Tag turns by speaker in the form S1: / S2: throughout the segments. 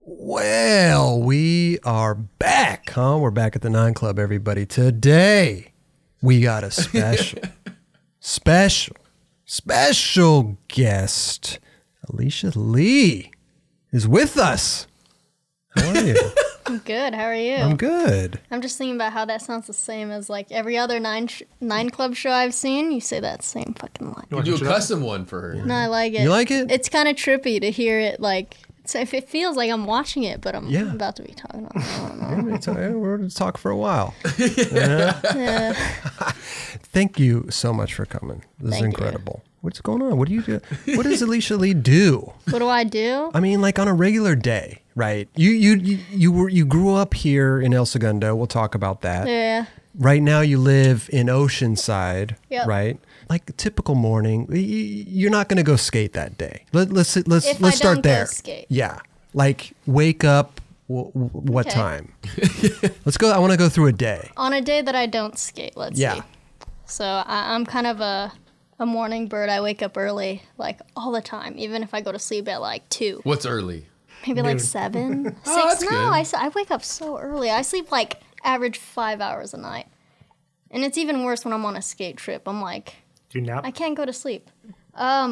S1: Well, we are back, huh? We're back at the Nine Club, everybody. Today, we got a special, special, special guest. Alicia Lee is with us. How are you?
S2: I'm good. How are you?
S1: I'm
S2: I'm,
S1: good.
S2: just thinking about how that sounds the same as like every other nine sh- nine club show I've seen. You say that same fucking line.
S3: do a custom one for her.
S2: No, I like it.
S1: You like it?
S2: It's kind of trippy to hear it. Like it's, if it feels like I'm watching it, but I'm
S1: Yeah.
S2: about to be talking on. I don't know.
S1: It's all right. We're going to talk for a while. Thank you so much for coming. This
S2: Thank
S1: is
S2: you.
S1: incredible. What's going on? What do you do? What does Alicia Lee do?
S2: What do I do?
S1: I mean, like on a regular day, right? You you you, you were you grew up here in El Segundo. We'll talk about that.
S2: Yeah.
S1: Right now, you live in Oceanside,
S2: Yep.
S1: right? Like a typical morning, y- y- you're not going to go skate that day. Let, let's let's
S2: If I
S1: let's start
S2: don't go
S1: there.
S2: skate.
S1: Yeah, like wake up. W- w- what
S2: Okay.
S1: time? let's go. I want to go through a day.
S2: On a day that I don't skate, let's
S1: Yeah.
S2: see. So I, I'm kind of a a morning bird. I wake up early, like all the time, even if I go to sleep at like two.
S3: What's early?
S2: Maybe like seven, six.
S3: Oh, that's
S2: no,
S3: good.
S2: I, s- I wake up so early. I sleep like average five hours a night, and it's even worse when I'm on a skate trip. I'm like,
S4: Do you nap?
S2: I can't go to sleep. Um,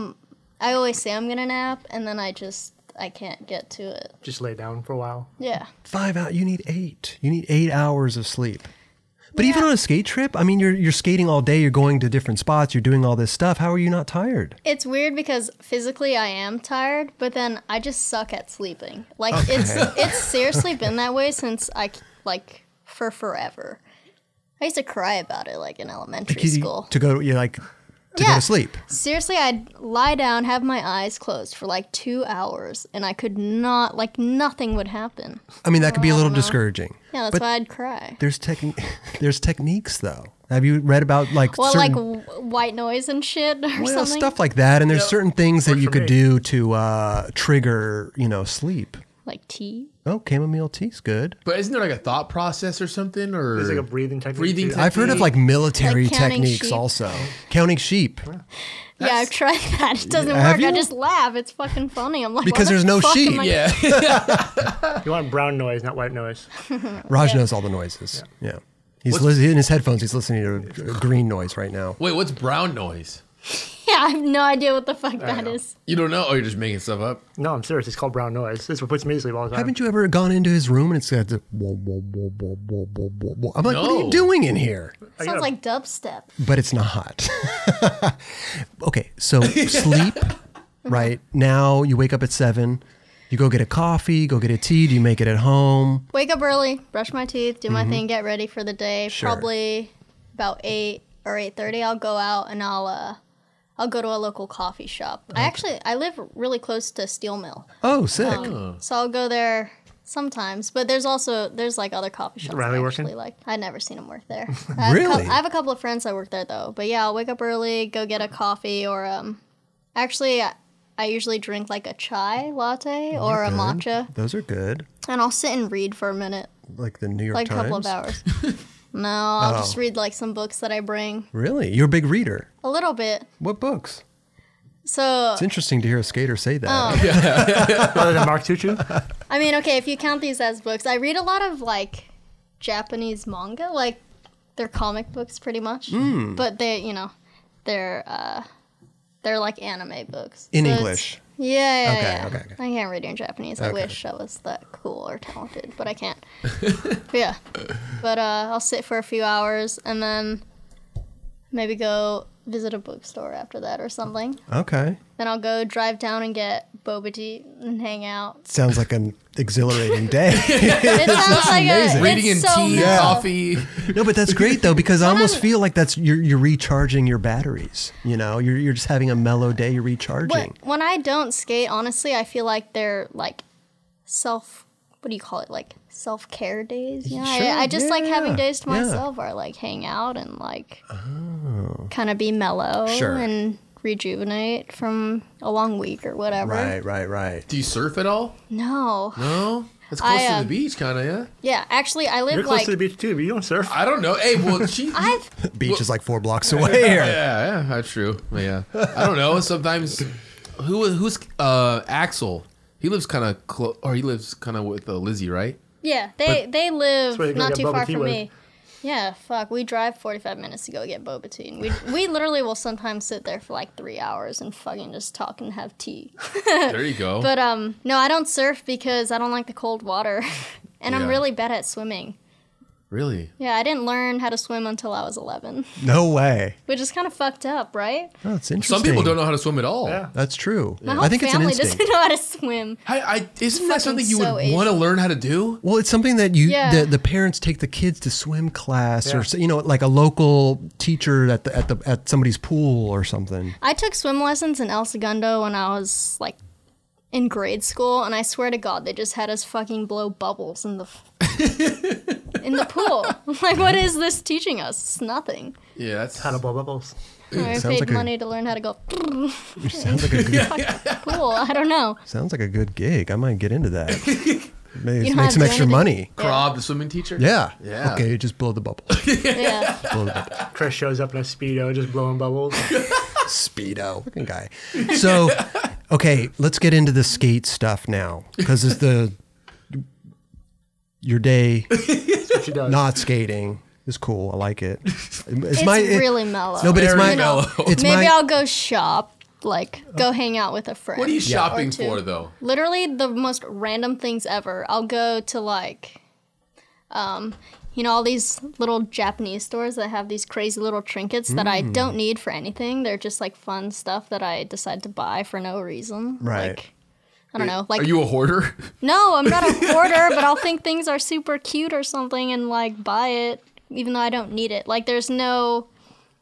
S2: I always say I'm gonna nap, and then I just I can't get to it.
S4: Just lay down for a while.
S2: Yeah,
S1: Five out. You need eight. You need eight hours of sleep. But even on a skate trip, I mean, you're you're skating all day. You're going to different spots. You're doing all this stuff. How are you not tired?
S2: it's weird because physically I am tired, but then I just suck at sleeping. Like it's it's seriously been that way since I c- like for forever. I used to cry about it like in elementary
S1: to-
S2: school.
S1: to go you like to go
S2: Yeah.
S1: to sleep.
S2: Seriously, I'd lie down, have my eyes closed for like two hours, and I could not, like, nothing would happen.
S1: I mean that could be a little discouraging.
S2: Uh-huh. Yeah, that's
S1: But-
S2: why I'd cry.
S1: There's techni there's techniques though. Have you read about like
S2: Well,
S1: certain
S2: like w- white noise and shit or
S1: well,
S2: something.
S1: stuff like that and there's certain things that
S4: Worked
S1: you
S4: for
S1: could
S4: me.
S1: do to uh, trigger, you know, sleep.
S2: like tea.
S1: Oh, chamomile tea's good.
S3: But isn't there like a thought process or something? Or
S4: There's like a breathing technique.
S3: Breathing
S4: too.
S3: tech-
S1: I've heard of like military
S2: Like counting
S1: techniques
S2: sheep.
S1: also. Counting sheep.
S2: yeah, I've tried that. It doesn't
S1: Have
S2: work. I
S1: you?
S2: just laugh. It's fucking funny. I'm like, why
S1: Because
S2: the
S1: there's no
S2: fuck am
S1: sheep.
S2: I-
S3: yeah.
S4: you want brown noise, not white noise.
S1: Raj knows all the noises. Yeah. He's li- in his headphones. He's listening to a green noise right now.
S3: Wait, what's brown noise?
S2: Yeah, I have no idea what the fuck that is.
S3: You don't know? Oh, you're just making stuff up.
S4: No, I'm serious. It's called brown noise. This is what puts me to sleep all the time.
S1: Haven't you ever gone into his room and it's got the whoa, whoa, whoa, whoa, whoa, whoa, whoa, whoa. I'm like, what are you
S3: No.
S1: doing in here?
S4: I
S2: Sounds
S4: gotta-
S2: like dubstep.
S1: But it's not. okay, so sleep, right? Now you wake up at seven, you go get a coffee, go get a tea, do you make it at home?
S2: Wake up early, brush my teeth, do my thing, get ready for the day.
S1: Mm-hmm. Sure.
S2: Probably about eight or eight thirty, I'll go out and I'll uh, I'll go to a local coffee shop. I actually I live really close to Steel Mill,
S1: Oh, sick.
S2: so I'll go there sometimes. But there's also there's like other coffee shops.
S4: Riley
S2: that I
S4: working?
S2: actually Like I've never seen him work there. I have a cou-
S1: Really?
S2: I have a couple of friends that work there though. But yeah, I'll wake up early, go get a coffee or um, actually. I, I usually drink like a chai latte or a
S1: Good.
S2: matcha,
S1: Those are good.
S2: and I'll sit and read for a minute
S1: Like the New York
S2: like a
S1: Times.
S2: couple of hours. no, I'll just
S1: Oh.
S2: read like some books that I bring
S1: Really? You're a big reader.
S2: a little bit.
S1: What books?
S2: So
S1: It's interesting to hear a skater say that.
S2: Oh,
S4: Other than Mark Tuchu?
S2: I mean, okay, if you count these as books, I read a lot of like Japanese manga, like they're comic books pretty much,
S1: Hmm.
S2: but they, you know, they're uh, they're like anime books
S1: In
S2: So it's-
S1: English.
S2: Yeah, yeah,
S1: Okay,
S2: yeah.
S1: okay, okay.
S2: I can't read in Japanese. I
S1: Okay.
S2: wish I was that cool or talented, but I can't. But yeah, but uh, I'll sit for a few hours and then maybe go visit a bookstore after that or something.
S1: Okay.
S2: Then I'll go drive down and get boba tea and hang out.
S1: Sounds like an exhilarating day.
S2: It sounds like a
S3: Reading in
S2: it's so
S3: tea,
S2: mellow.
S3: coffee.
S1: No, but that's great though because I almost feel like that's you're, you're recharging your batteries. You know, you're you're just having a mellow day. You're recharging.
S2: When, when I don't skate, honestly, I feel like they're like self. What do you call it? Like self care days. Yeah,
S1: Sure,
S2: I, I just like having
S1: yeah,
S2: days to
S1: yeah.
S2: myself, where I like hang out and like
S4: Oh.
S2: kind of be mellow
S1: Sure.
S2: and rejuvenate from a long week or whatever.
S1: Right, right, right.
S3: Do you surf at all?
S2: No.
S3: No. That's
S2: I,
S3: close
S2: uh,
S3: to the beach, kind of, yeah?
S2: Yeah, actually, I live
S4: You're close
S2: like
S4: to the beach too, but you don't surf.
S3: I don't know. Hey, well, she.
S2: I've
S1: Beach is like four blocks away here.
S3: yeah, yeah, that's true. Yeah. I don't know. Sometimes. Who Who's. uh Axel He lives kind of close, or he lives kind of with uh, Lizzie, right?
S2: Yeah, they they live
S4: where you go
S2: not
S4: get
S2: too
S4: boba
S2: far
S4: tea
S2: from
S4: with.
S2: me. Yeah, fuck. We drive 45 minutes to go get boba tea. And we, we literally will sometimes sit there for like three hours and fucking just talk and have tea.
S3: There you go.
S2: But um, no, I don't surf because I don't like the cold water, and I'm
S3: Yeah.
S2: really bad at swimming.
S3: really?
S2: Yeah, I didn't learn how to swim until I was 11,
S1: No way.
S2: which is kind of fucked up, right?
S1: Oh, that's interesting.
S3: Some people don't know how to swim at all.
S4: Yeah.
S1: That's true.
S2: My whole
S1: I think it's an
S2: family
S1: instinct.
S2: doesn't know how to swim.
S3: I, I, isn't that
S2: Fucking
S3: something you
S2: so
S3: would want to
S2: Asian.
S3: learn how to do?
S1: Well, it's something that you
S2: Yeah.
S1: the, the parents take the kids to swim class
S4: Yeah.
S1: or so- you know like a local teacher at the at the at somebody's pool or something.
S2: I took swim lessons in El Segundo when I was like in grade school, and I swear to God, they just had us fucking blow bubbles in the in the pool. I'm like, what is this teaching us? It's nothing.
S3: Yeah, that's
S4: Kind of blow bubbles.
S2: I
S1: sounds
S2: paid
S1: like a-
S2: money to learn how to go
S1: Sounds like a good,
S2: pool. I don't know.
S1: sounds like a good gig. I might get into that. Maybe
S2: don't
S1: make
S2: have
S1: some
S2: to do
S1: extra
S2: anything.
S1: money.
S3: Krob, the swimming teacher.
S1: Yeah.
S3: Yeah.
S1: Okay, just blow the bubble.
S2: Yeah.
S1: Blow the bubble.
S4: Chris shows up in a speedo, just blowing bubbles.
S1: Speedo, fucking guy. So, okay, let's get into the skate stuff now because it's the your day
S4: That's what she does.
S1: not skating is cool. I like it. It's,
S2: It's
S1: my it-
S2: really mellow.
S1: no, but it's
S3: Very
S1: my
S3: mellow. Oh.
S1: it's
S2: Maybe
S1: my
S2: I'll go shop, like go hang out with a friend.
S3: What are you shopping
S2: Or two.
S3: for though?
S2: Literally the most random things ever. I'll go to like, um, you know, all these little Japanese stores that have these crazy little trinkets that
S1: Mm.
S2: I don't need for anything. They're just like fun stuff that I decide to buy for no reason.
S1: Right.
S2: Like, I don't know. Like,
S3: Are you a hoarder?
S2: no, I'm not a hoarder, but I'll think things are super cute or something and like buy it, even though I don't need it. Like, there's no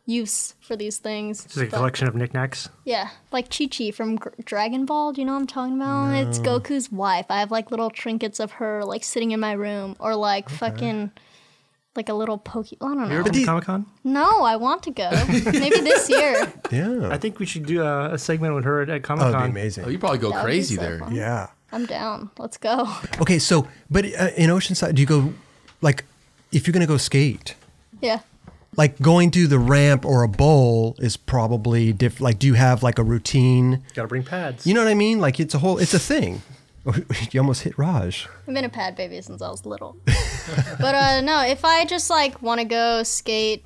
S2: use for these things.
S4: It's like a
S2: but-
S4: collection of knickknacks.
S2: yeah, like Chi Chi from Gr- Dragon Ball. Do you know what I'm talking about? It's Goku's wife. I have like little trinkets of her like sitting in my room or like fucking like a little poke. I don't know.
S4: You're
S1: the-
S4: Comic Con?
S2: no, I want to go. Maybe this year.
S1: yeah.
S4: I think we should do a, a segment with her at, at Comic
S1: That would be
S4: Con.
S3: oh,
S1: amazing.
S3: you probably go
S2: That would be
S3: crazy
S2: so
S3: there.
S2: fun.
S1: Yeah.
S2: I'm down. Let's go.
S1: Okay, so but uh, in Oceanside, do you go like if you're gonna go skate?
S2: Yeah.
S1: Like going to the ramp or a bowl is probably different. Like, do you have like a routine?
S4: Gotta bring pads.
S1: You know what I mean? Like it's a whole, it's a thing. you almost hit Raj.
S2: I've been a pad baby since I was little. but uh, no, if I just like want to go skate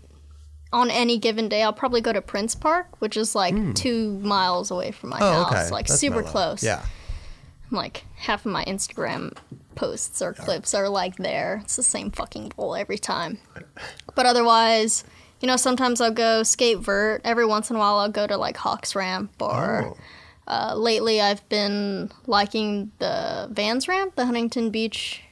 S2: on any given day, I'll probably go to Prince Park, which is like two miles away from my house, like
S1: Hmm. Oh, That's
S2: super
S1: mellow.
S2: close.
S1: Yeah.
S2: like half of my Instagram posts or clips are like there. It's the same fucking bowl every time. But otherwise, you know, sometimes I'll go skate vert. Every once in a while, I'll go to like Hawks Ramp
S1: Oh.
S2: or. Uh, lately, I've been liking the Vans Ramp, the Huntington Beach.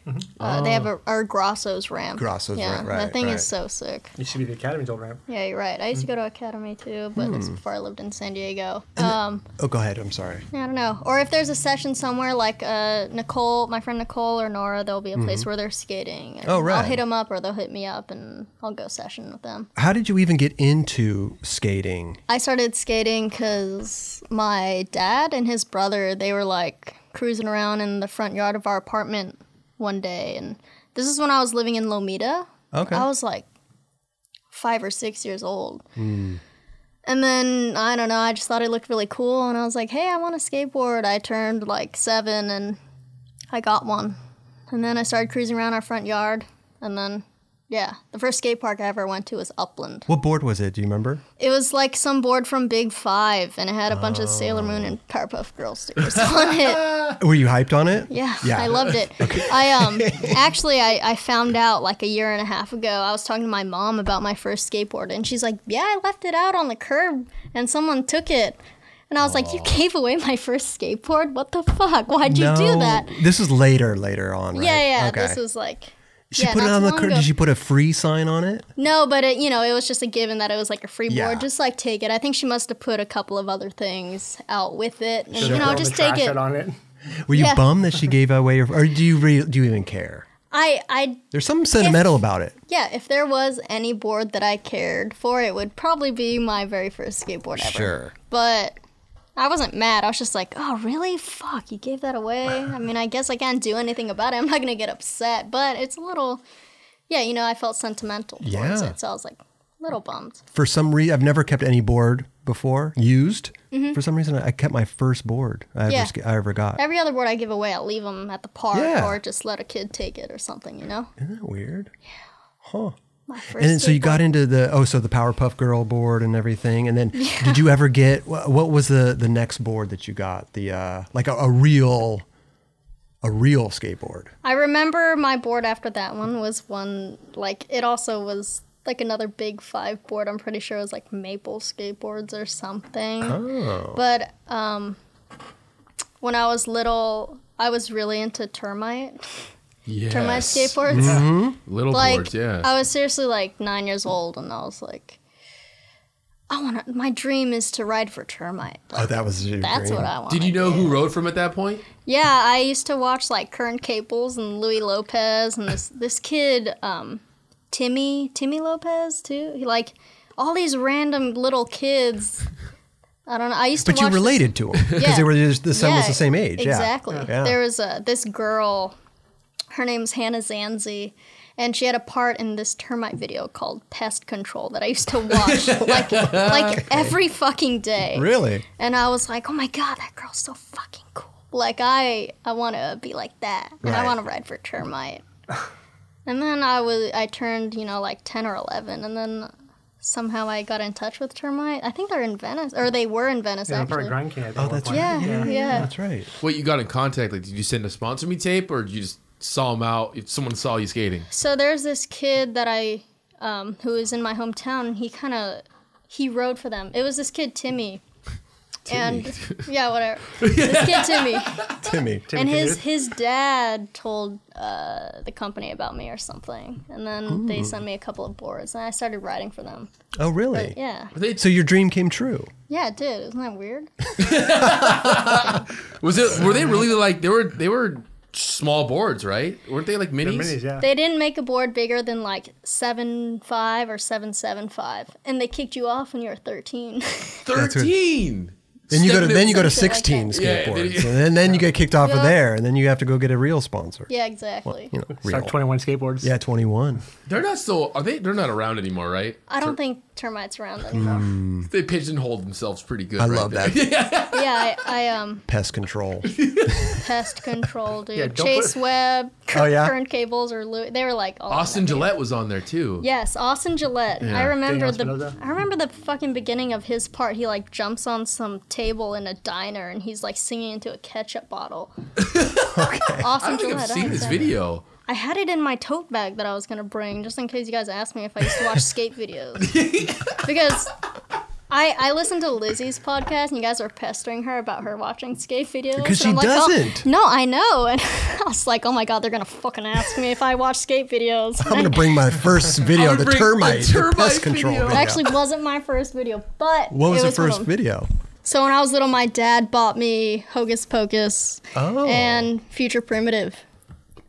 S2: Uh, They have a or Grosso's Ramp.
S1: Grosso's Mm-hmm. Oh.
S2: yeah,
S1: Ramp,
S2: That
S1: right,
S2: thing
S1: right. Mm-hmm.
S2: is so sick.
S4: You should be the Academy's old ramp.
S2: Yeah, you're right. I used to go to Academy too, but
S1: Hmm.
S2: that's before I lived in San Diego. um,
S1: Oh, go ahead. I'm sorry.
S2: yeah, I don't know. Or if there's a session somewhere, like uh, Nicole, my friend Nicole or Nora, there'll be a place where they're skating. And
S1: Mm-hmm. Oh,
S2: I'll
S1: rad.
S2: hit them up, or they'll hit me up, and I'll go session with them.
S1: How did you even get into skating?
S2: I started skating because my dad and his brother they were like cruising around in the front yard of our apartment one day, and this is when I was living in Lomita.
S1: Okay.
S2: I was like five or six years old. And then I don't know, I just thought it looked really cool, and I was like, hey, I want a skateboard. I turned like seven, and I got one, and then I started cruising around our front yard, and then. Yeah, the first skate park I ever went to was Upland.
S1: What board was it? Do you remember?
S2: It was like some board from Big Five, and it had a bunch of Sailor Moon and
S1: Oh.
S2: Powerpuff Girls stickers on it.
S1: Were you hyped on it?
S2: Yeah,
S1: Yeah.
S2: I loved it. I um actually I, I found out like a year and a half ago. I was talking to my mom about my first skateboard, and she's like, "Yeah, I left it out on the curb, and someone took it." And I was like, "You gave away my first skateboard? What the fuck? Why'd you do that?"
S1: This is later, later on, right?
S2: Yeah, yeah.
S1: Okay.
S2: This was like
S1: she
S2: yeah,
S1: put it
S2: not
S1: on
S2: too
S1: the
S2: long
S1: curb.
S2: ago.
S1: Did she put a free sign on it?
S2: No, but it, you know, it was just a given that it was like a free
S1: Yeah.
S2: board. Just like take it. I think she must have put a couple of other things out with it, and
S4: Should've
S2: you know,
S4: thrown
S2: just
S4: the
S2: take
S4: trash
S2: it.
S4: out on it.
S1: Were you
S2: Yeah.
S1: bummed that she gave away your, or do you re, do you even care?
S2: I, I,
S1: There's something sentimental about it.
S2: yeah. If there was any board that I cared for, it would probably be my very first skateboard ever. But I wasn't mad. I was just like, oh, really? Fuck, you gave that away. I mean, I guess I can't do anything about it. I'm not gonna get upset, but it's a little, yeah. You know, I felt sentimental towards
S1: Yeah.
S2: it, so I was like, a little bummed.
S1: For some reason, I've never kept any board before used. For some reason, I kept my first board I
S2: Mm-hmm. Yeah.
S1: ever ever I ever got.
S2: Every other board I give away, I leave them at the park
S1: Yeah.
S2: or just let a kid take it or something, you know?
S1: Isn't that weird?
S2: My first
S1: And then, so you
S2: skateboard.
S1: got into the oh, so the Powerpuff Girl board and everything. And then, did you ever get wha- what was the the next board that you got? The uh, like a, a real, a real skateboard.
S2: I remember my board after that one was one, like, it also was like another big five board. I'm pretty sure it was like maple skateboards or something.
S1: Oh,
S2: But um, when I was little, I was really into termite
S3: Yes.
S2: termite skateboards.
S1: Mm-hmm.
S3: Little
S2: Like
S3: boards, yeah.
S2: I was seriously like nine years old, and I was like, I want to. My dream is to ride for termite. Like,
S1: oh that was your
S2: that's
S1: dream.
S2: what I want.
S3: Did you know who rode from at that point?
S2: Yeah, I used to watch like Kern Caples and Louis Lopez and this this kid, um, Timmy Timmy Lopez too. He, like all these random little kids. I don't know. I used to.
S1: But you
S2: watch this-
S1: related to them because
S2: Yeah.
S1: they were just, the son was
S2: Yeah,
S1: the same age. yeah.
S2: Exactly.
S1: Yeah.
S2: There was a, this girl, her name's Hannah Zanzi, and she had a part in this termite video called Pest Control that I used to watch like like every fucking day.
S1: Really?
S2: And I was like, oh my god, that girl's so fucking cool. Like I I want to be like that, and I
S1: Right.
S2: want to ride for termite. and then I was I turned you know like ten or eleven, and then. Somehow I got in touch with termite. I think they're in Venice, or they were in Venice
S4: Yeah,
S2: actually.
S4: probably grind can.
S1: Oh, that's
S2: Yeah, yeah,
S1: Oh, That's right.
S3: What you got in contact? Like, did you send a sponsor me tape, or did you just saw him out? If someone saw you skating,
S2: So there's this kid that I, um, who was in my hometown, and he kind of, he rode for them. It was this kid Timmy, and yeah, whatever. This kid Timmy,
S1: Timmy.
S2: and his
S4: Canute?
S2: his dad told uh, the company about me or something, and then they sent me a couple of boards, and I started riding for them.
S1: Oh, really?
S2: Yeah,
S3: Were they-
S1: So your dream came true.
S2: yeah, it did. Isn't that weird?
S3: was it? Were they really like they were? They were small boards, right? Weren't they like minis?
S4: Minis, yeah.
S2: They didn't make a board bigger than like seven five or seven seven five, and they kicked you off when you were thirteen.
S1: That's what-
S3: Thirteen.
S1: Then you go to
S3: Stepping
S1: then you go to
S2: some shit like
S1: 16
S2: that.
S3: Yeah,
S1: skateboards,
S3: then you-
S1: and then, then you get kicked off of
S2: Yeah.
S1: there, and then you have to go get a real sponsor.
S2: yeah, exactly.
S1: You know,
S4: It's like
S1: real.
S4: 21 skateboards.
S1: Yeah, 21.
S3: They're not still. Are they? They're not around anymore, right?
S2: I don't think termites around anymore.
S3: They pigeonholed themselves pretty good.
S1: I
S3: right
S1: love
S3: there.
S1: that
S2: yeah, I, I um
S1: pest control.
S2: pest control dude.
S4: Yeah, don't
S2: Chase
S4: put-
S2: Webb,
S1: Oh, yeah?
S2: Current Cables, or Louis, they were like all on
S3: Austin
S2: that dude.
S3: Gillette was on there too.
S2: Yes, Austin Gillette. I remember
S4: Daniel
S2: the
S4: Espinosa?
S2: I remember the fucking beginning of his part. He like jumps on some table in a diner and he's like singing into a ketchup bottle.
S3: I
S2: Austin
S3: don't think I've
S2: Gillette. I
S3: seen
S2: had
S3: this
S2: that.
S3: video.
S2: I had it in my tote bag that I was gonna bring just in case you guys asked me if I used to watch skate videos. because I I listened to Lizzie's podcast and you guys were pestering her about her watching skate videos.
S1: Because she
S2: and like, oh,
S1: doesn't.
S2: no, I know. And I was like, oh my god, they're gonna fucking ask me if I watch skate
S3: Oh
S2: videos.
S1: I'm gonna bring my first video,
S3: I'm
S1: the
S3: gonna bring
S1: termite,
S3: the
S1: the pest
S3: termite
S1: control.
S3: video.
S1: Video.
S2: It actually wasn't my first video, but
S1: what was
S2: it
S1: the
S2: one of
S1: first
S2: them.
S1: video?
S2: So when I was little, my dad bought me Hocus Pocus
S1: Oh,
S2: and Future Primitive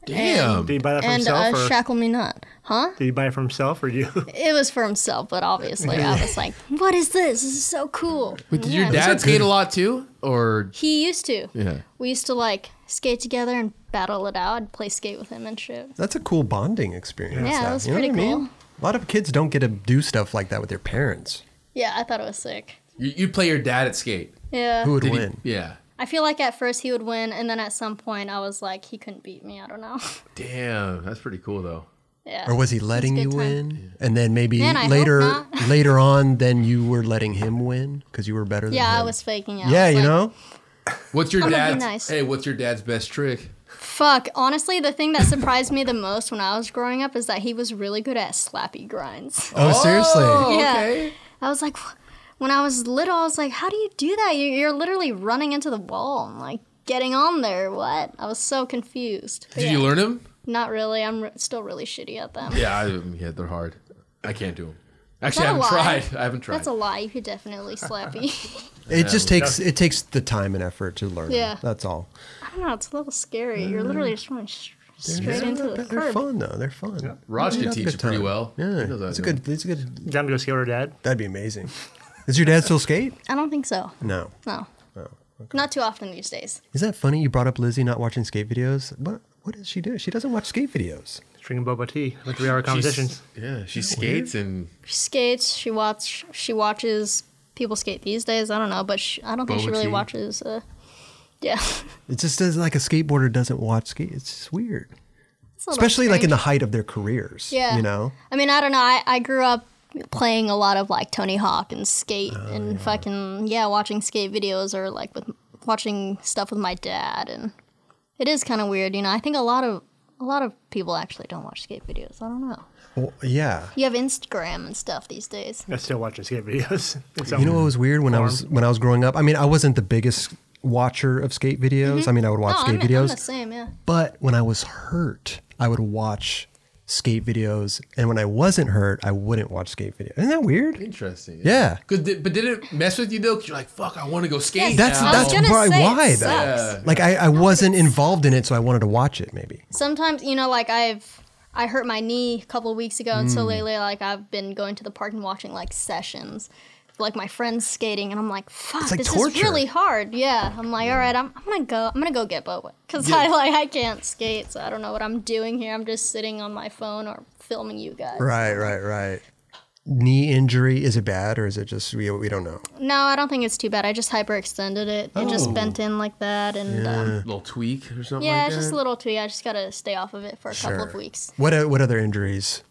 S3: Damn.
S4: Did he buy that for
S2: and
S4: himself?
S2: uh,
S4: or
S2: Shackle Me Not, huh?
S4: did he buy it for himself or you?
S2: It was for himself, but obviously I was like, "What is this? This is so cool."
S3: Wait, did your
S2: Yeah.
S3: dad skate a lot too, or
S2: He used to.
S3: yeah?
S2: We used to like skate together and battle it out. I'd play skate with him and shit.
S1: that's a cool bonding experience.
S2: Yeah,
S1: that
S2: that was
S1: you know
S2: pretty
S1: what I mean?
S2: cool.
S1: A lot of kids don't get to do stuff like that with their parents.
S2: Yeah, I thought it was sick.
S3: You, you play your dad at skate.
S2: Yeah.
S1: Who would
S3: Did he-
S1: win?
S3: yeah.
S2: I feel like at first he would win, and then at some point I was like, he couldn't beat me. I don't know.
S3: Damn, that's pretty cool though.
S2: yeah.
S1: Or was he letting
S2: good
S1: you
S2: time.
S1: win? And then maybe
S2: Man, I hope
S1: later
S2: not.
S1: later on, then you were letting him win because you were better than him.
S2: yeah, I was faking out.
S1: Yeah,
S2: I was
S1: you
S2: like,
S1: know?
S3: What's your
S2: I'm gonna be
S3: dad's?
S2: nice.
S3: Hey, what's your dad's best trick?
S2: Fuck. Honestly, the thing that surprised me the most when I was growing up is that he was really good at slappy grinds.
S1: Oh, seriously.
S2: Yeah.
S3: Okay.
S2: I was like, "Wh- when I was little, I was like, how do you do that? You- You're literally running into the wall and like getting on there. What? I was so confused. But
S3: Did
S2: yeah,
S3: you learn him?
S2: Not really. I'm re- still really shitty at them.
S3: Yeah, I, yeah, they're hard. I can't do them. Actually, I
S2: that a
S3: haven't
S2: lie?
S3: tried. I haven't tried.
S2: That's a lie. You could definitely slappy.
S1: It just takes it takes the time and effort to learn.
S2: Yeah.
S1: That's all.
S2: I don't know. It's a little scary. You're literally just running sh- straight
S1: Yeah,
S2: into
S1: Mm-hmm. they're,
S2: the
S1: they're
S2: curb.
S1: fun though. They're fun.
S3: Raj
S1: Yeah,
S3: can
S1: that's a
S3: teach
S1: good
S3: you pretty
S1: time.
S3: well. He
S1: Yeah,
S3: knows how
S1: it's
S3: to
S1: a
S3: do it.
S1: good. It's a good.
S4: Down to go skate with her dad?
S1: That'd be amazing. Does your dad still skate?
S2: I don't think so.
S1: No.
S2: No.
S1: Oh,
S2: Not too often these days.
S1: Is that funny? You brought up Lizzie not watching skate videos. What? What does she do? She doesn't watch skate videos.
S4: Drinking boba tea. Like three hour
S3: She's-
S4: competitions.
S3: Yeah, she skates and
S2: She skates. She watch. She watches people skate these days. I don't know, but sh I don't think she really
S3: Boating.
S2: watches. Uh, yeah,
S1: It just is like a skateboarder doesn't watch skate. It's just weird,
S2: It's a little
S1: especially like in
S2: strange.
S1: the height of their careers.
S2: Yeah.
S1: you know.
S2: I mean, I don't know. I, I grew up playing a lot of like Tony Hawk and skate
S1: Oh,
S2: and fucking yeah, watching skate videos or like with watching stuff with my dad and it is kind of weird, you know. I think a lot of a lot of people actually don't watch skate videos. I don't know.
S1: Well, yeah.
S2: You have Instagram and stuff these days.
S4: I still watch skate videos. It's um,
S1: You know what was weird when I was when I was growing up? I mean, I wasn't the biggest watcher of skate videos. I mean, I would watch
S2: Mm-hmm. no, I'm,
S1: skate
S2: I'm
S1: videos,
S2: the same. Yeah.
S1: but when I was hurt, I would watch skate videos, and when I wasn't hurt, I wouldn't watch skate videos. Isn't that weird?
S3: Interesting.
S1: Yeah.
S3: Cause did, but did it mess with you though? Cause you're like, fuck, I want to go skate.
S1: That's-
S2: I
S3: now.
S2: was
S1: that's
S2: gonna
S1: probably
S2: say, it
S1: why, though.
S2: sucks.
S3: Yeah.
S1: Like I, I wasn't involved in it, so I wanted to watch it. Maybe
S2: sometimes you know like i've i hurt my knee a couple of weeks ago and so lately like i've been going to the park and watching like sessions like my friends skating and i'm like fuck
S1: like
S2: this
S1: torture.
S2: is really hard yeah i'm like all right i'm, I'm gonna go i'm gonna go get boba because i like i can't skate so i don't know what i'm doing here i'm just sitting on my phone or filming you guys
S1: right, right, right. Knee injury is it bad or is it just we, we don't know?
S2: no i don't think it's too bad i just hyperextended it it just
S3: Oh.
S2: bent in like that and yeah, um,
S3: little tweak or something.
S2: yeah
S3: like
S2: it's
S3: that.
S2: just a little too i just gotta stay off of it for a couple of
S1: Sure.
S2: weeks
S1: What o- what other injuries?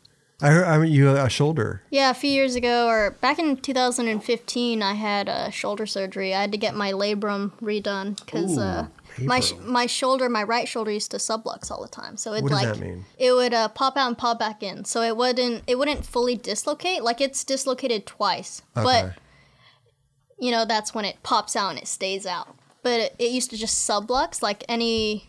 S1: I heard I mean, you a shoulder.
S2: Yeah, a few years ago, or back in 2015, I had uh, shoulder surgery. I had to get my labrum redone because uh, my sh- my shoulder, my right shoulder, used to sublux all the time. So it
S1: What does
S2: like
S1: that mean?
S2: it would uh, pop out and pop back in. So it wouldn't it wouldn't fully dislocate. Like it's dislocated twice, but
S1: Okay.
S2: you know that's when it pops out and it stays out. But it, it used to just sublux like any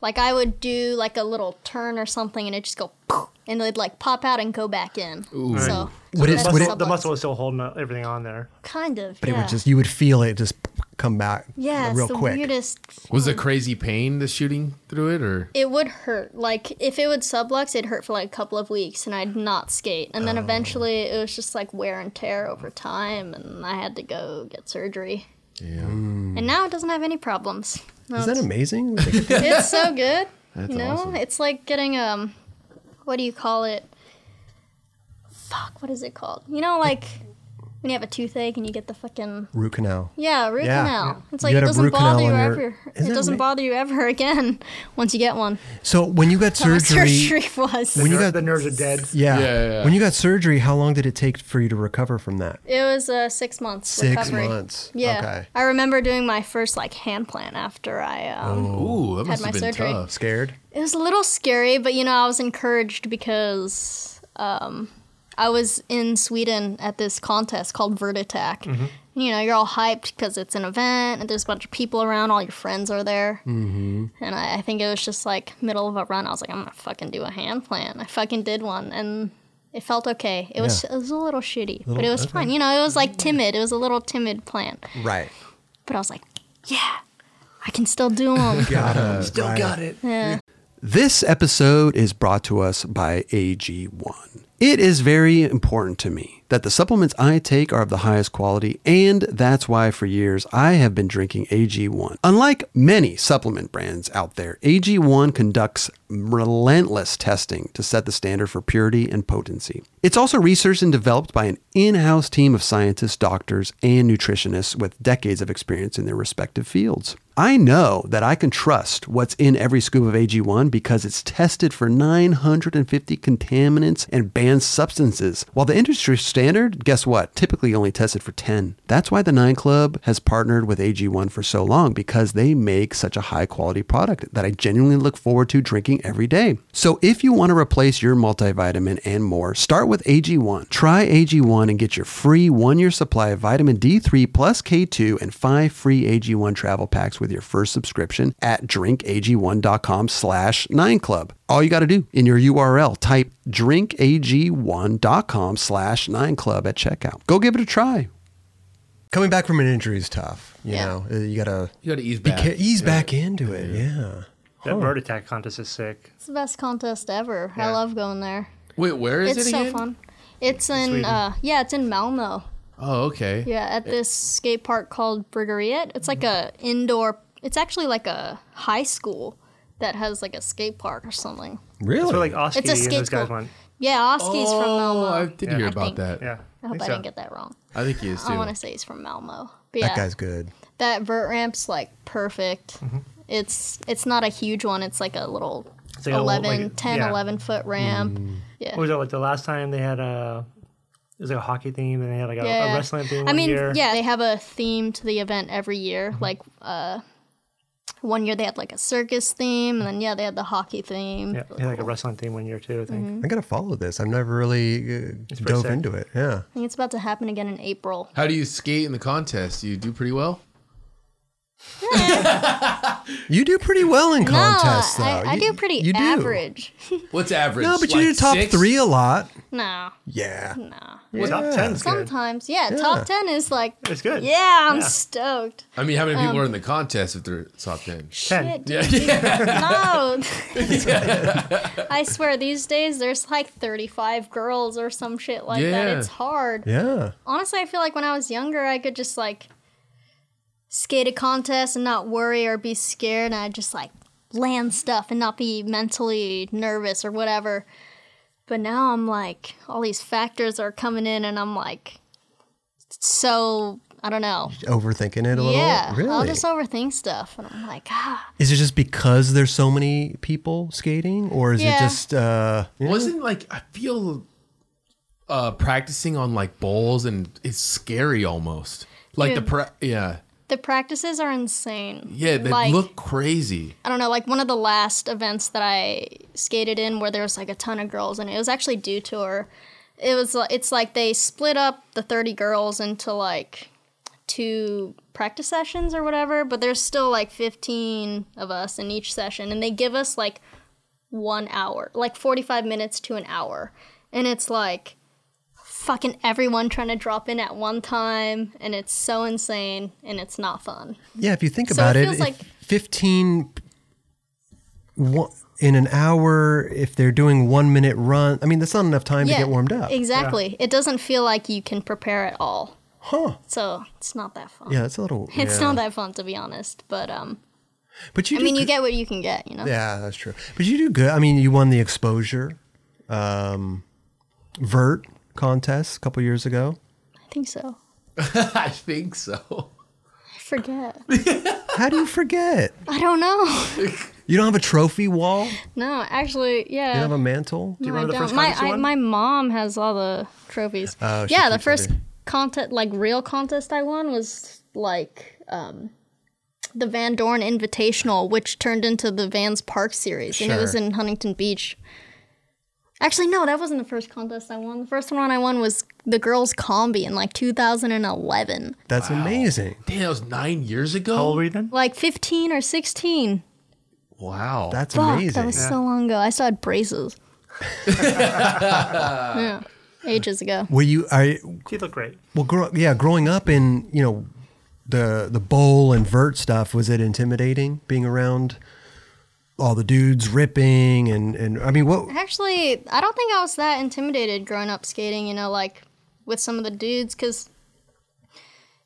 S2: like I would do like a little turn or something, and it just go, poof, and it'd like pop out and go back in.
S3: Mm.
S2: So
S1: Would it-
S2: that's
S1: would it-
S2: sublux.
S4: the muscle is still holding everything on there.
S2: Kind of,
S1: But
S2: yeah.
S1: it would just you would feel it just come back
S2: yeah, it's
S1: real
S2: the
S1: quick.
S2: weirdest.
S3: Was it crazy pain the shooting through it or?
S2: It would hurt. Like if it would sublux, it'd hurt for like a couple of weeks, and I'd not skate. And
S1: Oh.
S2: then eventually, it was just like wear and tear over time, and I had to go get surgery.
S3: Yeah.
S2: And now it doesn't have any problems. No,
S1: Mm. Is that
S2: it's,
S1: amazing?
S2: it's so good.
S3: That's
S2: you know,
S3: awesome.
S2: it's like getting um, what do you call it? Fuck, what is it called? You know, like when you have a toothache and you get the fucking
S1: Root canal.
S2: Yeah, root
S1: Yeah.
S2: canal. It's
S1: You
S2: like
S1: had
S2: it
S1: a
S2: doesn't
S1: root
S2: bother you
S1: canal on
S2: ever.
S1: your-
S2: It
S1: Isn't that
S2: doesn't
S1: ama-
S2: bother you ever again once you get one.
S1: So when you got
S2: My
S1: surgery,
S2: surgery was.
S1: When you
S4: Ner-
S1: got-
S4: the nerves are dead.
S1: Yeah.
S3: Yeah, yeah, yeah.
S1: When you got surgery, how long did it take for you to recover from that?
S2: it was uh, six months.
S1: Six
S2: recovery.
S1: months.
S2: Yeah.
S1: Okay.
S2: I remember doing my first like hand plant after I. Um,
S3: Ooh, that must
S2: my
S3: have been
S2: surgery.
S3: tough.
S1: Scared.
S2: It was a little scary, but you know I was encouraged because um, I was in Sweden at this contest called Vertitac. You know, you're all hyped because it's an event and there's a bunch of people around. All your friends are there. And I, I think it was just like middle of a run. I was like, I'm gonna fucking do a hand plan. I fucking did one, and it felt okay. It was it was a little shitty, but it was fun. You know, it was like timid. It was a little timid plan,
S1: Right.
S2: but I was like, yeah, I can still do them.
S4: Still got it.
S2: yeah.
S5: This episode is brought to us by AG1. It is very important to me that the supplements I take are of the highest quality, and that's why for years I have been drinking AG1. Unlike many supplement brands out there, AG1 conducts relentless testing to set the standard for purity and potency. It's also researched and developed by an in house team of scientists, doctors, and nutritionists with decades of experience in their respective fields. I know that I can trust what's in every scoop of AG1 because it's tested for 950 contaminants and banned substances. While the industry standard, guess what, typically only tested for 10. That's why the 9 Club has partnered with AG1 for so long because they make such a high quality product that I genuinely look forward to drinking every day. So if you want to replace your multivitamin and more, start with AG1. Try AG1 and get your free one year supply of vitamin D3 plus K2 and five free AG1 travel packs with your first subscription at drinkag1.com slash 9club. All you got to do in your URL, type drinkag1.com slash 9club at checkout. Go give it a try.
S1: Coming back from an injury is tough. You
S2: Yeah.
S1: know, Uh, you gotta
S3: You got to ease
S1: be
S3: back.
S1: ca- ease
S3: Yeah.
S1: back into it. Yeah.
S4: That bird attack contest is sick.
S2: It's the best contest ever. I
S4: Yeah.
S2: love going there.
S3: Wait, where is
S2: it's
S3: it
S2: so
S3: again?
S2: fun. It's in
S4: Sweden.
S2: uh, yeah, it's in Malmo.
S3: Oh, okay.
S2: Yeah, at this skate park called Bryggeriet. It's like a indoor. It's actually like a high school that has like a skate park or something.
S1: Really?
S4: So like Oski
S2: It's a
S4: and
S2: skate
S4: those guys
S2: school.
S4: went.
S2: Yeah, Oski's from
S3: Oh,
S2: Malmo.
S3: I
S2: I,
S3: did
S4: Yeah.
S3: hear
S4: I
S3: about
S2: think-
S3: that.
S4: Yeah.
S2: hope
S4: think
S2: I
S4: so.
S2: didn't get that wrong.
S3: I think he is too.
S2: I want to say he's from Malmo. But yeah,
S1: That guy's good.
S2: that vert ramp's like perfect. It's it's not a huge one. It's like a little
S4: It's like a little,
S2: 11,
S4: like,
S2: 10,
S4: yeah.
S2: 11 foot ramp. Yeah.
S4: What was it like the last time they had a? It was like a hockey theme, and they had like a,
S2: yeah.
S4: a wrestling theme.
S2: I
S4: one
S2: mean,
S4: year. Mm-hmm.
S2: yeah, they have a theme to the event every year. Like uh, one year they had like a circus theme, and then yeah, they had the hockey theme.
S4: yeah, they had like a wrestling theme one year too. I think.
S1: I gotta follow this. I've never really uh,
S4: pretty
S1: dove
S4: sick.
S1: into it. Yeah,
S2: I think it's about to happen again in April.
S3: How do you skate in the contest? You do pretty well.
S1: you do pretty well in contests,
S2: no,
S1: though.
S2: I, I
S1: You-
S2: do pretty
S1: you do.
S2: average.
S3: What's average?
S1: No, but you do top three a lot.
S2: no,
S1: Yeah,
S2: no.
S4: Yeah. Top ten's good.
S2: Sometimes, yeah, top ten is like,
S4: It's good.
S2: yeah, I'm
S4: Yeah.
S2: stoked.
S3: I mean, how many people
S2: Um,
S3: are in the contest if they're top ten?
S4: Ten.
S2: Shit, no. I swear, these days there's like 35 girls or some shit like that.
S3: Yeah.
S2: It's hard.
S1: yeah.
S2: Honestly, I feel like when I was younger, I could just like skate a contest and not worry or be scared, and I'd just like land stuff and not be mentally nervous or whatever. But now I'm like, all these factors are coming in, and I'm like, so I don't know.
S1: Overthinking it a little.
S2: Yeah,
S1: really.
S2: I'll just overthink stuff, and I'm like, ah,
S1: Is it just because there's so many people skating, or is
S2: Yeah.
S1: it just uh, yeah,
S3: Wasn't like I feel uh practicing on like bowls and it's scary almost. Like
S2: Dude.
S3: the pra- yeah
S2: the practices are insane.
S3: yeah they
S2: like,
S3: look crazy.
S2: I don't know, like one of the last events that I skated in where there was like a ton of girls, and it was actually due to her. It was li- it's like they split up the thirty girls into like two practice sessions or whatever, but there's still like fifteen of us in each session, and they give us like one hour, like forty five minutes to an hour, and it's like fucking everyone trying to drop in at one time, and it's so insane, and it's not fun.
S1: yeah? If you think
S2: So it
S1: about it,
S2: feels
S1: if
S2: like-
S1: fifteen one, in an hour. If they're doing one minute run, I mean that's not enough time to get warmed up.
S2: Exactly. It doesn't feel like you can prepare at all.
S1: Huh?
S2: So it's not that fun.
S1: Yeah, it's a little.
S2: It's
S1: yeah.
S2: not that fun to be honest. But um
S1: But you.
S2: I
S1: do
S2: mean
S1: good-
S2: you get what you can get, you know?
S1: Yeah, that's true. But you do good. I mean, you won the exposure um, vert contest a couple years ago.
S2: I think so.
S3: I think so.
S2: I forget.
S1: How do you forget?
S2: I don't know.
S1: You don't have a trophy wall. You
S2: No, actually, yeah.
S1: don't have a mantle.
S4: Do you
S2: No, I
S4: remember the
S2: don't.
S4: first
S2: my
S4: contest you
S2: I-
S4: won?
S2: my mom has all the trophies.
S1: Oh, she
S2: yeah, the
S1: keeps
S2: first
S1: everything.
S2: contest like real contest I won was like um the Van Dorn Invitational, which turned into the Vans Park series, and it was
S1: Sure.
S2: in Huntington Beach. Actually, no, that wasn't the first contest I won. The first one I won was the girls' combi in like 2011,
S1: That's amazing.
S3: Damn, that was nine years ago.
S4: How old were you then?
S2: like 15 or 16.
S3: Wow.
S1: That's
S2: Fuck,
S1: amazing.
S2: that was so long ago. I still had braces. yeah, ages ago.
S1: Were you? I
S4: You look great.
S1: well, grow, yeah. Growing up in you know the the bowl and vert stuff, was it intimidating being around all the dudes ripping and and I mean, what?
S2: Actually, I don't think I was that intimidated growing up skating, you know, like with some of the dudes, because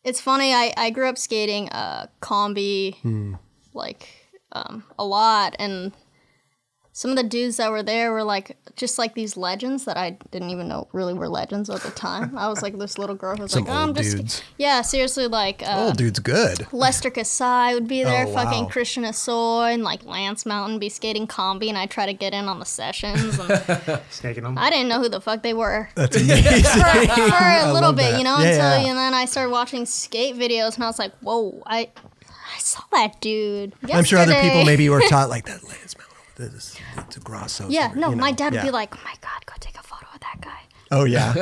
S2: it's funny, I, I grew up skating uh, combi,
S1: Hmm.
S2: like, um, a lot, and some of the dudes that were there were like just like these legends that I didn't even know really were legends at the time. I was like this little girl who's
S1: Some
S2: like, oh, I'm
S1: old
S2: just
S1: dudes.
S2: yeah, seriously, like uh,
S1: Oh, dude's good.
S2: Lester Kasai would be there,
S1: Oh,
S2: fucking
S1: wow.
S2: Christian Asoy, and like Lance Mountain be skating combi, and I try to get in on the sessions. And
S4: Snaking them.
S2: I didn't know who the fuck they were
S1: That's amazing.
S2: for, for a little
S1: love
S2: bit,
S1: that.
S2: you know,
S1: Yeah,
S2: until
S1: yeah.
S2: and then I started watching skate videos, and I was like, whoa, I I saw that dude.
S1: I'm sure other people
S2: yesterday."
S1: maybe were taught like that. Lance Miller, this is it's a Grosso.
S2: Yeah, no,
S1: you know,
S2: my dad
S1: yeah.
S2: would be like, oh my god, go take a photo of that guy.
S1: oh yeah,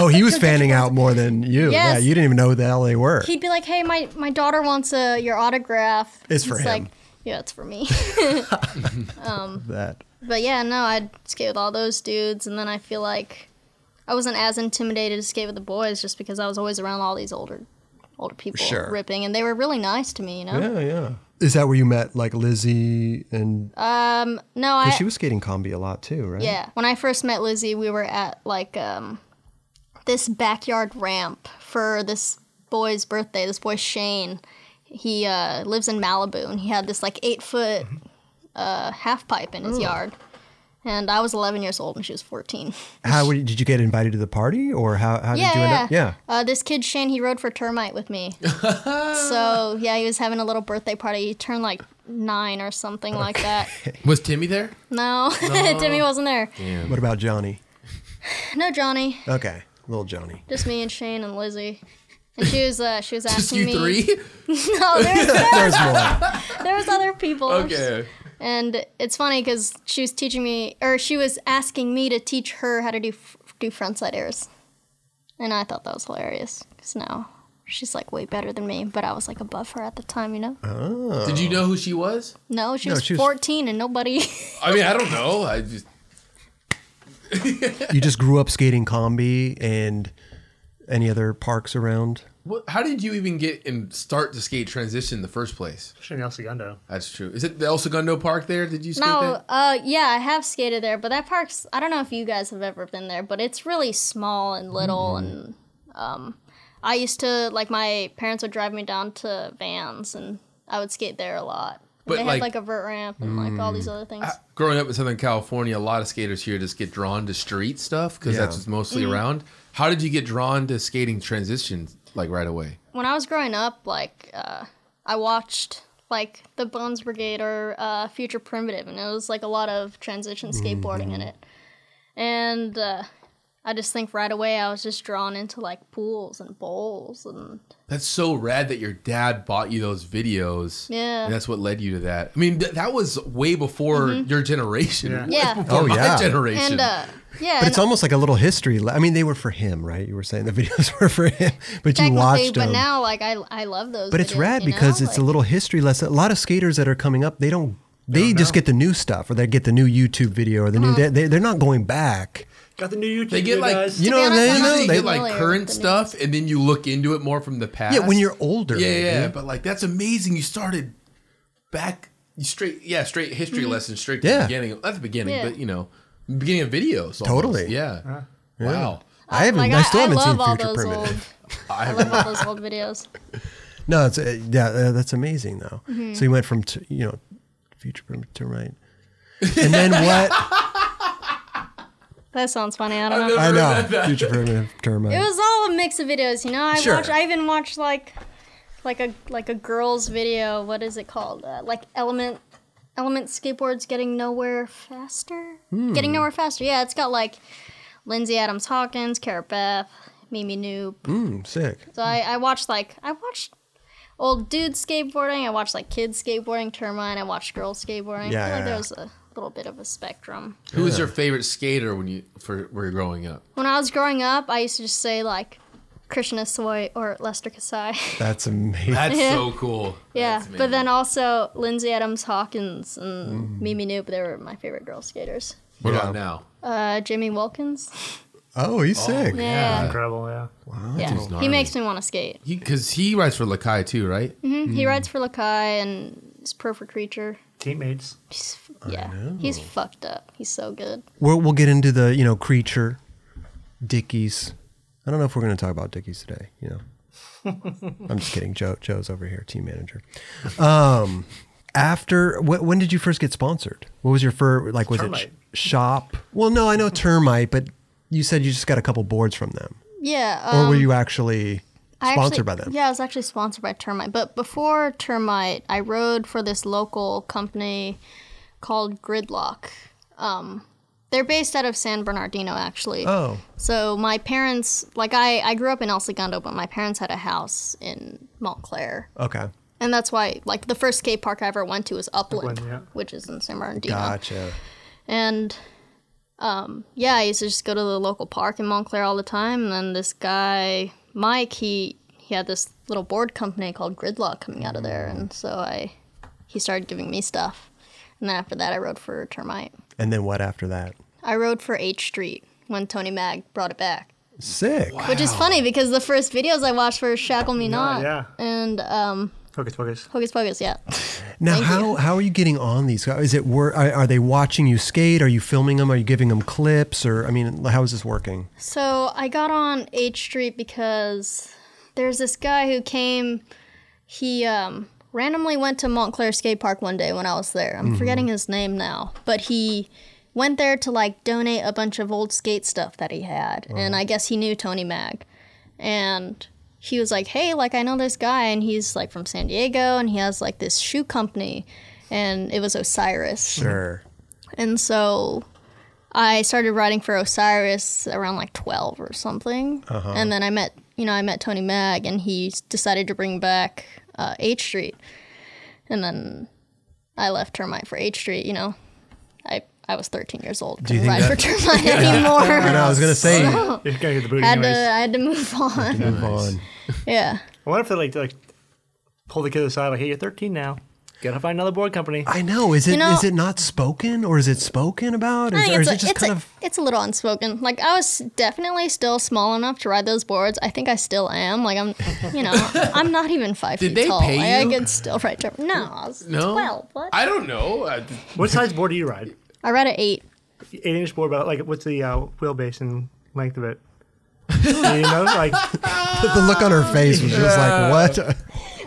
S1: oh he was fanning out more than you. Yeah,
S2: Yes.
S1: you didn't even know who the hell they were.
S2: He'd be like, hey, my my daughter wants uh, your autograph.
S1: It's for him.
S2: Like, yeah, it's for me.
S1: that
S2: But yeah, no, I'd skate with all those dudes, and then I feel like I wasn't as intimidated to skate with the boys just because I was always around all these older, older people
S1: Sure.
S2: ripping, and they were really nice to me, you know.
S1: yeah. Is that where you met like Lizzie and
S2: No, I
S1: she was skating combi a lot too, right?
S2: yeah. When I first met Lizzie, we were at like um, this backyard ramp for this boy's birthday. This boy Shane, he uh,
S1: Mm-hmm.
S2: lives in Malibu, and he had this like eight foot uh, half pipe in his yard. and I was 11 years old and she was 14.
S1: How were you- did you get invited to the party, or how, how did you end up? Yeah.
S2: Uh, this kid Shane, he rode for Termite with me. so yeah, he was having a little birthday party. He turned like nine or something like that.
S3: Was Timmy there?
S2: No, Timmy wasn't there.
S1: What about Johnny?
S2: No, Johnny,
S1: Okay, little Johnny.
S2: just me and Shane and Lizzie. And she was uh, she was asking
S3: Just you
S2: me.
S3: three?
S2: No, there,
S1: There's more.
S2: there was other people.
S3: Okay.
S2: And it's funny because she was teaching me, or she was asking me to teach her how to do f- do frontside airs, and I thought that was hilarious because now she's like way better than me, but I was like above her at the time, you know.
S3: Did you know who she Uh, was?
S2: No, she,
S1: No,
S2: was,
S1: she was-
S2: 14 and nobody.
S3: I mean, I don't know. I just
S1: You just grew up skating combi and any other parks around?
S3: what, how did you even get and start to skate transition in the first place?
S4: Especially in El Segundo.
S3: That's true. Is it the El Segundo Park there? Did you skate
S2: no,
S3: that?
S2: uh, yeah, I have skated there, but that park's, I don't know if you guys have ever been there, but it's really small and little.
S3: Mm-hmm.
S2: And um, I used to, like, my parents would drive me down to Vans and I would skate there a lot.
S3: But,
S2: they
S3: like- Mm.
S2: had like a vert ramp and like all these other things.
S3: Growing up in Southern California, a lot of skaters here just get drawn to street stuff because that's
S1: Yeah.
S3: what's mostly around. How did you get drawn to skating transition like right away?
S2: when I was growing up, like uh, I watched like the Bones Brigade or uh, Future Primitive, and it was like a lot of transition skateboarding
S1: Mm-hmm.
S2: in it. And uh, I just think right away I was just drawn into like pools and bowls, and
S3: That's so rad that your dad bought you those videos.
S2: Yeah.
S3: And that's what led you to that. I mean, th- that was way before your generation.
S4: Yeah.
S2: Mm-hmm. Yeah.
S3: Way Before
S1: Oh,
S3: my
S1: yeah.
S3: generation.
S2: and uh, yeah,
S1: But
S2: and
S1: it's almost like a little history. le- I mean, they were for him, right? You were saying the videos were for him, but you
S2: technically,
S1: watched
S2: but
S1: them.
S2: now like I I love those.
S1: But it's
S2: videos,
S1: rad
S2: you know?
S1: because it's a
S2: Like,
S1: little history lesson. A lot of skaters that are coming up, they don't. They just get the new stuff, or they get the new YouTube video, or the
S2: Uh-huh.
S1: new. They, they, they're not going back.
S4: Got the new YouTube.
S3: They get,
S4: you
S3: like,
S4: guys.
S1: You
S2: To
S1: know,
S2: be honest,
S1: they, know,
S2: I'm not
S3: Usually
S1: they,
S3: you get like
S2: familiar
S3: current
S2: with the
S3: stuff and then you look into it more from the past.
S1: yeah, when you're older.
S3: Yeah, yeah, yeah,
S1: dude.
S3: but like that's amazing. You started back you straight yeah, straight history lesson, straight to
S1: Yeah.
S3: the beginning. Not the beginning,
S2: Mm-hmm. Yeah.
S3: but you know, beginning of videos. almost.
S1: Totally. Uh-huh.
S3: Yeah. Wow.
S1: I haven't.
S2: Like,
S1: I still
S2: Oh I, I
S1: haven't
S2: love
S1: seen
S2: all
S1: Future
S2: those
S1: Primitive.
S2: old.
S3: I
S2: I
S3: have
S2: love all those old videos.
S1: No, it's uh, yeah, uh, that's amazing though. So you
S2: Mm-hmm.
S1: went from t- you know, future primitive to right, and then what?
S2: That sounds funny. I don't know.
S1: I know future primitive termite.
S2: It was all a mix of videos, you know. I
S1: Sure.
S2: watched. I even watched like, like a like a girl's video. What is it called? Uh, like element, element skateboards getting nowhere faster.
S1: Hmm.
S2: Getting nowhere faster. Yeah, it's got like Lindsay Adams Hawkins, Cara Beth, Mimi Noob.
S1: Mm, sick.
S2: So I, I watched like I watched old dude skateboarding. I watched like kids skateboarding, termite. I watched girls skateboarding.
S1: Yeah,
S2: I feel
S1: yeah,
S2: like
S1: yeah.
S2: there was a little bit of a spectrum.
S3: Who was your favorite skater when you for were you growing up?
S2: When I was growing up, I used to just say like Krishna Soy or Lester Kasai.
S1: That's amazing.
S3: That's so cool.
S2: yeah,
S3: That's
S2: but
S3: amazing.
S2: then also Lindsay Adams Hawkins and Mimi Noob, they were my favorite girl skaters.
S3: what
S1: Yeah.
S3: about now?
S2: Uh, Jimmy Wilkins.
S1: oh, he's sick.
S2: Yeah.
S4: Incredible, yeah.
S2: yeah.
S3: gnarly.
S2: He makes me want to skate. Mm-hmm.
S3: Because he, writes for Lakai too, right?
S2: He rides for Lakai and is perfect creature.
S4: Teammates.
S2: He's, f- yeah. He's fucked up. He's so good.
S1: We'll, we'll get into the you know creature, Dickies. I don't know if we're going to talk about Dickies today. You know, I'm just kidding. Joe Joe's over here, team manager. Um, after wh- when did you first get sponsored? What was your first like? Was
S4: Termite.
S1: it sh- shop? Well, no, I know termite, but you said you just got a couple boards from them,
S2: Yeah.
S1: or
S2: Um,
S1: were you actually
S2: I
S1: sponsored
S2: actually-
S1: by them?
S2: Yeah, I was actually sponsored by Termite. But before Termite, I rode for this local company called Gridlock. Um, they're based out of San Bernardino, actually.
S1: Oh,
S2: So my parents, like I, I grew up in El Segundo, but my parents had a house in Montclair,
S1: okay,
S2: and that's why like the first skate park I ever went to was Upland,
S4: Upland, yeah.
S2: which is in San Bernardino.
S1: gotcha.
S2: And um, yeah, I used to just go to the local park in Montclair all the time. And then this guy Mike, he he had this little board company called Gridlock coming out of there, and so I he started giving me stuff, and then after that I rode for Termite.
S1: And then what after that?
S2: I rode for H Street when Tony Mag brought it back.
S1: Sick.
S2: Which is funny because the first videos I watched were Shackle Me Not
S4: yeah.
S2: and um,
S4: Focus, focus.
S2: Hocus Pocus, yeah.
S1: Now,
S2: Thank
S1: how, how are you getting on these? Is it wor- are, are they watching you skate? Are you filming them? Are you giving them clips? Or I mean, how is this working?
S2: So I got on H Street because there's this guy who came. He um, randomly went to Montclair Skate Park one day when I was there. I'm forgetting his name now, but he went there to like donate a bunch of old skate stuff that he had. And I guess he knew Tony Mag. And he was like, "Hey, like I know this guy and he's like from San Diego and he has like this shoe company." And it was Osiris.
S1: Sure.
S2: And so I started writing for Osiris around like 12 or something.
S1: Uh-huh.
S2: And then I met, you know, I met Tony Mag and he s- decided to bring back uh, H Street. And then I left Termite for H Street, you know. I I was 13 years old. Couldn't
S1: think
S2: ride for
S1: that-
S2: Termite anymore.
S1: And I was gonna say,
S4: You gotta get the booty
S2: I had to,
S4: anyways.
S2: I had to move on.
S1: move on.
S2: Yeah.
S4: I wonder if they like like pull the kid aside like, hey, you're 13 now. Gotta find another board company.
S1: I know. Is it is
S2: You know-
S1: it not spoken or is it spoken about?
S2: I
S1: Is,
S2: think
S1: or is
S2: it's,
S1: it
S2: a,
S1: just
S2: it's,
S1: kind
S2: a,
S1: of
S2: it's a little unspoken. Like I was definitely still small enough to ride those boards. I think I still am. Like I'm, you know, I'm not even five
S3: Did
S2: feet
S3: they
S2: tall.
S3: pay
S2: like, I
S3: you?
S2: could still ride. Dirt. No, I was
S3: No.
S2: twelve. What? I,
S3: I don't know. I,
S4: What size board do you ride?
S2: ride an eight.
S4: Eight inch board, but like, what's the uh, wheelbase and length of it? you know, like
S1: the look on her face was just like what?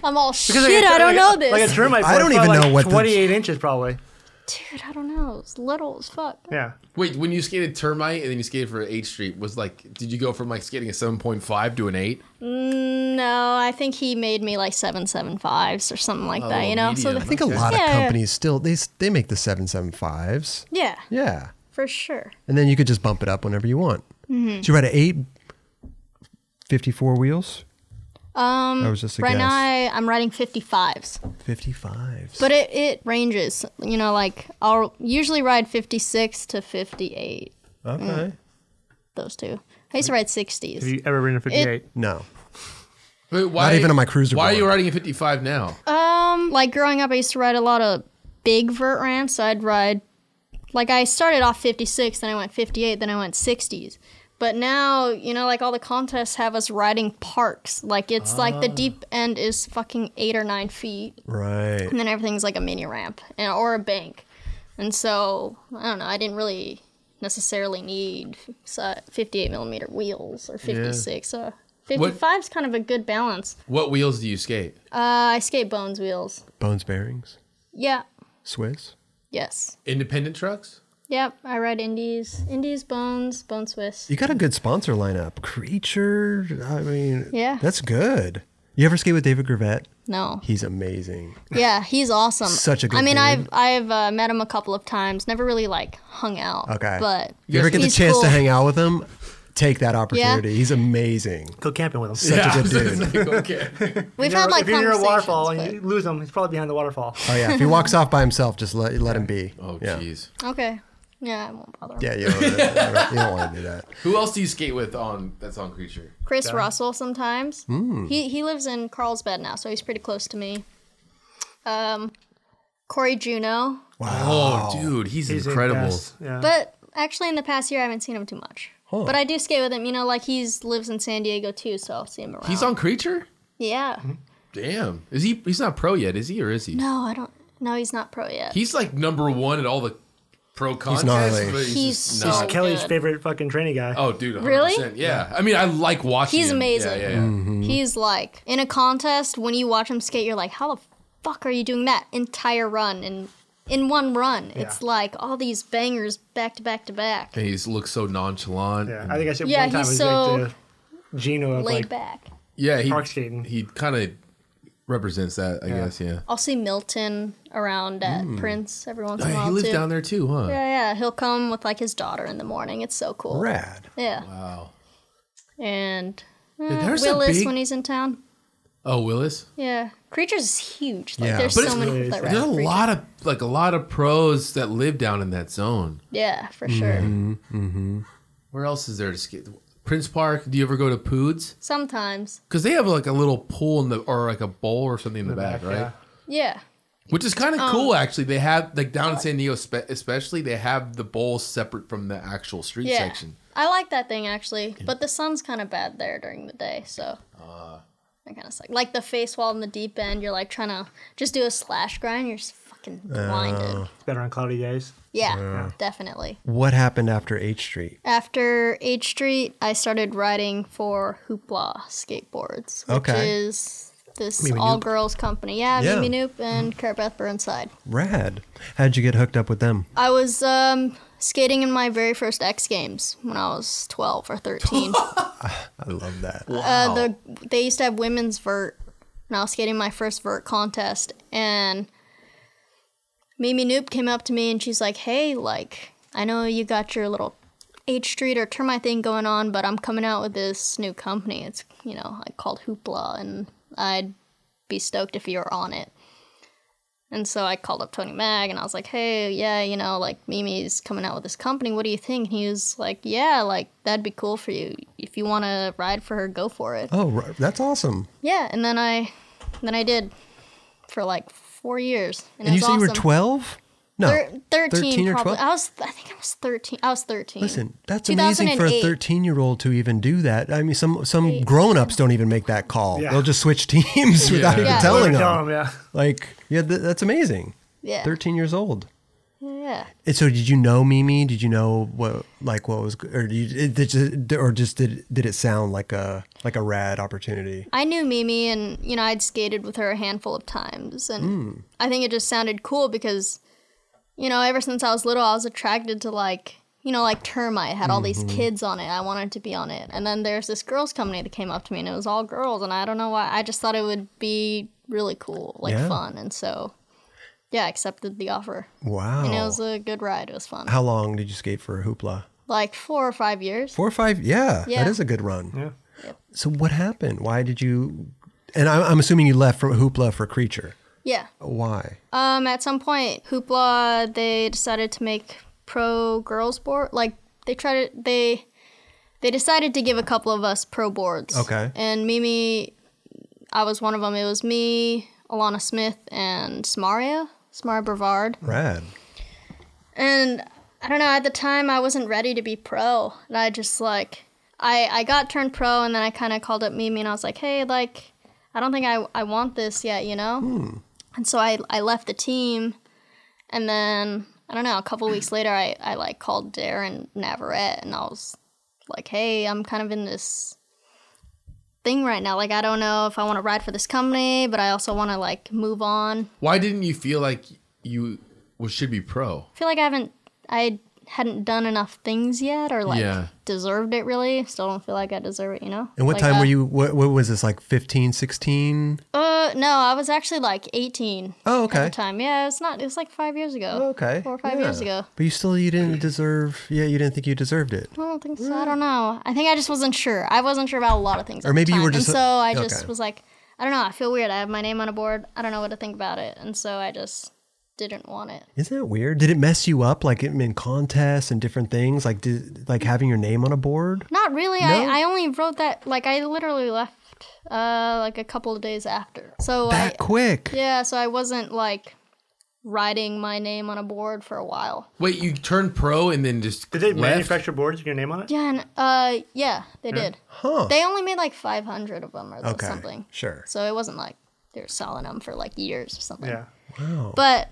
S2: I'm all shit.
S4: like a-
S2: I don't
S4: like a-
S2: know this,
S4: Like a termite board,
S1: I don't even
S4: probably,
S1: know what
S4: like
S1: the-
S4: 28 inches probably.
S2: dude. I don't know. It's little as fuck.
S4: Yeah,
S3: wait, when you skated termite and then you skated for H Street, was like, did you go from like skating a seven point five to an eight?
S2: No, I think he made me like seven seven fives or something like that.
S3: Oh,
S2: You know. So
S3: medium.
S2: the-
S1: I think a lot
S2: Yeah,
S1: of
S2: yeah.
S1: companies still they s- they make the seven seven fives.
S2: yeah,
S1: Yeah,
S2: for sure.
S1: and then you could just bump it up whenever you want.
S2: Mm-hmm.
S1: So you ride an eight, 54 wheels. Um, that was just a
S2: Right
S1: guess.
S2: now I, I'm riding fifty fives.
S1: 55s.
S2: But it, it ranges, you know, like I'll usually ride 56 to 58,
S1: okay.
S2: Mm. those two. I used to ride 60s.
S4: have you ever ridden a 58?
S1: No.
S3: Wait, why,
S1: even on my cruiser
S3: Why are you
S1: board.
S3: riding a fifty five now?
S2: Um, like growing up, I used to ride a lot of big vert ramps. I'd ride, like I started off 56, then I went 58, then I went 60s. But now, you know, like all the contests have us riding parks. Like it's like the deep end is fucking eight or nine feet,
S1: Right.
S2: and then everything's like a mini ramp and, or a bank. And so I don't know. I didn't really necessarily need uh, 58 millimeter wheels or 56. Uh, 55 is kind of a good balance.
S3: What wheels do you skate?
S2: Uh, I skate bones wheels.
S1: Bones bearings.
S2: Yeah.
S1: Swiss.
S2: Yes.
S3: Independent trucks?
S2: Yep. I ride indies, indies, bones, bone Swiss.
S1: You got a good sponsor lineup. Creature. I mean,
S2: Yeah.
S1: That's good. You ever skate with David Gravett?
S2: No.
S1: He's amazing.
S2: Yeah, he's awesome.
S1: Such a good
S2: I mean,
S1: dude.
S2: I've I've uh, met him a couple of times. Never really like hung out.
S1: Okay.
S2: But
S1: You ever get the
S2: he's
S1: chance
S2: cool.
S1: to hang out with him? Take that opportunity. He's amazing.
S4: Go camping with them.
S1: Such a good dude.
S3: okay.
S2: We've
S4: If
S2: had like
S4: you're near a
S2: conversations.
S4: waterfall
S2: but-
S4: and you lose him, he's probably behind the waterfall.
S1: Oh yeah. If he walks off by himself, just let let him be.
S3: Oh
S1: yeah.
S3: jeez.
S2: Okay. Yeah, I won't bother.
S1: Yeah, you don't, you don't- you don't want to do that.
S3: Who else do you skate with on that's on creature?
S2: Chris Russell sometimes.
S1: Hmm.
S2: He he lives in Carlsbad now, so he's pretty close to me. Um, Corey Juno,
S3: Oh, dude, he's,
S4: He's a
S3: incredible.
S4: gas- Yeah.
S2: but actually in the past year I haven't seen him too much. But I do skate with him. You know, like he's lives in San Diego too, so I'll see him around.
S3: He's on Mm-hmm. creature?
S2: Yeah.
S3: Damn. Is he he's not pro yet, is he or is he?
S2: No, I don't. No, he's not pro yet.
S3: He's like number one at all the pro contests.
S1: gnarly.
S3: but
S2: He's
S3: just
S2: so-
S3: not.
S4: He's Kelly's
S2: good.
S4: favorite fucking training guy.
S3: Oh, dude, 100%.
S2: Really?
S3: Yeah. I mean, I like watching.
S2: He's
S3: him.
S2: amazing.
S3: Yeah, yeah, yeah.
S2: He's like in a contest when you watch him skate, you're like, how the fuck are you doing that entire run and in one run? It's like all these bangers back to back to back,
S3: And he's looks so nonchalant.
S4: Yeah, I think I said
S2: Yeah,
S4: one time
S2: he's
S4: he's like the Gino of
S2: laid
S4: like
S2: back.
S3: Yeah, he
S4: Park skating.
S3: he kind of represents that, I guess. Yeah.
S2: I'll see Milton around at Prince every once in a
S3: Hmm. Oh, Yeah,
S2: while
S3: he lives
S2: too.
S3: down there too, huh?
S2: yeah, yeah, he'll come with like his daughter in the morning. It's so cool.
S1: Rad.
S2: Yeah,
S3: Wow.
S2: and uh,
S3: there's a
S2: Willis
S3: big-
S2: when he's in town.
S3: Oh, Willis.
S2: Yeah, creatures is huge. Like
S1: Yeah.
S2: there's
S3: But
S2: so
S3: it's-
S2: many people that ride
S3: There's a
S2: Creatures.
S3: lot of like a lot of pros that live down in that zone.
S2: Yeah, for sure.
S3: Mm-hmm. Where else is there to skate? Prince Park. Do you ever go to Poods?
S2: Sometimes.
S3: Because they have like a little pool in the or like a bowl or something in the, back, right?
S4: yeah.
S2: Yeah.
S3: Which is kind of
S2: Um,
S3: cool, actually. They have like down in San Diego, spe- especially they have the bowl separate from the actual street
S2: Yeah.
S3: section.
S2: I like that thing actually, but the sun's kind of bad there during the day, so.
S3: Uh.
S2: I kind of suck. Like the face wall in the deep end, you're like trying to just do a slash grind, you're just fucking blinded.
S3: Oh,
S4: it's better on cloudy days.
S2: yeah, definitely.
S1: What happened after H Street?
S2: After H Street, I started riding for Hoopla skateboards, which
S1: Okay.
S2: is this all girls company. Yeah,
S1: Yeah. Mm-hmm.
S2: Mimi Noop and Kara Beth Burnside.
S1: Rad. How'd you get hooked up with them?
S2: I was um skating in my very first X Games when I was 12 or 13.
S1: I love that.
S2: uh, the, they used to have women's vert, and I was skating my first vert contest, and Mimi Noob came up to me and she's like, "Hey, like, I know you got your little H Street or Termite thing going on, but I'm coming out with this new company. It's you know like called Hoopla, and I'd be stoked if you were on it." And so I called up Tony Mag and I was like, hey, yeah, you know, like Mimi's coming out with this company. What do you think? And he was like, yeah, like that'd be cool for you. If you want to ride for her, go for it.
S1: Oh, right. that's awesome.
S2: Yeah. And then I, then I did for like four years.
S1: And
S2: And, it
S1: you
S2: was
S1: say you were
S2: awesome.
S1: 12? No.
S2: Thir- 13,
S1: 13 or
S2: probably.
S1: 12?
S2: I was, I think I was 13. I was 13.
S1: Listen, that's amazing for a
S2: 2008.
S1: 13 year old to even do that. I mean, some some grown ups don't even make that call.
S4: Yeah.
S1: They'll just switch teams without even
S2: Yeah.
S1: telling them.
S4: Tell 'em, yeah.
S1: Like, yeah, th- that's amazing.
S2: Yeah.
S1: 13 years old.
S2: Yeah.
S1: And so, did you know Mimi? Did you know what like what was or did you, it, did you- or just did did it sound like a like a rad opportunity?
S2: I knew Mimi, and you know I'd skated with her a handful of times, and
S1: Hmm.
S2: I think it just sounded cool because, you know, ever since I was little, I was attracted to like you know like termite had all these
S1: Mm-hmm.
S2: kids on it. I wanted to be on it, and then there's this girls company that came up to me, and it was all girls, and I don't know why. I just thought it would be really cool, like
S1: Yeah.
S2: fun, and so yeah, I accepted the offer,
S1: Wow.
S2: and it was a good ride. It was fun,
S1: Oh. How long did you skate for hoopla?
S2: like four or five years.
S1: Four or five. Yeah,
S2: Yeah.
S1: that is a good run.
S4: Yeah.
S1: So what happened? Why did you? And I'm, I'm assuming you left from hoopla for creature.
S2: Yeah.
S1: Why?
S2: Um, at some point, Hoopla they decided to make pro girls board. Like they tried to they they decided to give a couple of us pro boards.
S1: Okay.
S2: And Mimi, I was one of them. It was me, Alana Smith, and Smaria, Smaria Brevard.
S1: Rad.
S2: And I don't know. At the time, I wasn't ready to be pro, and I just like I I got turned pro, and then I kind of called up Mimi, and I was like, hey, like I don't think I I want this yet, you know. And so I I left the team, and then I don't know. A couple weeks later, I I like called Darren Navarrete, and I was like, hey, I'm kind of in this thing right now. Like I don't know if I want to ride for this company, but I also want to like move on.
S3: Why didn't you feel like you well, should be pro?
S2: I feel like I haven't I hadn't done enough things yet or like
S3: Yeah.
S2: deserved it really. Still don't feel like I deserve it, you know?
S1: And what
S2: Like,
S1: time
S2: uh,
S1: were you? What, what was this like? 15, 16?
S2: Uh no, I was actually like eighteen.
S1: Oh,
S2: At
S1: okay.
S2: the time. Yeah, it's not it was like five years ago.
S1: Okay.
S2: Four or five years
S1: yeah.
S2: ago.
S1: But you still you didn't deserve. Yeah, you didn't think you deserved it.
S2: I don't think so. I don't know. I think I just wasn't sure. I wasn't sure about a lot of things.
S1: Or
S2: at the
S1: maybe you
S2: time.
S1: were just-
S2: And so I
S1: okay.
S2: just was like, I don't know. I feel weird. I have my name on a board. I don't know what to think about it. And so I just didn't want it.
S1: Isn't that weird? Did it mess you up, like in in contests and different things, like did, like having your name on a board?
S2: Not really.
S1: No?
S2: I, I only wrote that like I literally left uh like a couple of days after. So
S1: That
S2: I,
S1: quick?
S2: yeah, so I wasn't like writing my name on a board for a while.
S3: Wait, you turned pro and then just
S4: Did they
S3: left?
S4: manufacture boards with your name on it?
S2: Yeah, and, uh yeah, they did.
S1: Huh.
S2: They only made like 500 of them or
S1: okay.
S2: something.
S1: Sure.
S2: So it wasn't like they were selling them for like years or something.
S4: Yeah.
S1: Wow.
S2: But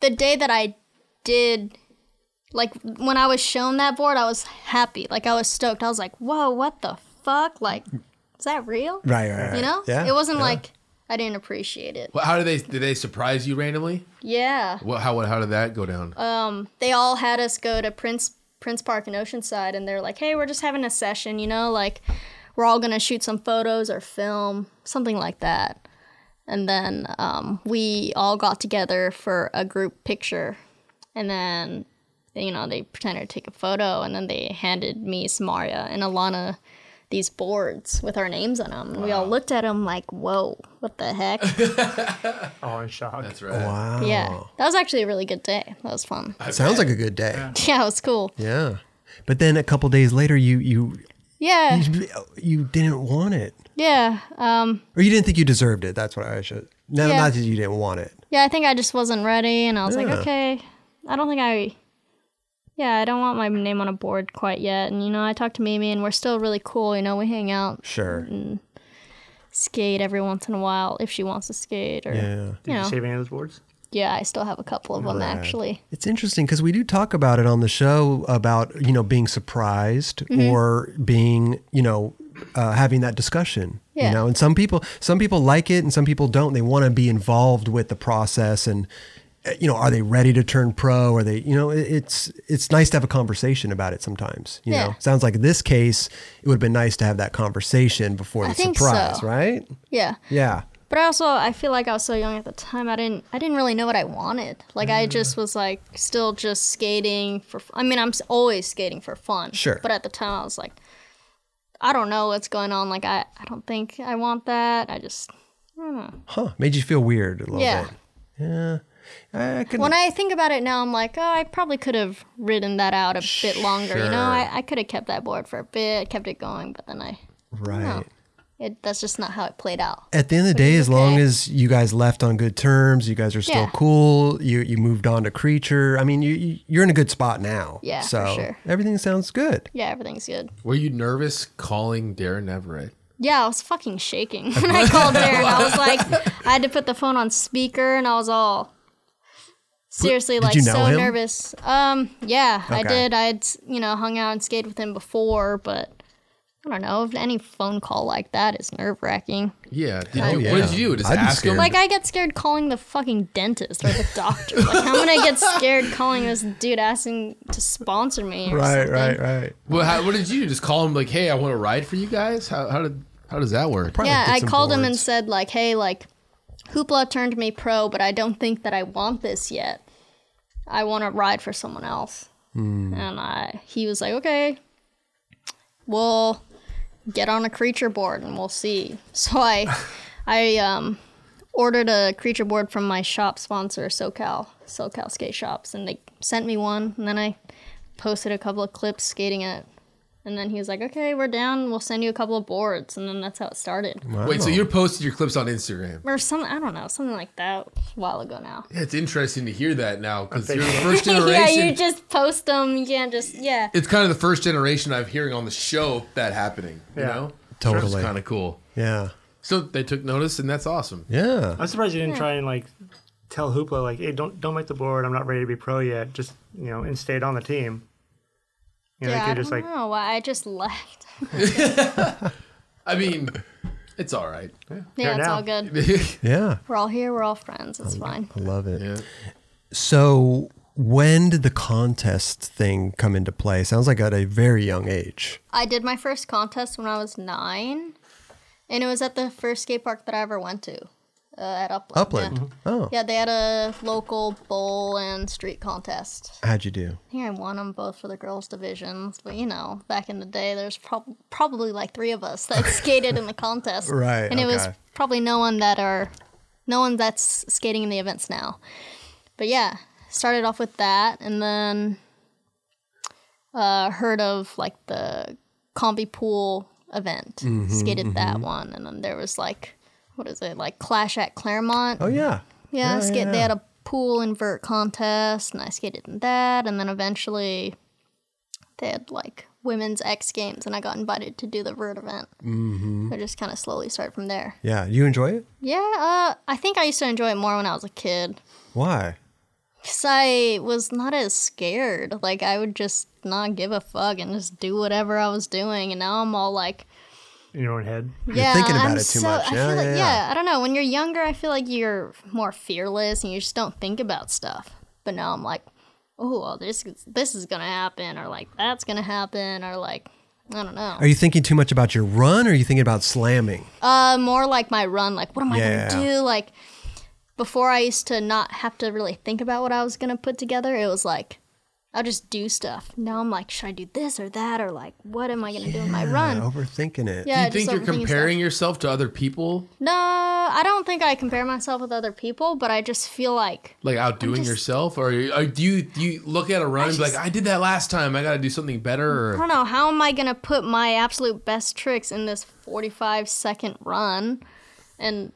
S2: the day that I did, like when I was shown that board, I was happy. Like I was stoked. I was like, whoa, what the fuck? Like, is that real?
S1: right, right, right.
S2: You know?
S1: Yeah.
S2: It wasn't
S1: yeah.
S2: like I didn't appreciate it.
S3: Well, how did they did they surprise you randomly?
S2: Yeah.
S3: What how how did that go down?
S2: Uh, They all had us go to Prince Prince Park in Oceanside and they're like, hey, we're just having a session, you know, like we're all gonna shoot some photos or film, something like that. And then um, we all got together for a group picture and then you know, they pretended to take a photo and then they handed me Samaria and Alana these boards with our names on them. And we all looked at them like, whoa, what the heck?
S4: Oh, in shock.
S3: That's right.
S1: Wow.
S2: Yeah, that was actually a really good day. That was fun.
S1: Sounds like a good day.
S2: Yeah, it was cool.
S1: Yeah. But then a couple days later, you you
S2: Yeah,
S1: you didn't want it,
S2: yeah, um,
S1: or you didn't think you deserved it. That's what I should. No,
S2: Yeah.
S1: not that you didn't want it.
S2: yeah. I think I just wasn't ready, and I was
S1: Yeah.
S2: like, okay, I don't think I. Yeah, I don't want my name on a board quite yet. And you know, I talked to Mimi, and we're still really cool. You know, we hang out,
S1: Sure.
S2: skate every once in a while if she wants to skate, or
S1: Yeah.
S2: you
S4: Did you
S2: know,
S4: save any of those boards?
S2: yeah. I still have a couple of them actually.
S1: It's interesting because we do talk about it on the show about you know being surprised
S2: Mm-hmm.
S1: or being you know uh, having that discussion. You
S2: Yeah.
S1: know, and some people some people like it and some people don't. They want to be involved with the process and you know, are they ready to turn pro? Are they, you know, it- it's it's nice to have a conversation about it sometimes. You
S2: Yeah.
S1: know, sounds like in this case, it would have been nice to have that conversation before
S2: I
S1: the
S2: think
S1: surprise,
S2: so.
S1: right?
S2: Yeah.
S1: Yeah.
S2: But I also I feel like I was so young at the time. I didn't I didn't really know what I wanted. Like I
S1: Mm.
S2: just was like still just skating for. f- I mean I'm s- always skating for fun.
S1: Sure.
S2: But at the time I was like, I don't know what's going on. Like I I don't think I want that. I just
S1: Huh. Made you feel weird a little
S2: yeah.
S1: bit. Yeah. I can.
S2: When I think about it now, I'm like, oh, I probably could have ridden that out a bit longer. You
S1: Sure.
S2: know, I, I could have kept that board for a bit, kept it going, but then I,
S1: right.
S2: it, that's just not how it played out.
S1: At the end of the day,
S2: is
S1: as long
S2: okay.
S1: as you guys left on good terms, you guys are still
S2: Yeah.
S1: cool. You you moved on to creature. I mean, you- you you're in a good spot now.
S2: Yeah, for
S1: So
S2: sure.
S1: everything sounds good.
S2: Yeah, everything's good.
S3: Were you nervous calling Darren Everett?
S2: Yeah, I was fucking shaking when I called Darren. I was like, I had to put the phone on speaker, and I was all seriously
S1: did
S2: like
S1: you know
S2: so
S1: him?
S2: nervous. Um, yeah, I
S1: Okay.
S2: did. I had you know hung out and skated with him before, but I don't know if any phone call like that is nerve wracking.
S3: Yeah. Did
S2: Oh,
S3: you,
S1: yeah.
S3: What did you do? Just
S1: I'd be
S3: ask him.
S1: scared.
S2: Like I get scared calling the fucking dentist or the doctor. like I'm gonna get scared calling this dude asking to sponsor me. Or something.
S1: right.
S3: Well, how, what did you do? Just call him like, "Hey, I want to ride for you guys." How, how did how does that work?
S1: Probably
S2: Yeah,
S1: did
S2: I
S1: some
S2: called him and
S1: boards.
S2: said like, "Hey, like, Hoopla turned me pro, but I don't think that I want this yet. I want to ride for someone else."
S1: Hmm.
S2: And I, he was like, "Okay, we'll get on a creature board and we'll see." So I, I um, ordered a creature board from my shop sponsor, SoCal, SoCal Skate Shops, and they sent me one. And then I posted a couple of clips skating it. And then he was like, "Okay, we're down. We'll send you a couple of boards." And then that's how it started,
S3: Wait, so you posted your clips on Instagram?
S2: or some I don't know, something like that, a while ago now.
S3: Yeah, it's interesting to hear that now because
S4: Okay.
S3: you're the first
S2: yeah,
S3: generation.
S2: you just post them. You can't just yeah.
S3: it's kind of the first generation I'm hearing on the show that happening. You
S4: Yeah.
S3: know,
S1: Totally.
S3: kind of cool.
S1: Yeah.
S3: So they took notice, and that's awesome.
S1: Yeah.
S4: I'm surprised you didn't try and like tell Hoopla like, hey, don't don't make the board. I'm not ready to be pro yet. Just you know, and stayed on the team. You know,
S2: yeah,
S4: you
S2: I
S4: could
S2: don't
S4: just like
S2: know why I just left.
S3: I mean, it's all right.
S2: yeah, it's
S4: now.
S2: all good.
S3: yeah.
S1: Yeah.
S2: We're all here. We're all friends. It's fine.
S1: I love it. So when did the contest thing come into play? Sounds like at a very young age.
S2: I did my first contest when I was nine, and it was at the first skate park that I ever went to, uh, at Upland.
S1: Upland.
S2: Yeah.
S1: Oh.
S2: Yeah, they had a local bowl and street contest.
S1: How'd you do?
S2: I think I won them both for the girls' divisions, but you know, back in the day, there's prob- probably like three of us that skated in the contest,
S1: Right,
S2: And it was
S1: okay.
S2: probably no one that are, no one that's skating in the events now. But yeah, started off with that, and then uh, heard of like the combi pool event,
S1: Mm-hmm,
S2: skated that one, and then there was like, what is it, like Clash at Claremont?
S1: Oh yeah.
S2: Yeah,
S1: Yeah,
S2: I skate,
S1: yeah,
S2: they
S1: yeah.
S2: had a pool invert contest, and I skated in that. And then eventually, they had like women's X Games, and I got invited to do the vert event. Mm-hmm. I just kind of slowly started from there.
S1: Yeah. You enjoy it?
S2: Yeah, uh, I think I used to enjoy it more when I was a kid
S1: Why?
S2: because I was not as scared. Like I would just not give a fuck and just do whatever I was doing. And now I'm all like.
S4: in your own head.
S2: yeah,
S1: thinking about
S2: I'm
S1: it too
S2: so,
S1: much.
S2: I
S1: Yeah,
S2: feel like,
S1: yeah, yeah.
S2: I don't know. When you're younger, I feel like you're more fearless and you just don't think about stuff. But now I'm like, oh, well, this is- this is gonna happen, or like that's gonna happen, or like I don't know.
S1: Are you thinking too much about your run or are you thinking about slamming?
S2: Uh, more like my run. Like, what am I
S1: Yeah.
S2: gonna do? Like, before I used to not have to really think about what I was gonna put together. It was like, I'll just do stuff. Now I'm like, should I do this or that, or like, what am I gonna do in my run?
S1: Yeah, overthinking it.
S2: yeah,
S3: you think you're
S2: just overthinking stuff.
S3: comparing yourself to other people,
S2: No, I don't think I compare myself with other people, but I just feel like
S3: like outdoing
S2: just-
S3: yourself, or, or do you do you look at a run and be like, "I did that last time. I got to do something better."
S2: I
S3: Or,
S2: don't know how am I gonna put my absolute best tricks in this forty-five second run, and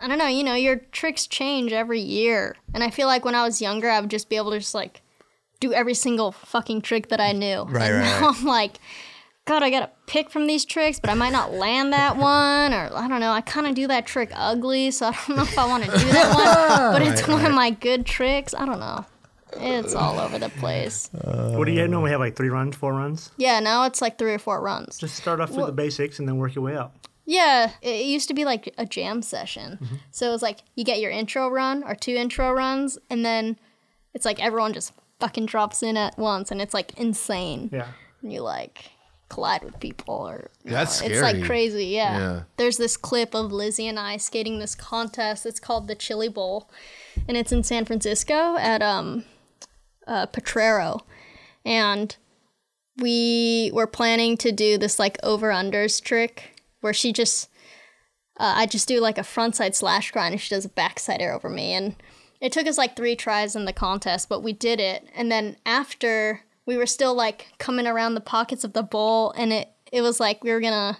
S2: I don't know. You know, your tricks change every year, and I feel like when I was younger, I would just be able to just like do every single fucking trick that I knew.
S1: Right,
S2: and
S1: right,
S2: Now I'm like. God, I gotta pick from these tricks, but I might not land that one, or I don't know. I kind of do that trick ugly, so I don't know if I want to do that one. But it's one of my good tricks. I don't know. It's all over the place.
S4: what do you normally have like three runs, four runs?
S2: Yeah, now it's like three or four runs.
S4: Just start off with the basics and then work your way up.
S2: Yeah, it used to be like a jam session. So it was like you get your intro run or two intro runs, and then it's like everyone just fucking drops in at once, and it's like insane.
S4: Yeah.
S2: And you like collide with people or
S3: That's
S2: it's like
S3: scary.
S2: crazy. Yeah.
S3: Yeah.
S2: There's this clip of Lizzie and I skating this contest. It's called the Chili Bowl, and it's in San Francisco at um, uh, Potrero, and we were planning to do this like over unders trick where she just uh, I just do like a frontside slash grind and she does a backside air over me. And it took us like three tries in the contest, but we did it. And then after we were still like coming around the pockets of the bowl and it, it was like we were gonna,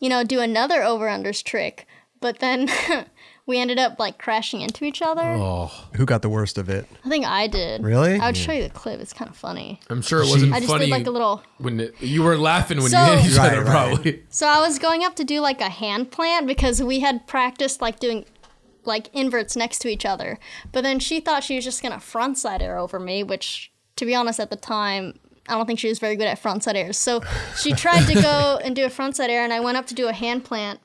S2: you know, do another over unders trick. But then we ended up like crashing into each other.
S1: Who got the worst of it?
S2: I think I did.
S1: Really?
S2: I would show you the clip. It's kind of funny.
S3: I'm sure it wasn't
S2: I just
S3: funny
S2: did like a little
S3: when it, you were laughing when
S2: So-
S3: you hit each
S1: Right,
S3: other,
S1: right.
S3: probably.
S2: So I was going up to do like a hand plant because we had practiced like doing like inverts next to each other. But then she thought she was just gonna frontside air over me, which to be honest at the time I don't think she was very good at frontside airs. So she tried to go and do a frontside air and I went up to do a hand plant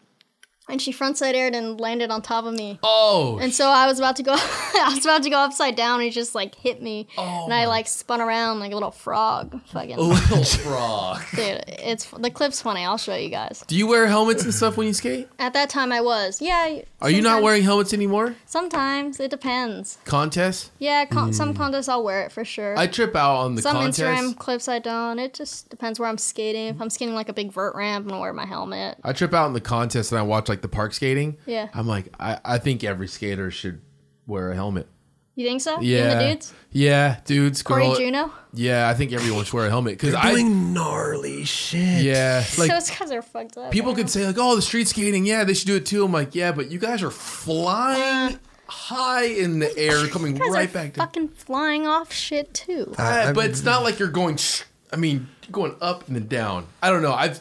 S2: and she frontside aired and landed on top of me.
S3: Oh,
S2: And so I was about to go I was about to go upside down and she just like hit me. and I like spun around like a little frog. Fucking
S3: little frog.
S2: dude. It's the clip's funny, I'll show you guys.
S3: Do you wear helmets and stuff when you skate?
S2: At that time, I was. Yeah.
S3: Are you not
S2: sometimes-
S3: wearing helmets anymore?
S2: Sometimes it depends.
S3: Contests?
S2: Yeah, con- some contests I'll wear it for sure.
S3: Hmm. I trip out on the
S2: some
S3: contests.
S2: Instagram clips I don't. It just depends where I'm skating. If I'm skating like a big vert ramp, I'm gonna wear my helmet.
S3: I trip out in the contest and I watch like the park skating.
S2: Yeah.
S3: I'm like, I, I think every skater should wear a helmet.
S2: You think so? You
S3: Yeah.
S2: and the dudes.
S3: Yeah, dudes,
S2: Corey
S3: girl.
S2: Juno.
S3: Yeah, I think everyone should wear a helmet because I.
S1: Doing gnarly shit.
S3: Yeah, like
S2: Those guys are fucked up.
S3: people could say like, oh, the street skating, yeah, they should do it too. I'm like, yeah, but you guys are flying high in the air,
S2: Uh.
S3: coming
S2: You guys
S3: right
S2: are
S3: back to. Ah.
S2: fucking flying off shit too.
S1: I-
S3: Yeah,
S1: I-
S3: Uh, but it's not like you're going. sh- I mean, you're going up and then down. I don't know. I've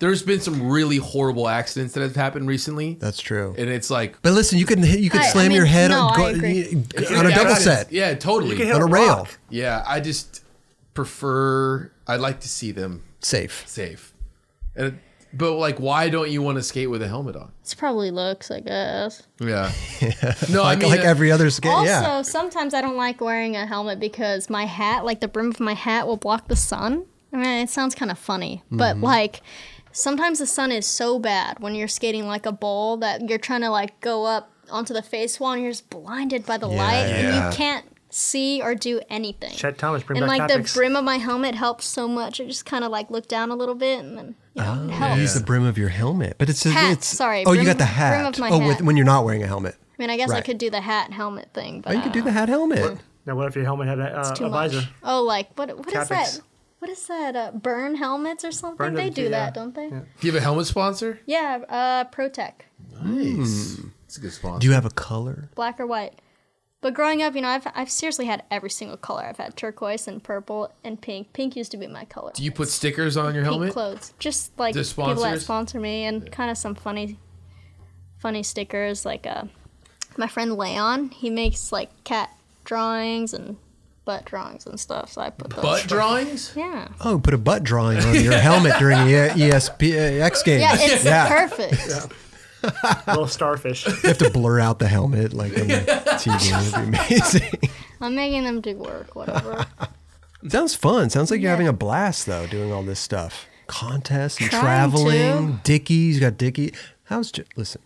S3: there's been some really horrible accidents that have happened recently,
S1: That's true.
S3: and it's like
S1: But listen, you can hit, you can
S2: I- I
S1: slam
S2: mean,
S1: your head
S2: no,
S1: on,
S2: I
S1: go-
S2: agree.
S1: y- on a double set,
S3: Yeah, totally.
S4: hit
S1: on a
S4: a
S1: rail,
S4: rock.
S3: Yeah, I just prefer. I'd like to see them
S1: safe.
S3: safe. And, but like, why don't you want to skate with a helmet on?
S2: It's probably looks, I guess.
S3: Yeah. No,
S1: Like
S3: I mean, uh,
S1: like every other skate.
S2: Also,
S1: yeah,
S2: sometimes I don't like wearing a helmet because my hat, like the brim of my hat, will block the sun. I mean, it sounds kind of funny, but
S1: Mm-hmm.
S2: like sometimes the sun is so bad when you're skating like a bowl that you're trying to like go up onto the face wall and you're just blinded by the light and you can't see or do anything.
S4: Chet Thomas, bring
S2: and
S4: back
S2: like
S4: topics.
S2: the brim of my helmet helps so much. I just kind of like look down a little bit and then you
S1: Oh,
S2: know, it helps.
S1: use the brim of your helmet. But it's
S2: Hat,
S1: it's
S2: sorry,
S1: Oh, you
S2: brim-
S1: got the
S2: brim
S1: hat.
S2: of my
S1: oh,
S2: hat.
S1: With, when you're not wearing a helmet.
S2: I mean, I guess I
S1: Right.
S2: could do the hat and helmet thing, but
S1: Oh, you
S2: I
S1: could
S2: don't
S1: do the hat helmet.
S4: now, what if your helmet had a, uh,
S2: too
S4: a
S2: much.
S4: visor?
S2: Oh, like what? What is
S4: Topics.
S2: that? What is that? Uh, burn helmets or something?
S4: Burn
S2: they
S4: them
S2: do
S4: too,
S2: that,
S4: yeah.
S2: don't they?
S3: do you have a helmet sponsor?
S2: Yeah. uh, ProTech,
S3: Nice. It's a good sponsor.
S1: Do you have a color?
S2: black or white. But growing up, you know, I've I've seriously had every single color. I've had turquoise and purple and pink. Pink used to be my color.
S3: Do you put stickers on your
S2: pink
S3: helmet?
S2: clothes, just like
S3: The
S2: people that
S3: sponsors?
S2: sponsor me, and kind of some funny, funny stickers. Like uh, my friend Leon, he makes like cat drawings and butt drawings and stuff. So I put those.
S3: Butt drawings?
S2: Yeah.
S1: Oh, put a butt drawing on your helmet during the E- ESP uh, X Games.
S2: Yeah, it's
S1: Yeah.
S2: perfect.
S4: Little starfish.
S1: You have to blur out the helmet like on the TV. It'd be amazing.
S2: I'm making them do work, whatever.
S1: Sounds fun. Sounds like you're
S2: Yeah.
S1: having a blast though, doing all this stuff, contests and
S2: Trying
S1: traveling. Dickies got Dickie. How's Joe? Listen,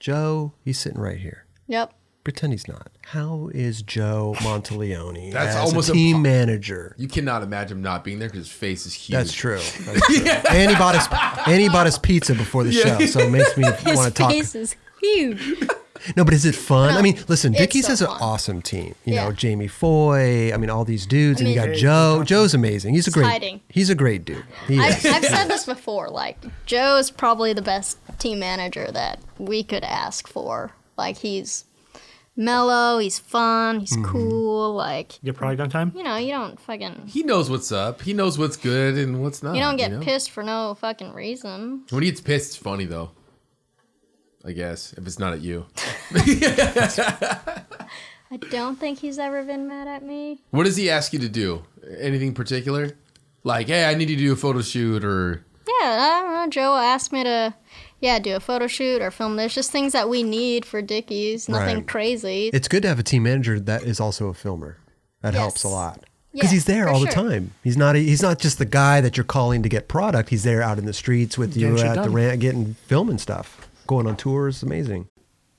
S1: Joe, he's sitting right here.
S2: yep.
S1: Pretend he's not. How is Joe Monteleone as
S3: That's almost
S1: a team
S3: impo-
S1: manager?
S3: You cannot imagine him not being there because his face is huge.
S1: That's true. That's true. And he bought us and he bought us pizza before the show, so it makes me
S2: His
S1: want to talk.
S2: face is huge.
S1: No, but is it fun? I mean, listen,
S2: it's
S1: Dickies
S2: so
S1: has an
S2: fun.
S1: awesome team. You know,
S2: Yeah.
S1: Jamie Foy. I mean, all these dudes, and you
S2: mean-
S1: got Joe. Joe's amazing. He's a great.
S2: hiding.
S1: He's a great dude. He
S2: I, I've
S1: is.
S2: said this before. Like Joe is probably the best team manager that we could ask for. Like he's mellow, he's fun, he's cool. Like
S4: Your product on time?
S2: you know, you don't fucking
S3: He knows what's up. He knows what's good and what's not.
S2: you don't get
S3: know?
S2: pissed for no fucking reason.
S3: When he gets pissed, it's funny though. I guess if it's not at you.
S2: I don't think he's ever been mad at me.
S3: What does he ask you to do? Anything particular? Like, hey, I need you to do a photo shoot or
S2: Yeah, I don't know. Joe asked me to. yeah, do a photo shoot or film this. Just things that we need for Dickies. Nothing
S1: Right.
S2: crazy.
S1: It's good to have a team manager that is also a filmer. That
S2: Yes.
S1: helps a lot because
S2: Yeah,
S1: he's there
S2: for
S1: all the
S2: sure.
S1: time. He's not he's not just the guy that you're calling to get product. He's there out in the streets with you
S5: Getting shit
S1: at the
S5: done.
S1: rant, getting filming stuff, going on tours. Amazing.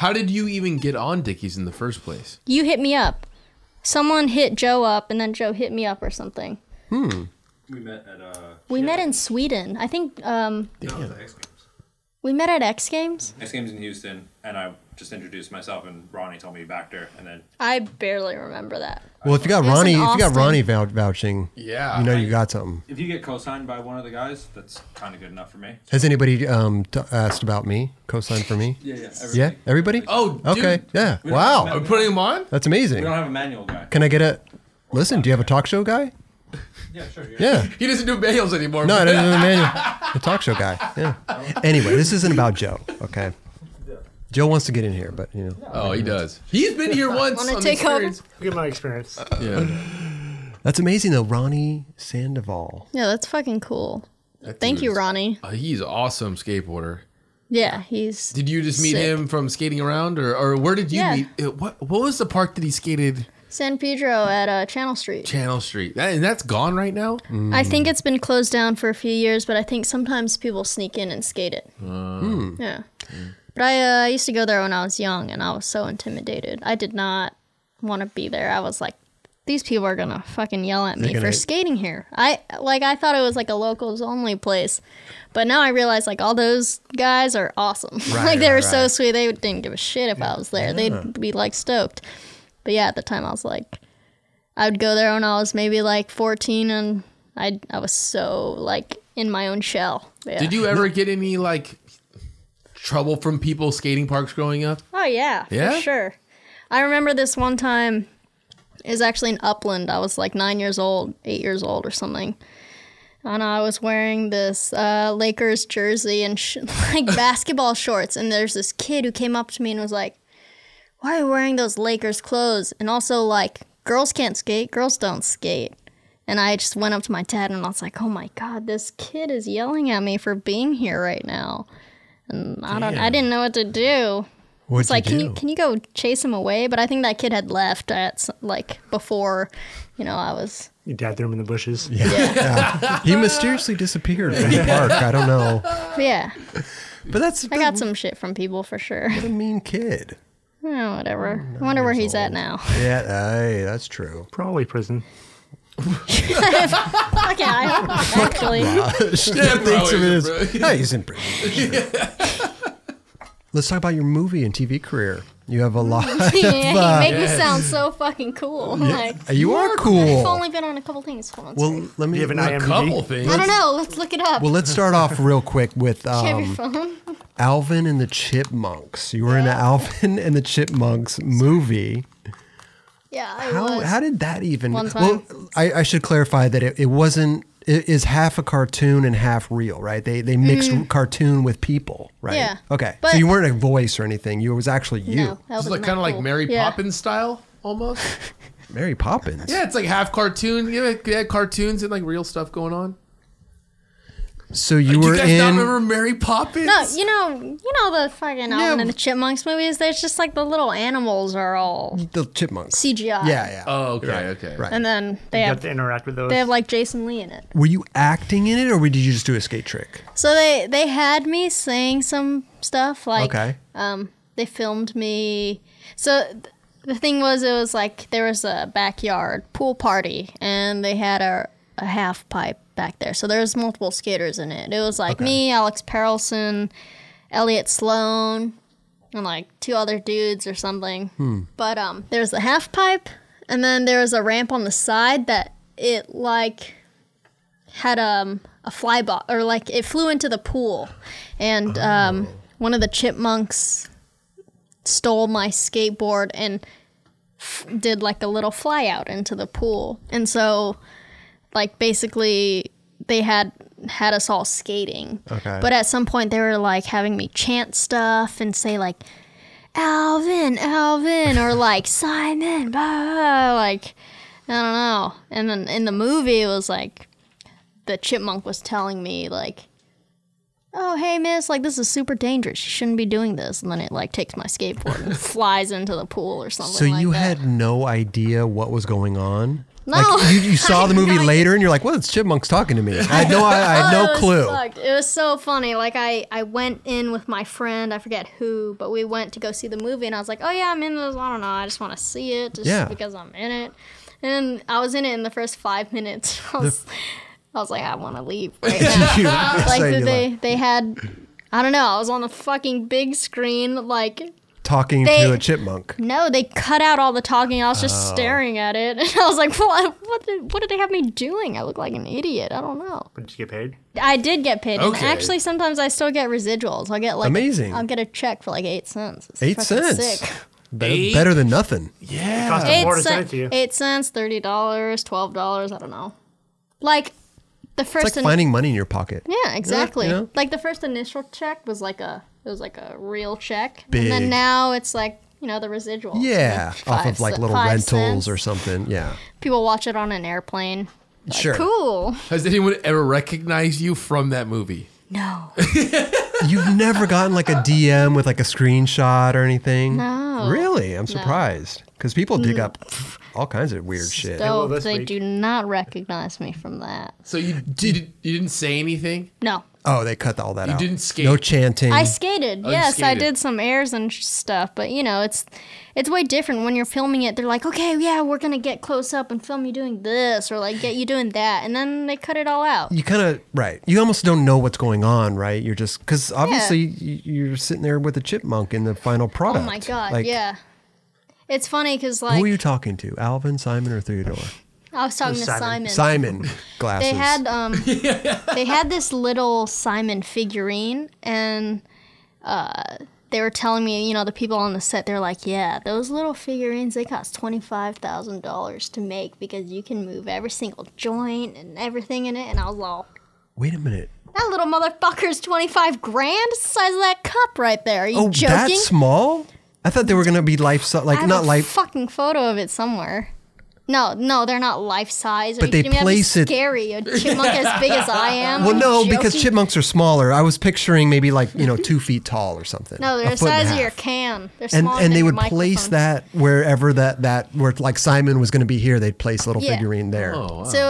S3: How did you even get on Dickies in the first place?
S2: You hit me up. Someone hit Joe up, and then Joe hit me up or something.
S6: We met at uh,
S2: We met in Sweden. I think um,
S6: no, it was X Games.
S2: we met at X Games.
S6: X Games in Houston, and I just introduced myself, and Ronnie told me back there, and then
S2: I barely remember that.
S1: Well, if you got
S2: It was
S1: Ronnie,
S2: in
S1: if you got
S2: Austin.
S1: Ronnie vou- vouching,
S3: Yeah.
S1: you know you got something.
S6: if you get co-signed by one of the guys, that's kind of good enough for me.
S1: Has anybody um, t- asked about me? Co-signed for me?
S6: Yeah, yeah.
S1: Yeah, everybody.
S3: Oh, dude.
S1: okay. Yeah.
S6: don't
S1: Wow,
S6: have
S3: I'm putting him on?
S1: that's
S6: We
S1: amazing.
S6: don't have a manual guy.
S1: Can I get a listen? Do you have a talk show guy?
S6: Yeah, sure.
S1: Yeah.
S3: He doesn't do mails anymore.
S1: No, no,
S3: but-
S1: no, no, Manuel. The talk show guy. Yeah. Anyway, this isn't about Joe. Okay. Joe wants to get in here, but you know.
S3: Oh, he does. He's been here once.
S2: Wanna
S3: on the
S2: take over?
S3: experience.
S4: Look at my experience.
S3: Yeah.
S1: That's amazing though, Ronnie Sandoval.
S2: Yeah, that's fucking cool.
S3: That
S2: Thank
S3: dude
S2: you,
S3: is-
S2: Ronnie.
S3: Uh, he's awesome skateboarder.
S2: Yeah, he's.
S3: Did you just meet
S2: Sick.
S3: him from skating around, or, or where did you
S2: Yeah.
S3: meet? uh, What What was the park that he skated?
S2: San Pedro at uh, Channel Street.
S3: Channel Street, That- and that's gone right now.
S2: I think it's been closed down for a few years, but I think sometimes people sneak in and skate it.
S1: Mm.
S2: Yeah. But I, uh, I used to go there when I was young, and I was so intimidated. I did not want to be there. I was like, these people are gonna fucking yell at me
S1: They're gonna-
S2: for skating here. I like I thought it was like a locals only place, but now I realize like all those guys are awesome. like they
S1: right,
S2: were so
S1: right.
S2: sweet. They didn't give a shit if I was there. They'd be like stoked. But yeah, at the time I was like, I would go there when I was maybe like 14, and I I was so like in my own shell. Yeah.
S3: Did you ever get any like trouble from people skating parks growing up?
S2: Oh yeah,
S3: Yeah?
S2: for sure. I remember this one time. It was actually in Upland. I was like nine years old, eight years old, or something. And I was wearing this uh, Lakers jersey and sh- like basketball shorts. And there's this kid who came up to me and was like, "Why are you wearing those Lakers clothes?" And also like, girls can't skate. Girls don't skate. And I just went up to my dad and I was like, "Oh my god, this kid is yelling at me for being here right now." And I don't. I didn't know what to do.
S1: What'd
S2: It's like,
S1: you
S2: can
S1: do?
S2: you can you go chase him away? But I think that kid had left at s- like before, you know, I was.
S4: Your dad threw him in the bushes.
S1: he mysteriously disappeared from the park. I don't know.
S2: But yeah,
S1: But that's
S2: I got some shit from people for sure.
S1: a mean kid.
S2: Oh, whatever.
S1: Mm,
S2: I wonder where he's at now.
S1: Yeah, hey, that's true.
S4: Probably prison.
S2: okay, I actually.
S3: Yeah, bro,
S1: Thanks for
S3: he's
S1: this.
S3: a bro-
S1: Hey, he's in prison. Let's talk about your movie and TV career. You have a
S2: Mm-hmm.
S1: lot.
S2: yeah, you make me sound so fucking cool. Like,
S1: You are
S2: I've
S1: cool.
S2: only been on a couple things. Hold on, sorry.
S1: Well, let me.
S4: You have an
S1: let-
S4: IMDb?
S3: Couple things.
S2: I don't know. Let's look it up.
S1: Well, let's start off real quick with
S2: Do you have
S1: um,
S2: your phone?
S1: Alvin and the Chipmunks. You were in an Alvin and the Chipmunks movie.
S2: Yeah, I
S1: How
S2: was.
S1: how did that even?
S2: One time.
S1: Well, I, I should clarify that it, it wasn't. It is half a cartoon and half real, right? They they mixed cartoon with people, right?
S2: Mm. Yeah.
S1: Okay.
S2: But-
S1: so you weren't a voice or anything. You it was actually you,
S2: No, that
S3: It's
S2: was
S3: like kind of like Mary
S2: yeah.
S3: Poppins style almost.
S1: Mary Poppins.
S3: yeah, it's like half cartoon. Yeah, they had cartoons and like real stuff going on.
S1: So you
S3: Do
S1: were
S3: you guys
S1: in.
S3: not remember Mary Poppins?
S2: No, you know, you know the fucking Alvin and the Chipmunks movies. There's just like the little animals are all
S5: Mm.
S1: the Chipmunks. Yeah,
S2: CGI.
S1: yeah.
S3: Oh, okay, okay.
S1: Right.
S2: And then they
S4: You
S2: have
S4: have to interact with those.
S2: they have like Jason Lee in it.
S1: Were you acting in it, or did you just do a skate trick?
S2: So they they had me saying some stuff like
S1: okay.
S2: um they filmed me. So th- the thing was it was like there was a backyard pool party and they had a a half pipe back there. So there was multiple skaters in it. It was like me, Alex Perelson, Elliot Sloan, and like two other dudes or something. But um, there's the half pipe, and then there was a ramp on the side that it like had um a fly ball or like it flew into the pool, and um, one of the chipmunks stole my skateboard and f- did like a little fly out into the pool, and so like basically they had had us all skating.
S1: Okay.
S2: But at some point they were like having me chant stuff and say like Alvin, Alvin, or like Simon, blah, blah, blah, like I don't know. And then in the movie, it was like the chipmunk was telling me like, "Oh, hey, miss, like this is super dangerous. You shouldn't be doing this." And then it like takes my skateboard and flies into the pool or something.
S1: So
S2: like
S1: you
S2: that.
S1: had no idea what was going on.
S2: No.
S1: Like you, you
S2: I
S1: saw the
S2: had
S1: movie
S2: no idea.
S1: later and you're like, well, it's chipmunks talking to me. I had no, I, I had
S2: Oh,
S1: no
S2: it was
S1: clue.
S2: fucked. It was so funny. Like I, I went in with my friend. I forget who, but we went to go see the movie, and I was like, "Oh yeah, I'm in this. I don't know. I just want to see it, just
S1: Yeah.
S2: because I'm in it." And I was in it in the first five minutes. I was, I was like, "I want to leave right now."
S1: You- so
S2: like they,
S1: you're
S2: they, had, I don't know. I was on the fucking big screen. Like
S1: talking
S2: they-
S1: to a chipmunk.
S2: no, they cut out all the talking. I was
S1: Oh.
S2: just staring at it, and I was like, "What? What did, what did they have me doing? I look like an idiot. I don't know."
S4: But did you get paid?
S2: I did get paid. and
S3: Okay.
S2: actually, sometimes I still get residuals. I'll get like
S1: Amazing.
S2: I'll get a check for like eight cents. It's
S1: Eight
S2: fucking
S1: cents.
S2: sick.
S1: Better,
S3: Eight?
S1: better than nothing.
S4: It cost them
S2: Eight,
S4: more to send it
S2: cent,
S4: to you.
S2: eight cents. Thirty dollars. Twelve dollars. I don't know. Like the first.
S1: It's like
S2: in-
S1: finding money in your pocket.
S2: yeah, exactly.
S1: yeah.
S2: Like the first initial check was like a it was like a real check, and
S1: Big.
S2: then now it's like you know the residuals.
S1: Yeah,
S2: Like,
S1: off
S2: five
S1: of like
S2: cent-
S1: little
S2: five
S1: rentals
S2: cents.
S1: or something. Yeah,
S2: people watch it on an airplane. Like,
S1: Sure.
S2: Cool.
S3: Has anyone ever recognized you from that movie?
S2: No.
S1: you've never gotten like a DM with like a screenshot or anything. No, really, I'm surprised because people
S2: Mm.
S1: dig up all kinds of weird shit.
S4: will
S2: So
S4: this
S2: they
S4: week.
S2: do not recognize me from that.
S3: So you did you, didn't say anything?
S2: No.
S1: Oh, they cut all that out.
S3: didn't skate.
S1: No chanting.
S2: I skated.
S1: Oh,
S2: yes, I
S3: skated.
S2: did some airs and sh- stuff, but you know, it's it's way different when you're filming it. They're like, "Okay, yeah, we're going to get close up and film you doing this or like get you doing that." And then they cut it all out.
S1: you kind of right. You almost don't know what's going on, right? You're just because obviously y you're sitting there with a chipmunk in the final
S2: Oh
S1: product.
S2: my god.
S1: Like,
S2: yeah. It's funny cuz like
S1: Who are you talking to, Alvin, Simon, or Theodore?
S2: I was talking to Simon.
S4: Simon.
S1: Simon glasses.
S2: They had um they had this little Simon figurine and uh they were telling me, you know, the people on the set, they're like, yeah, those little figurines, they cost $25,000 to make because you can move every single joint and everything in it. And I was all,
S1: Wait a minute.
S2: that little motherfucker's 25 grand? It's the size of that cup right there. Are you
S1: Oh,
S2: joking?
S1: that small? I thought they were gonna be life si-
S2: I
S1: like
S2: have
S1: not
S2: a
S1: life.
S2: fucking photo of it somewhere. No, no, they're not life size. Are
S1: But
S2: you
S1: they
S2: kidding me? That'd be
S1: place it-
S2: Scary, a chipmunk as big as I am.
S1: well,
S2: Are you
S1: no, because
S2: joking?
S1: chipmunks are smaller. I was picturing maybe like you know two feet tall or something.
S2: No,
S1: a
S2: they're the
S1: foot and a
S2: size of
S1: half.
S2: your can. They're
S1: And
S2: smaller
S1: and they
S2: than your
S1: would place
S2: microphone.
S1: that wherever that that where like Simon was gonna be here, they'd place a little
S2: Yeah.
S1: figurine there,
S2: So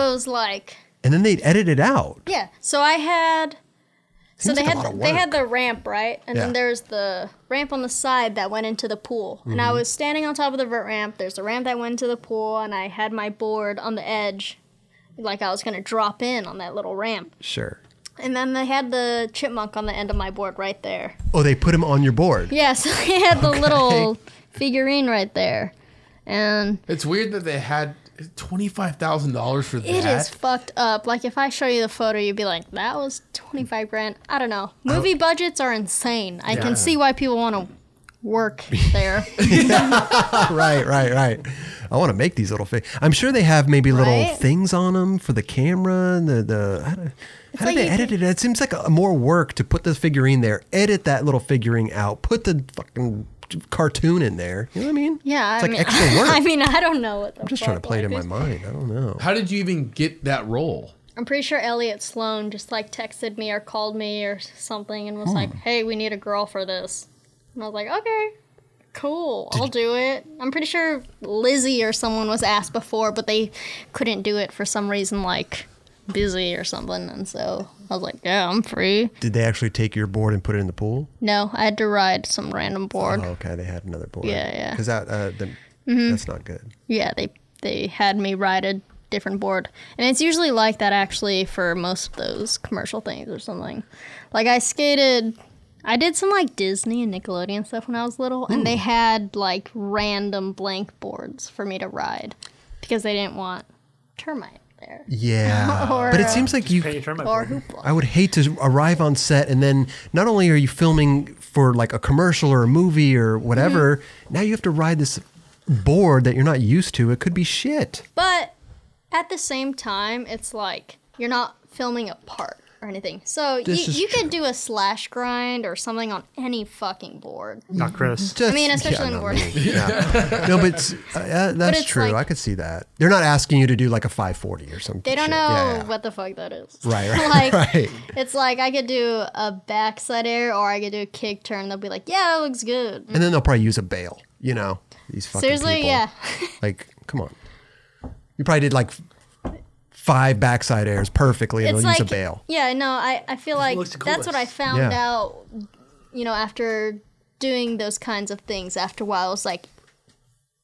S2: it was like,
S1: and then they'd edit it out.
S2: yeah. So I had, so
S1: Seems
S2: they
S1: like a lot
S2: had
S1: of
S2: they
S1: work.
S2: had the ramp right, and
S1: Yeah.
S2: then there's the ramp on the side that went into the pool. And
S1: Mm-hmm.
S2: I was standing on top of the vert ramp. There's a ramp that went into the pool, and I had my board on the edge, like I was gonna drop in on that little ramp.
S1: Sure.
S2: And then they had the chipmunk on the end of my board right there.
S1: Oh, they put him on your board.
S2: Yeah, so I had the little figurine right there, and
S3: It's weird that they had twenty five thousand dollars for that.
S2: It is fucked up. Like if I show you the photo, you'd be like, "That was twenty five grand." I don't know. Movie budgets are insane. I can see why people want to work there.
S1: right, right, right. I want to make these little things. I'm sure they have maybe little
S2: Right?
S1: things on them for the camera and the the. How do, how do
S2: like
S1: they
S2: you
S1: edit it? It seems like a, more work to put the figurine there, edit that little figurine out, put the fucking cartoon in there. You know what I mean?
S2: yeah,
S1: it's
S2: I
S1: like
S2: mean,
S1: extra work.
S2: I
S1: I'm
S2: mean, I don't know what. The I'm
S1: just trying to play it in my mind. I don't know.
S3: How did you even get that role?
S2: I'm pretty sure Elliot Sloan just like texted me or called me or something and was like, "Hey, we need a girl for this," and I was like, "Okay." Cool, I'll do it. I'm pretty sure Lizzie or someone was asked before, but they couldn't do it for some reason, like busy or something. And so I was like, yeah, I'm free.
S1: Did they actually take your board and put it in the pool?
S2: No, I had to ride some random board.
S1: Oh, okay, they had another board.
S2: Yeah, yeah. Mm-hmm.
S1: Because that uh, the, that's not good.
S2: Yeah, they they had me ride a different board, and it's usually like that actually for most of those commercial things or something. Like I skated, I did some like Disney and Nickelodeon stuff when I was little, and they had like random blank boards for me to ride because they didn't want termite. there. there.
S1: Yeah.
S2: Or,
S1: but it
S2: uh,
S1: seems like
S4: Pay your
S1: you.
S4: termite
S2: Or
S4: board.
S2: hoopla.
S1: I would hate to arrive on set and then not only are you filming for like a commercial or a movie or whatever,
S2: Mm-hmm.
S1: now you have to ride this board that you're not used to. It could be shit.
S2: But at the same time, it's like you're not filming a part or anything. So you,
S1: This is
S2: you
S1: true.
S2: could do a slash grind or something on any fucking board.
S4: Not Ah, Chris.
S1: Just-
S2: I mean,
S1: yeah,
S2: especially in
S1: no,
S2: board.
S1: no, but it's- uh, uh, that's
S2: it's
S1: true.
S2: like-
S1: I could see that. They're not asking you to do like a 540 or something.
S2: They don't know what the fuck that is.
S1: Right, right,
S2: like,
S1: right.
S2: It's like I could do a backside air or I could do a kick turn. They'll be like, yeah, that looks good.
S1: And then they'll probably use a bail. You know, these fucking
S2: Seriously,
S1: people.
S2: yeah.
S1: Like, come on. You probably did like f- five backside airs perfectly, and
S2: it's
S1: they'll
S2: like,
S1: use a bail.
S2: yeah, no, I, I feel like
S4: looks the
S2: that's what I
S4: coolest.
S2: found
S1: Yeah.
S2: out, you know, after doing those kinds of things after a while. It's like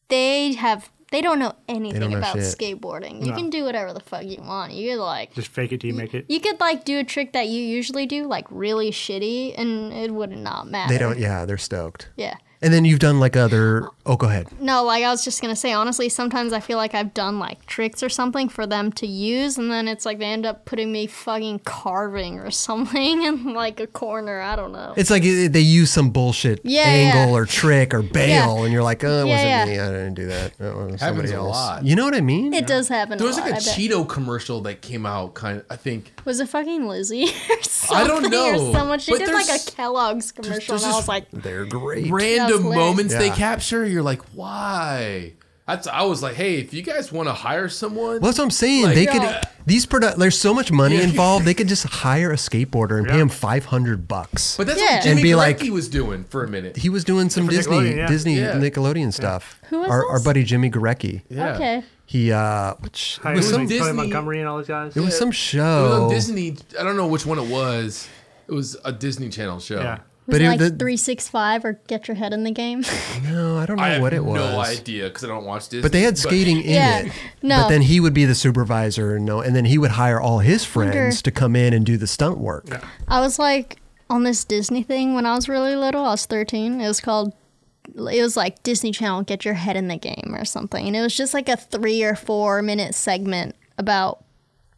S2: they have, they don't know anything
S1: know
S2: about
S1: shit.
S2: skateboarding. You
S4: No.
S2: can do whatever the fuck you want. You could, like,
S4: Just fake it till you make it.
S2: you could, like, do a trick that you usually do, like, really shitty, and it would not matter.
S1: They don't. Yeah, they're stoked.
S2: Yeah.
S1: And then you've done like other. Oh, go ahead.
S2: No, like I was just gonna say, honestly, sometimes I feel like I've done like tricks or something for them to use, and then it's like they end up putting me fucking carving or something in like a corner. I don't know.
S1: It's like it- they use some bullshit
S2: Yeah,
S1: angle
S2: yeah.
S1: or trick or bail, and you're like, oh, it
S2: Yeah,
S1: wasn't
S2: yeah.
S1: me. I didn't do that. That was
S3: Happens
S1: somebody
S3: a
S1: else.
S3: lot.
S1: You know what I mean?
S2: it does happen.
S3: There was
S2: a lot,
S3: like a
S2: I bet.
S3: Cheeto commercial that came out, kind of. I think
S2: Was it fucking Lizzie or something?
S3: I don't know,
S2: Or someone she
S3: but
S2: did like
S3: there's-
S2: a Kellogg's commercial,
S3: there's
S2: and I
S3: this-
S2: was like,
S1: They're great.
S2: That's
S3: random
S2: hilarious.
S3: moments they
S1: Yeah.
S3: capture. You're like, why? That's. I was like, hey, if you guys want to hire someone,
S1: Well, that's what I'm saying.
S3: Like-
S1: they could
S3: Yeah.
S1: these produ- There's so much money
S3: Yeah.
S1: involved. They could just hire a skateboarder and pay
S4: Yeah.
S1: him 500 bucks.
S3: but that's
S2: Yeah.
S3: what
S2: And
S3: Jimmy
S1: be
S3: Gillespie
S1: like-
S3: was doing for a minute.
S1: he was doing some
S4: For
S1: Disney
S4: Nickelodeon, yeah.
S1: Disney
S3: Yeah.
S1: Nickelodeon stuff.
S2: Who was
S1: our, our
S2: this?
S1: buddy Jimmy Garecki.
S3: Yeah.
S2: okay,
S1: He uh, which
S4: Hi,
S1: it was
S4: who's
S1: some
S4: like Tony
S3: Disney-
S4: Montgomery and all those guys.
S1: it was some
S3: It was on
S1: show.
S3: Disney. I don't know which one it was. It was a Disney Channel show.
S4: yeah.
S2: was
S1: But
S2: it
S1: it-
S2: like
S1: the-
S2: three six five or get your head in the game?
S1: No, I don't know
S3: I have
S1: what it was.
S3: no idea because I don't watch Disney.
S1: But they had skating in
S2: Yeah.
S1: it.
S2: No.
S1: But then he would be the supervisor and no and then he would hire all his friends
S2: Wonder-
S1: to come in and do the stunt work.
S2: I was like on this Disney thing when I was really little. I was 13. It was called it was like Disney Channel get your head in the game or something. And it was just like a 3 or 4 minute segment about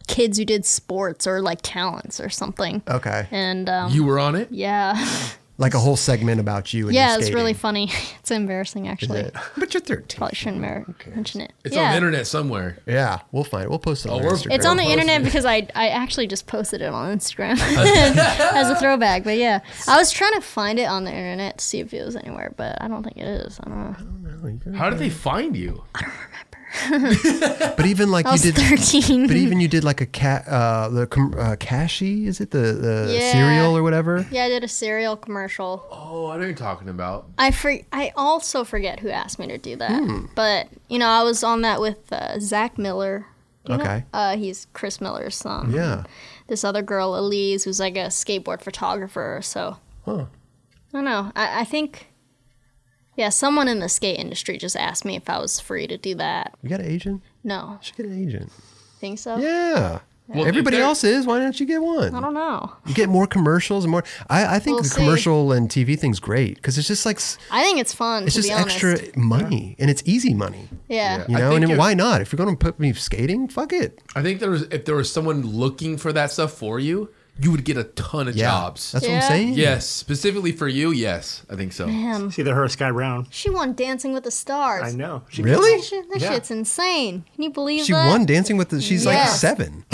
S2: kids who did sports or like talents or something.
S1: Okay.
S2: And um
S3: you were on it.
S2: yeah.
S1: Like a whole segment about you and
S2: Yeah,
S1: your
S2: it's really
S1: skating.
S2: funny. It's embarrassing actually.
S1: But you're 13.
S2: Probably shouldn't mer- mention it.
S3: It's on
S2: yeah.
S3: the internet somewhere.
S1: Yeah, we'll find it. We'll post it on
S3: we're-
S1: Instagram.
S2: It's on the
S3: Posted.
S2: internet because I I actually just posted it on Instagram as a throwback. But yeah, I was trying to find it on the internet to see if it was anywhere, but I don't think it is. I don't know.
S3: How did they
S2: Mm-hmm.
S3: find you?
S1: But even like
S2: I
S1: you
S2: was
S1: did,
S2: thirteen.
S1: but even you did like a cat, uh, the com- uh, Cashy, is it the the
S2: Yeah.
S1: cereal or whatever?
S2: yeah, I did a cereal commercial.
S3: Oh, I know what you're talking about.
S2: I for, I also forget who asked me to do that,
S1: Hmm.
S2: but you know I was on that with uh, Zach Miller. You know?
S1: Okay.
S2: uh, he's Chris Miller's son.
S1: Yeah.
S2: this other girl, Elise, who's like a skateboard photographer. So, I don't know. I, I think, yeah, someone in the skate industry just asked me if I was free to do that.
S1: You got an agent?
S2: No,
S1: You should get an agent.
S2: think so.
S1: Yeah.
S3: Well,
S1: Everybody
S3: if they're-
S1: else is. Why don't you get one?
S2: I don't know.
S1: You get more commercials and more. I, I think
S2: We'll
S1: the
S2: see.
S1: commercial and TV thing's great because it's just like s-
S2: I think it's fun.
S1: it's
S2: to
S1: just
S2: be honest.
S1: extra money and it's easy money.
S2: Yeah.
S1: You
S3: I
S1: know,
S3: think
S1: and
S3: if-
S1: why not? If you're going to put me skating, fuck it.
S3: I think there was if there was someone looking for that stuff for you, you would get a ton of
S1: Yeah,
S3: jobs.
S1: That's what I'm
S2: Yeah.
S1: saying.
S3: yes, specifically for you. Yes, I think so.
S2: Damn.
S4: It's either her or Sky Brown.
S2: She won Dancing with the Stars.
S4: I know. She
S2: That,
S1: Really?
S2: shit, that
S4: Yeah.
S2: shit's insane. Can you believe
S1: She
S2: that?
S1: won Dancing with the. She's like
S2: Yes.
S1: seven.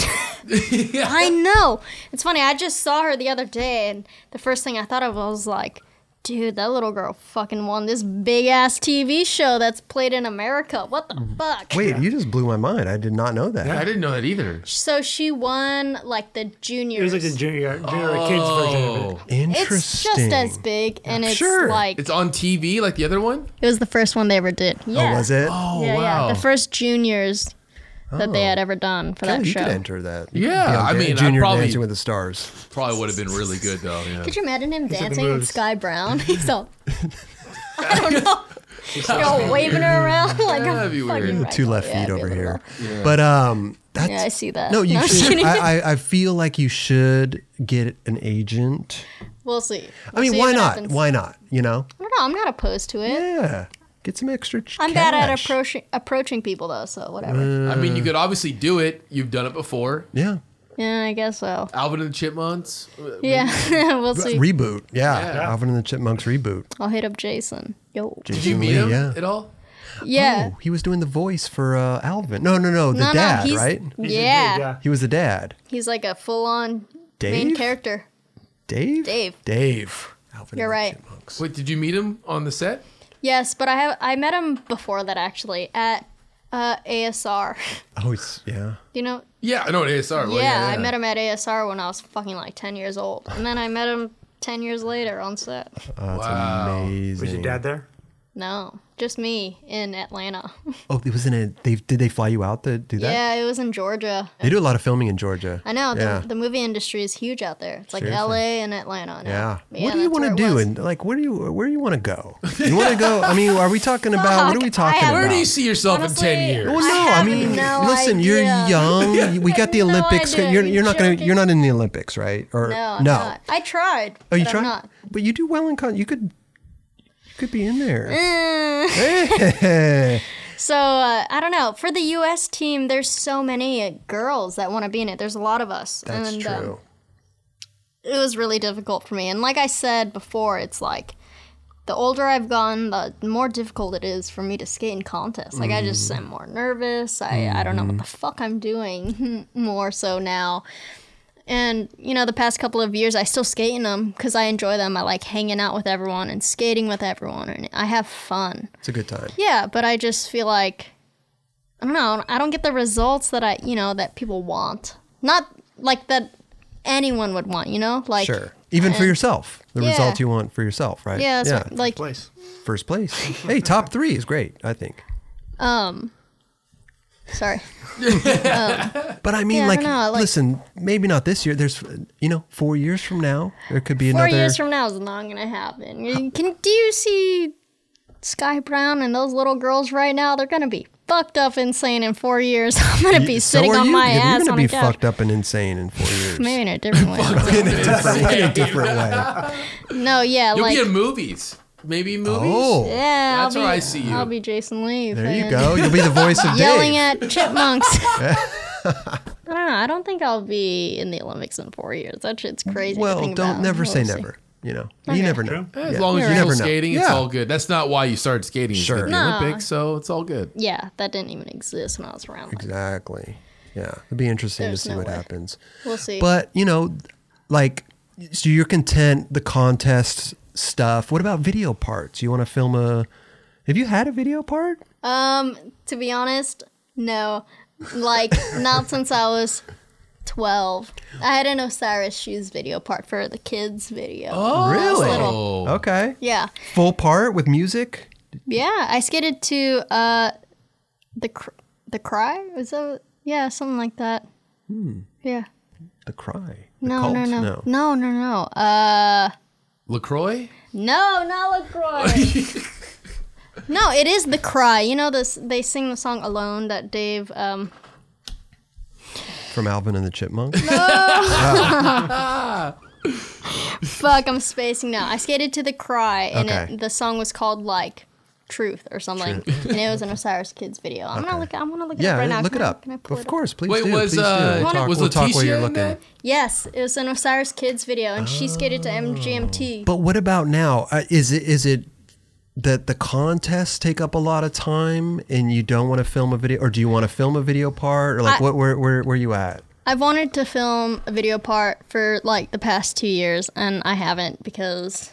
S2: I know. It's funny. I just saw her the other day, and the first thing I thought of was like, dude, that little girl fucking won this big ass TV show that's played in America. What the fuck?
S1: Mm-hmm. Wait, you just blew my mind. I did not know that.
S3: I didn't know that either.
S2: So she won like the juniors.
S4: It was like the junior, junior kids version of it.
S3: Oh,
S1: Interesting.
S2: it's just as big, and it's
S1: Sure.
S2: like
S3: it's on TV like the other one.
S2: it was the first one they ever did. Yeah.
S1: Oh, was it?
S3: Oh
S2: yeah,
S3: wow.
S2: yeah. The first juniors that they had ever done for
S1: Oh. Kelly,
S2: that
S1: you could
S2: show.
S1: enter that.
S3: Yeah,
S1: Be on
S3: I
S1: Dan-
S3: mean, I
S1: Junior
S3: probably-
S1: Dancing with the Stars.
S3: Probably would have been really good though. Yeah.
S2: Could you imagine him
S4: said the
S2: dancing with
S4: moves.
S2: Sky Brown? He's all, I don't know. They're all waving her around like a
S3: That'd be weird.
S2: fucking
S1: Two
S2: ragdoll.
S1: left
S2: Yeah,
S1: feet
S2: it'd be
S1: over
S2: a
S1: here.
S2: little-
S1: But um, that's
S2: Yeah, I see that.
S1: no. You
S2: I'm
S1: should.
S2: kidding.
S1: I, I I feel like you should get an agent.
S2: we'll see.
S1: I mean,
S2: We'll
S1: why
S2: see what
S1: not?
S2: happens.
S1: Why not? You know?
S2: I don't know. I'm not opposed to it.
S1: Yeah. Get some extra ch-
S2: I'm bad at
S1: cash.
S2: approaching approaching people though, so
S1: Uh,
S2: whatever.
S3: I mean, you could obviously do it. You've done it before.
S1: Yeah.
S2: yeah, I guess so.
S3: Alvin and the Chipmunks.
S2: Yeah, we'll see.
S1: Reboot. Yeah.
S3: Yeah.
S1: Alvin and the Chipmunks reboot.
S2: I'll hit up Jason. Yo.
S3: Did you
S1: Jason
S3: meet
S1: Lee,
S3: him
S1: Yeah.
S3: at all?
S2: Yeah.
S1: Oh, he was doing the voice for uh, Alvin. No, no, no. The
S2: no,
S1: dad,
S2: no, he's
S1: right?
S4: He's a dude,
S2: yeah,
S4: yeah.
S1: He was the dad.
S2: he's like a full-on main
S1: Dave?
S2: character.
S1: Dave?
S2: Dave.
S1: Dave. Alvin
S2: You're
S1: and
S2: right.
S1: the Chipmunks.
S3: Wait, did you meet him on the set?
S2: Yes, but I have I met him before that actually at uh, ASR.
S1: Oh, it's, yeah.
S2: you know,
S3: Yeah, I know what ASR.
S1: Oh,
S2: yeah,
S3: Well, yeah,
S2: I met him at ASR when I was fucking like ten years old, and then I met him ten years later on set.
S3: wow.
S1: Amazing.
S4: Was your dad there?
S2: No, just me in Atlanta.
S1: Oh, it was in a. They did they fly you out to do that?
S2: yeah, it was in Georgia.
S1: They do a lot of filming in Georgia.
S2: I know
S1: Yeah.
S2: the, the movie industry is huge out there. It's like
S1: Seriously.
S2: L.A. and Atlanta. Now.
S1: yeah.
S2: But
S1: What do you
S2: that's
S1: want
S2: where
S1: to
S2: it
S1: do?
S2: was.
S1: And like, where do you where do you want to go? You want to go? I mean, are we talking about what are we
S2: Fuck, I
S1: talking
S2: have-
S1: about?
S3: Where do you see yourself
S2: Honestly,
S3: in ten years?
S1: Well,
S2: I
S1: no, I,
S2: have
S1: mean,
S2: no
S1: listen,
S2: idea.
S1: you're young. We got the
S2: have no
S1: Olympics.
S2: idea.
S1: you're
S2: You
S1: you're not gonna
S2: joking?
S1: you're not in the Olympics, right? Or
S2: No, I'm not. I tried.
S1: Oh, you
S2: but
S1: tried,
S2: I'm not.
S1: but you do well in con. You could you could be in there.
S2: Eh. Mm.
S1: Hey.
S2: So uh, I don't know. For the U.S. team, there's so many uh, girls that want to be in it. There's a lot of us.
S1: That's
S2: and, um,
S1: true.
S2: it was really difficult for me. And like I said before, it's like the older I've gotten, the more difficult it is for me to skate in contests. Like I just am more nervous. I I don't know what the fuck I'm doing more so now. And you know, the past couple of years, I still skate in them because I enjoy them. I like hanging out with everyone and skating with everyone, and I have fun.
S1: It's a good time.
S2: Yeah, but I just feel like I don't know. I don't get the results that I, you know, that people want. Not like that anyone would want, you know? Like
S1: Sure. Even for yourself, the
S2: yeah.
S1: result you want for yourself, right?
S2: Yeah, that's what- like
S4: Place.
S1: first place. hey, top three is great, I think.
S2: sorry.
S1: But I mean,
S2: Yeah, I
S1: like,
S2: don't know, like-
S1: listen, maybe not this year. There's, you know, four years from now, there could be
S2: Four
S1: another.
S2: years from now is not gonna happen. You Can do you see Sky Brown and those little girls right now? They're gonna be fucked up insane in four years. I'm gonna be
S1: so
S2: sitting
S1: are
S2: on
S1: you.
S2: my
S1: You're
S2: ass
S1: gonna
S2: on
S1: be
S2: a couch.
S1: fucked up and insane in four years.
S2: Maybe in a different way.
S1: in a different, in a different way.
S2: no, yeah,
S3: You'll
S2: like
S3: be in movies. Maybe movies.
S1: Oh,
S2: yeah, I'll
S3: That's
S2: be,
S3: where I see you.
S2: I'll be Jason Lee.
S1: there you
S2: fucking-
S1: go. You'll be the voice of
S2: yelling
S1: Dave.
S2: at chipmunks. I don't know. I don't think I'll be in the Olympics in four years. That shit's crazy. to
S1: well,
S2: think
S1: don't
S2: about.
S1: never
S2: We'll
S1: say
S2: see.
S1: never. You know, you never know.
S3: As
S1: Yeah.
S3: long as
S1: You
S3: you're
S1: never
S3: still
S1: know.
S3: skating, it's
S1: Yeah.
S3: all good. That's not why you started skating. It's
S1: Sure.
S3: for the
S2: No.
S3: Olympics, so it's all good.
S2: Yeah, that didn't even exist when I was around. Like,
S1: Exactly. Yeah, it'd be interesting
S2: There's
S1: to see
S2: no
S1: what
S2: way.
S1: happens.
S2: we'll see.
S1: But you know, like, so you're content the contest stuff. What about video parts? You want to film a? Have you had a video part?
S2: to be honest, no. Like, not since I was 12. I had an Osiris Shoes video part for the kids' video. Oh,
S1: Really?
S2: little.
S1: Okay.
S2: Yeah.
S1: Full part with music.
S2: Yeah, I skated to uh, the cr- the cry. Was that? Yeah, something like that.
S1: Hmm.
S2: Yeah.
S1: The cry. The
S2: No,
S1: cult?
S2: no, no, no, no, no, no. Uh,
S3: Lacroix.
S2: no, not Lacroix. no, it is the cry. You know this? They sing the song "Alone" that Dave. Um,
S1: From Alvin and the Chipmunks.
S2: fuck, I'm spacing now. I skated to the cry, and
S1: Okay.
S2: it, the song was called like "Truth" or something, and it was an Osiris Kids video. I'm gonna look. I want to look it
S1: yeah,
S2: up right now.
S1: look
S2: Can
S1: it
S2: I-
S1: up.
S2: can I pull
S1: Of
S2: it up?
S1: course, please
S3: Wait,
S1: do.
S3: was
S1: please do.
S3: uh,
S1: We'll talk,
S3: was
S1: we'll talk while
S3: Leticia
S1: you're
S3: in
S1: looking.
S3: that?
S2: Yes, it was an Osiris Kids video, and she skated to MGMT.
S1: But what about now? Uh, is it is it that the contests take up a lot of time and you don't want to film a video, or do you want to film a video part, or like
S2: I-
S1: what? Where where where you at?
S2: I've wanted to film a video part for like the past two years, and I haven't because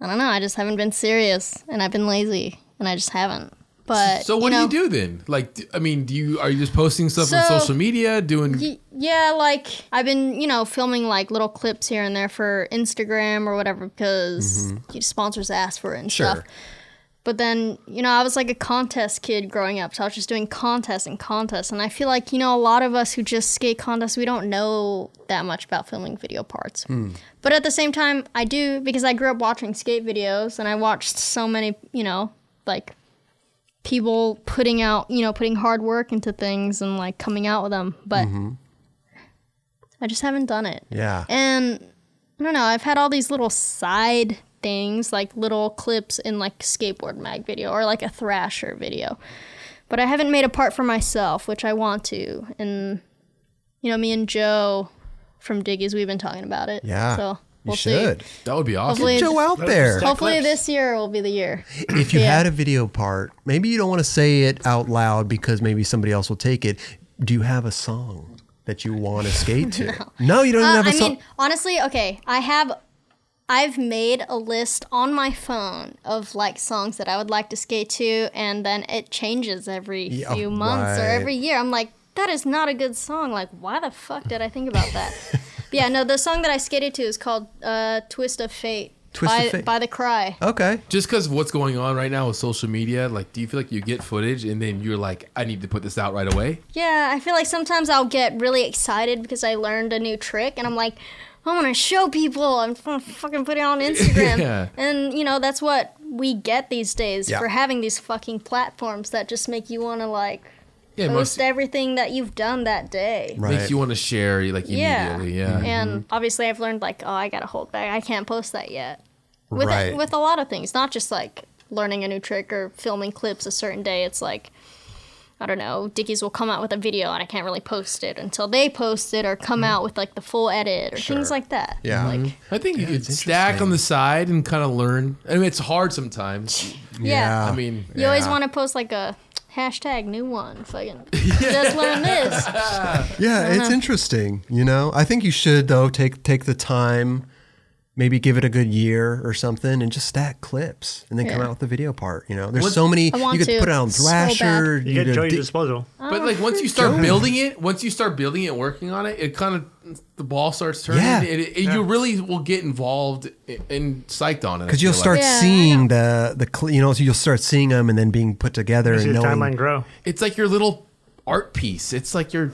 S2: I don't know. I just haven't been serious, and I've been lazy, and I just haven't. But
S3: So what
S2: you know,
S3: do you do then? Like, d- I mean, do you are you just posting stuff on
S2: So-
S3: social media? Doing
S2: Y- yeah, like I've been, you know, filming like little clips here and there for Instagram or whatever because you- sponsors ask for it and stuff.
S1: Sure.
S2: But then, you know, I was like a contest kid growing up, so I was just doing contests and contests. And I feel like, you know, a lot of us who just skate contests, we don't know that much about filming video parts. But at the same time, I do because I grew up watching skate videos and I watched so many, you know, like people putting out, you know, putting hard work into things and like coming out with them. But I just haven't done it.
S1: Yeah.
S2: And I don't know, I've had all these little side things, like little clips in like skateboard mag video or like a thrasher video. But I haven't made a part for myself, which I want to. And you know, me and Joe from Diggies, we've been talking about it.
S1: Yeah.
S2: So
S1: you
S2: we'll see.
S1: should.
S3: That would be awesome.
S2: Hopefully,
S1: Joe out there.
S2: hopefully
S4: clips.
S2: this year will be the year.
S1: If you
S2: Yeah.
S1: had a video part, maybe you don't want to say it out loud because maybe somebody else will take it. Do you have a song that you want to skate to? no. you don't even
S2: Uh,
S1: have a
S2: I
S1: song.
S2: mean, honestly, okay, I have. I've made a list on my phone of like songs that I would like to skate to, and then it changes every
S1: Yeah,
S2: few months or
S1: right.
S2: every year. I'm like, that is not a good song. Like, why the fuck did I think about that? yeah, no, the song that I skated to is called uh, "Twist of Fate."
S1: Twist
S2: by,
S1: of Fate.
S2: by the cry.
S1: okay.
S3: Just because of what's going on right now with social media, like, do you feel like you get footage and then you're like, I need to put this out right away?
S2: Yeah, I feel like sometimes I'll get really excited because I learned a new trick and I'm like, I want to show people. I'm going to fucking put it on Instagram.
S3: Yeah.
S2: And, you know, that's what we get these days
S1: Yeah.
S2: for having these fucking platforms that just make you want to, like,
S3: Yeah, it
S2: post
S3: must-
S2: everything that you've done that day.
S1: Right. Mm-hmm.
S3: makes you want to share like immediately. Yeah.
S2: And obviously, I've learned, like, oh, I got to hold back. I can't post that yet. With,
S1: Right.
S2: with a lot of things, not just like learning a new trick or filming clips a certain day. It's like, I don't know, Dickies will come out with a video and I can't really post it until they post it or come out with like the full edit or things like that.
S1: Mm-hmm. Yeah.
S2: Like,
S3: I think you could
S1: it's
S3: stack
S1: interesting.
S3: on the side and kind of learn. I mean, it's hard sometimes.
S2: yeah.
S3: I mean,
S2: You always
S1: Mm-hmm. Yeah.
S2: want to post like a hashtag new one. Fucking just learn this.
S1: Yeah, it's interesting. You know, I think you should though take take the time, maybe give it a good year or something, and just stack clips, and then come
S2: Yeah.
S1: out with the video part. You know, there's so many.
S2: I want
S1: you could
S2: to
S1: put it on
S2: so bad.
S1: Thrasher.
S4: You get
S1: could
S4: Joey's
S1: di-
S4: disposal.
S1: Oh,
S3: but like once you start building it, once you start building it, working on it, it kind of the ball starts turning,
S1: Yeah.
S3: and, it, and you really will get involved i- and psyched on it. I
S1: because you'll
S3: feel like.
S1: start
S2: Yeah, I
S1: seeing the the cl- you know so you'll start seeing them and then being put together
S4: See
S1: and
S4: the timeline
S1: knowing
S4: grow.
S3: It's like your little art piece. It's like your.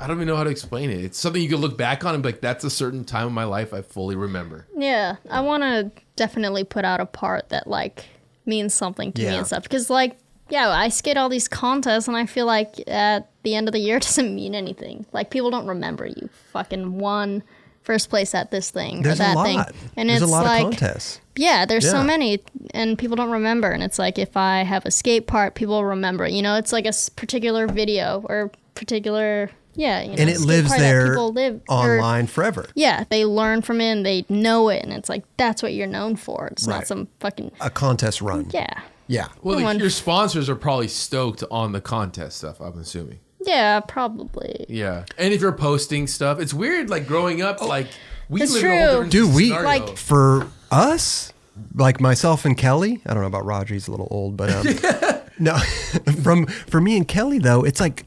S3: I don't even know how to explain it. It's something you can look back on and be like, "That's a certain time of my life I fully remember."
S2: Yeah, I want to definitely put out a part that like means something to me
S1: Yeah.
S2: and stuff because like yeah, I skate all these contests and I feel like at the end of the year it doesn't mean anything. Like people don't remember you fucking won first place at this thing
S1: there's
S2: or
S1: a
S2: that
S1: lot
S2: thing. And
S1: there's
S2: it's
S1: a lot
S2: like
S1: of contests
S2: yeah, there's
S1: Yeah.
S2: so many and people don't remember and it's like if I have a skate part, people remember. it. You know, it's like a s- particular video or particular yeah, you know,
S1: and it
S2: skate
S1: lives
S2: part that
S1: there
S2: people live- or-
S1: online forever.
S2: yeah, they learn from it and they know it, and it's like that's what you're known for. It's
S1: Right.
S2: not some fucking
S1: A contest run.
S2: yeah,
S1: Yeah.
S3: Well,
S2: Come
S3: like,
S2: on.
S3: your sponsors are probably stoked on the contest stuff. I'm assuming.
S2: yeah, probably.
S3: Yeah, and if you're posting stuff, it's weird. Like growing up, like we
S2: That's
S3: live in a whole
S2: true.
S3: different
S1: Oh, Dude, we
S3: scenario.
S2: Like-
S1: for us, like myself and Kelly. I don't know about Roger; he's a little old, but um, no. from for me and Kelly though, it's like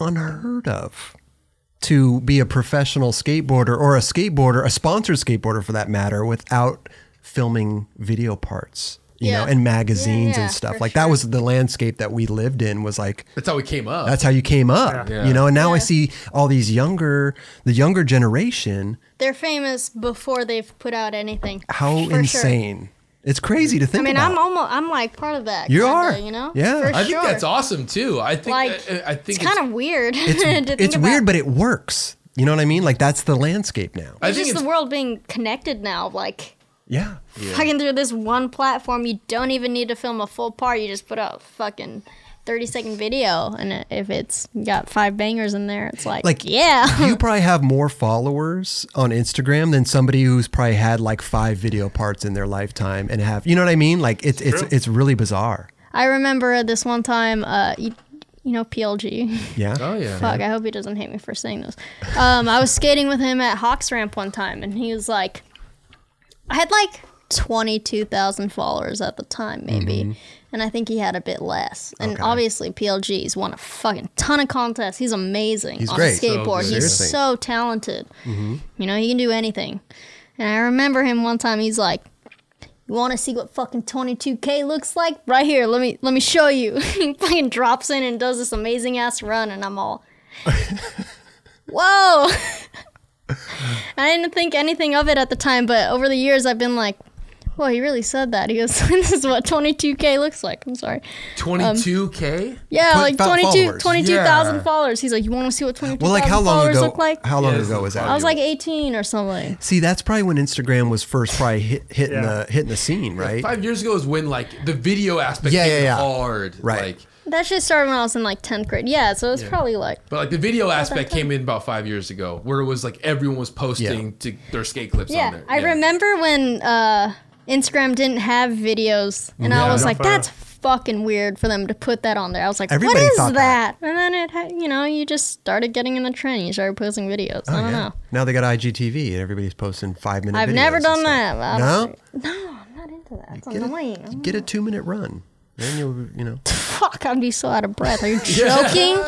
S1: unheard of to be a professional skateboarder or a skateboarder, a sponsored skateboarder for that matter, without filming video parts. You know,
S2: Yeah.
S1: and magazines
S2: Yeah, yeah,
S1: and stuff
S2: for
S1: like that
S2: sure.
S1: was the landscape that we lived in. Was like
S3: that's how we came up.
S1: that's how you came up,
S3: Yeah.
S1: you know. And now I
S2: Yeah.
S1: see all these younger, the younger generation
S2: They're famous before they've put out anything.
S1: how
S2: for sure.
S1: insane. It's crazy to
S2: I
S1: think
S2: mean,
S1: about.
S2: I'm almost I'm like part of that.
S1: You
S2: kinda,
S1: are.
S2: you know.
S1: Yeah.
S2: for
S3: I think
S2: sure.
S3: that's awesome too. I think uh,
S2: Like,
S3: I, I think
S2: It's kind of weird. to
S1: it's
S2: think
S1: it's
S2: about.
S1: weird, but it works. You know what I mean? Like that's the landscape now.
S3: I
S2: It's
S3: think
S2: just
S3: it's,
S2: the world being connected now, like.
S1: yeah.
S2: Fucking through this one platform, you don't even need to film a full part. You just put out a fucking thirty second video, and if it's got five bangers in there, it's like,
S1: Like,
S2: yeah,
S1: You probably have more followers on Instagram than somebody who's probably had like five video parts in their lifetime and have you know what I mean? Like it's it's it's, really bizarre.
S2: I remember this one time, uh, you, you know, PLG.
S1: Yeah.
S3: Oh yeah.
S2: Fuck, I hope he doesn't hate me for saying this. Um, I was skating with him at Hawks Ramp one time, and he was like, I had like 22,000 followers at the time, maybe.
S1: Mm-hmm.
S2: And I think he had a bit less. And obviously, PLG's won a fucking ton of contests. He's amazing
S1: He's
S2: on
S1: great.
S2: a skateboard.
S1: So good.
S2: He's
S1: Seriously. Mm-hmm.
S2: so talented. You know, he can do anything. And I remember him one time, he's like, you want to see what fucking 22k looks like? Right here, let me let me show you. he fucking drops in and does this amazing ass run, and I'm all, whoa! I didn't think anything of it at the time, but over the years I've been like, Well, he really said that. He goes, "This is what 22k looks like." I'm sorry.
S3: 22K?
S2: um, Yeah,
S1: Twen-
S2: like
S1: fo-
S2: 22
S1: followers.
S2: 22,000
S3: Yeah.
S2: followers. He's like, "You want to see what 22,000
S1: Well, like how long
S2: followers
S1: ago?
S2: look like?"
S1: How long
S3: Yeah,
S1: ago was that?
S2: I was like 18 or something.
S1: See, that's probably when Instagram was first probably hit, hitting
S4: Yeah.
S1: the hitting the scene, right?
S3: Five years ago is when like the video aspect
S1: Yeah,
S3: yeah,
S1: yeah, yeah.
S3: hard.
S1: Right.
S3: Like,
S2: That shit started when I was in like 10th grade. Yeah, so it's probably like
S3: but like the video aspect came in about five years ago, where it was like everyone was posting to their skate clips on
S2: Yeah,
S3: there.
S2: I remember when uh, Instagram didn't have videos, and I
S3: Yeah.
S2: was
S3: No
S2: like,
S4: photo.
S2: "That's fucking weird for them to put that on there." I was like,
S1: Everybody
S2: "What is
S1: thought
S2: that?
S1: that.
S2: And then it, ha- you know, you just started getting in the trend. You started posting videos.
S1: Oh,
S2: I don't know.
S1: Now they got IGTV and everybody's posting five minute.
S2: Oh. I've
S1: videos
S2: never
S1: and
S2: done
S1: stuff.
S2: that. I
S1: No,
S2: don't- no, I'm not into that. It's
S1: Get a-
S2: annoying. I'm
S1: Get a two minute run, then you you know.
S2: fuck, I'd be so out of breath. Are you joking?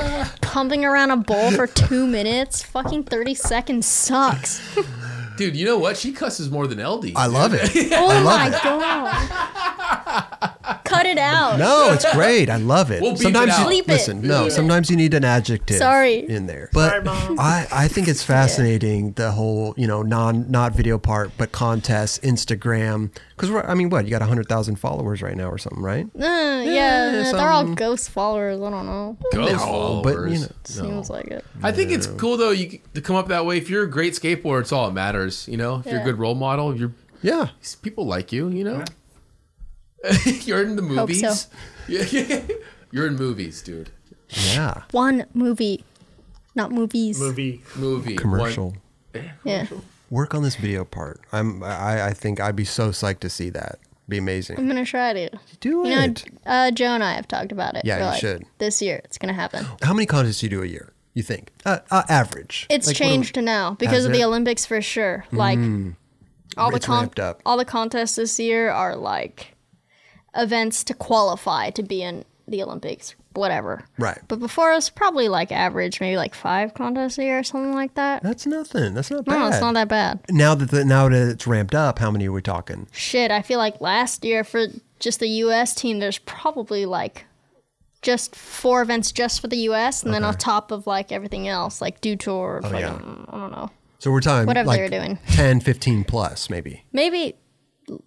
S2: Pumping around a bowl for two minutes? Fucking 30 seconds sucks.
S3: Dude, you know what? She cusses more than LD.
S1: I love it.
S2: Oh
S1: love
S2: my
S1: it.
S2: god. Cut it out.
S1: No, it's great. I love it.
S3: We'll beep it
S1: sometimes
S3: out.
S1: you
S2: Bleep it.
S1: listen. No,
S2: Bleep it.
S1: sometimes you need an adjective.
S2: Sorry.
S1: in there, but
S4: Sorry, Mom.
S1: I I think it's fascinating the whole you know non not video part but contests Instagram because I mean what you got hundred thousand followers right now or something right?
S2: Uh, yeah,
S1: Yeah,
S2: they're all
S1: some-
S2: ghost followers. I don't know.
S3: Ghost
S1: No, but, you
S3: followers.
S1: know,
S2: Seems like it.
S3: I think it's cool though you c- to come up that way. If you're a great skateboarder, it's all that matters. You know, if you're a
S2: Yeah.
S3: good role model, you're
S1: Yeah.
S3: people like you. You know, you're in the
S2: Hope so.
S3: movies. Yeah, you're in movies, dude.
S1: Yeah.
S2: One movie, not movies.
S4: movie.
S3: Movie one-
S1: Commercial.
S2: Yeah.
S1: Work on this video part. I'm I, I think I'd be so psyched to see that. Be amazing.
S2: I'm gonna try to.
S1: Do
S2: You know,
S1: it.
S2: uh, Joe and I have talked about it.
S1: Yeah,
S2: We're
S1: you should.
S2: This year, it's gonna happen.
S1: How many contests do you do a year? You think? Uh, uh, average.
S2: It's
S1: Like, what do we-
S2: changed now because
S1: Has
S2: of the
S1: it?
S2: Olympics for sure. Like all the
S1: It's
S2: con-
S1: ramped up.
S2: all the contests this year are like events to qualify to be in the Olympics, whatever.
S1: Right.
S2: But before it was probably like average, maybe like five contests a year or something like that.
S1: That's nothing. That's not bad.
S2: No, it's not that bad.
S1: Now that the, now that it's ramped up, how many are we talking?
S2: Shit, I feel like last year for just the U.S. team, there's probably like just four events just for the U.S. and then on top of like everything else, like do tour, fucking,
S1: Oh, yeah.
S2: I don't know,
S1: So we're talking
S2: whatever
S1: like
S2: they were doing.
S1: 10, 15 plus maybe.
S2: maybe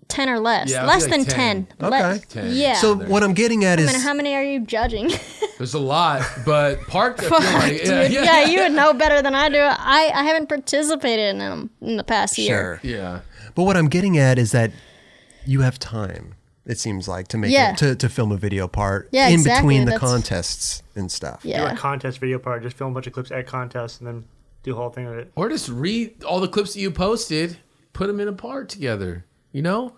S2: 10 or less
S3: Yeah, I
S2: less
S3: feel
S2: than
S3: like
S2: 10,
S1: 10.
S2: Le-
S1: Okay.
S3: 10.
S2: yeah
S1: So what I'm getting at
S2: I
S1: is
S2: mean, how many are you judging
S3: There's a lot, but Park. I feel like, yeah,
S2: yeah,
S3: yeah,
S2: you would know better than i do i, I haven't participated in them in the past year
S1: sure.
S3: yeah.
S1: But what I'm getting at is that you have time. It seems like to make
S2: Yeah.
S1: it to, to film a video part
S2: Yeah,
S1: in
S2: exactly,
S1: between the
S2: that's-
S1: contests and stuff.
S4: Do a
S2: yeah
S4: contest video part. Just film a bunch of clips at contest and then do a whole thing of it.
S3: Or just read all the clips that you posted, put them in a part together. You know,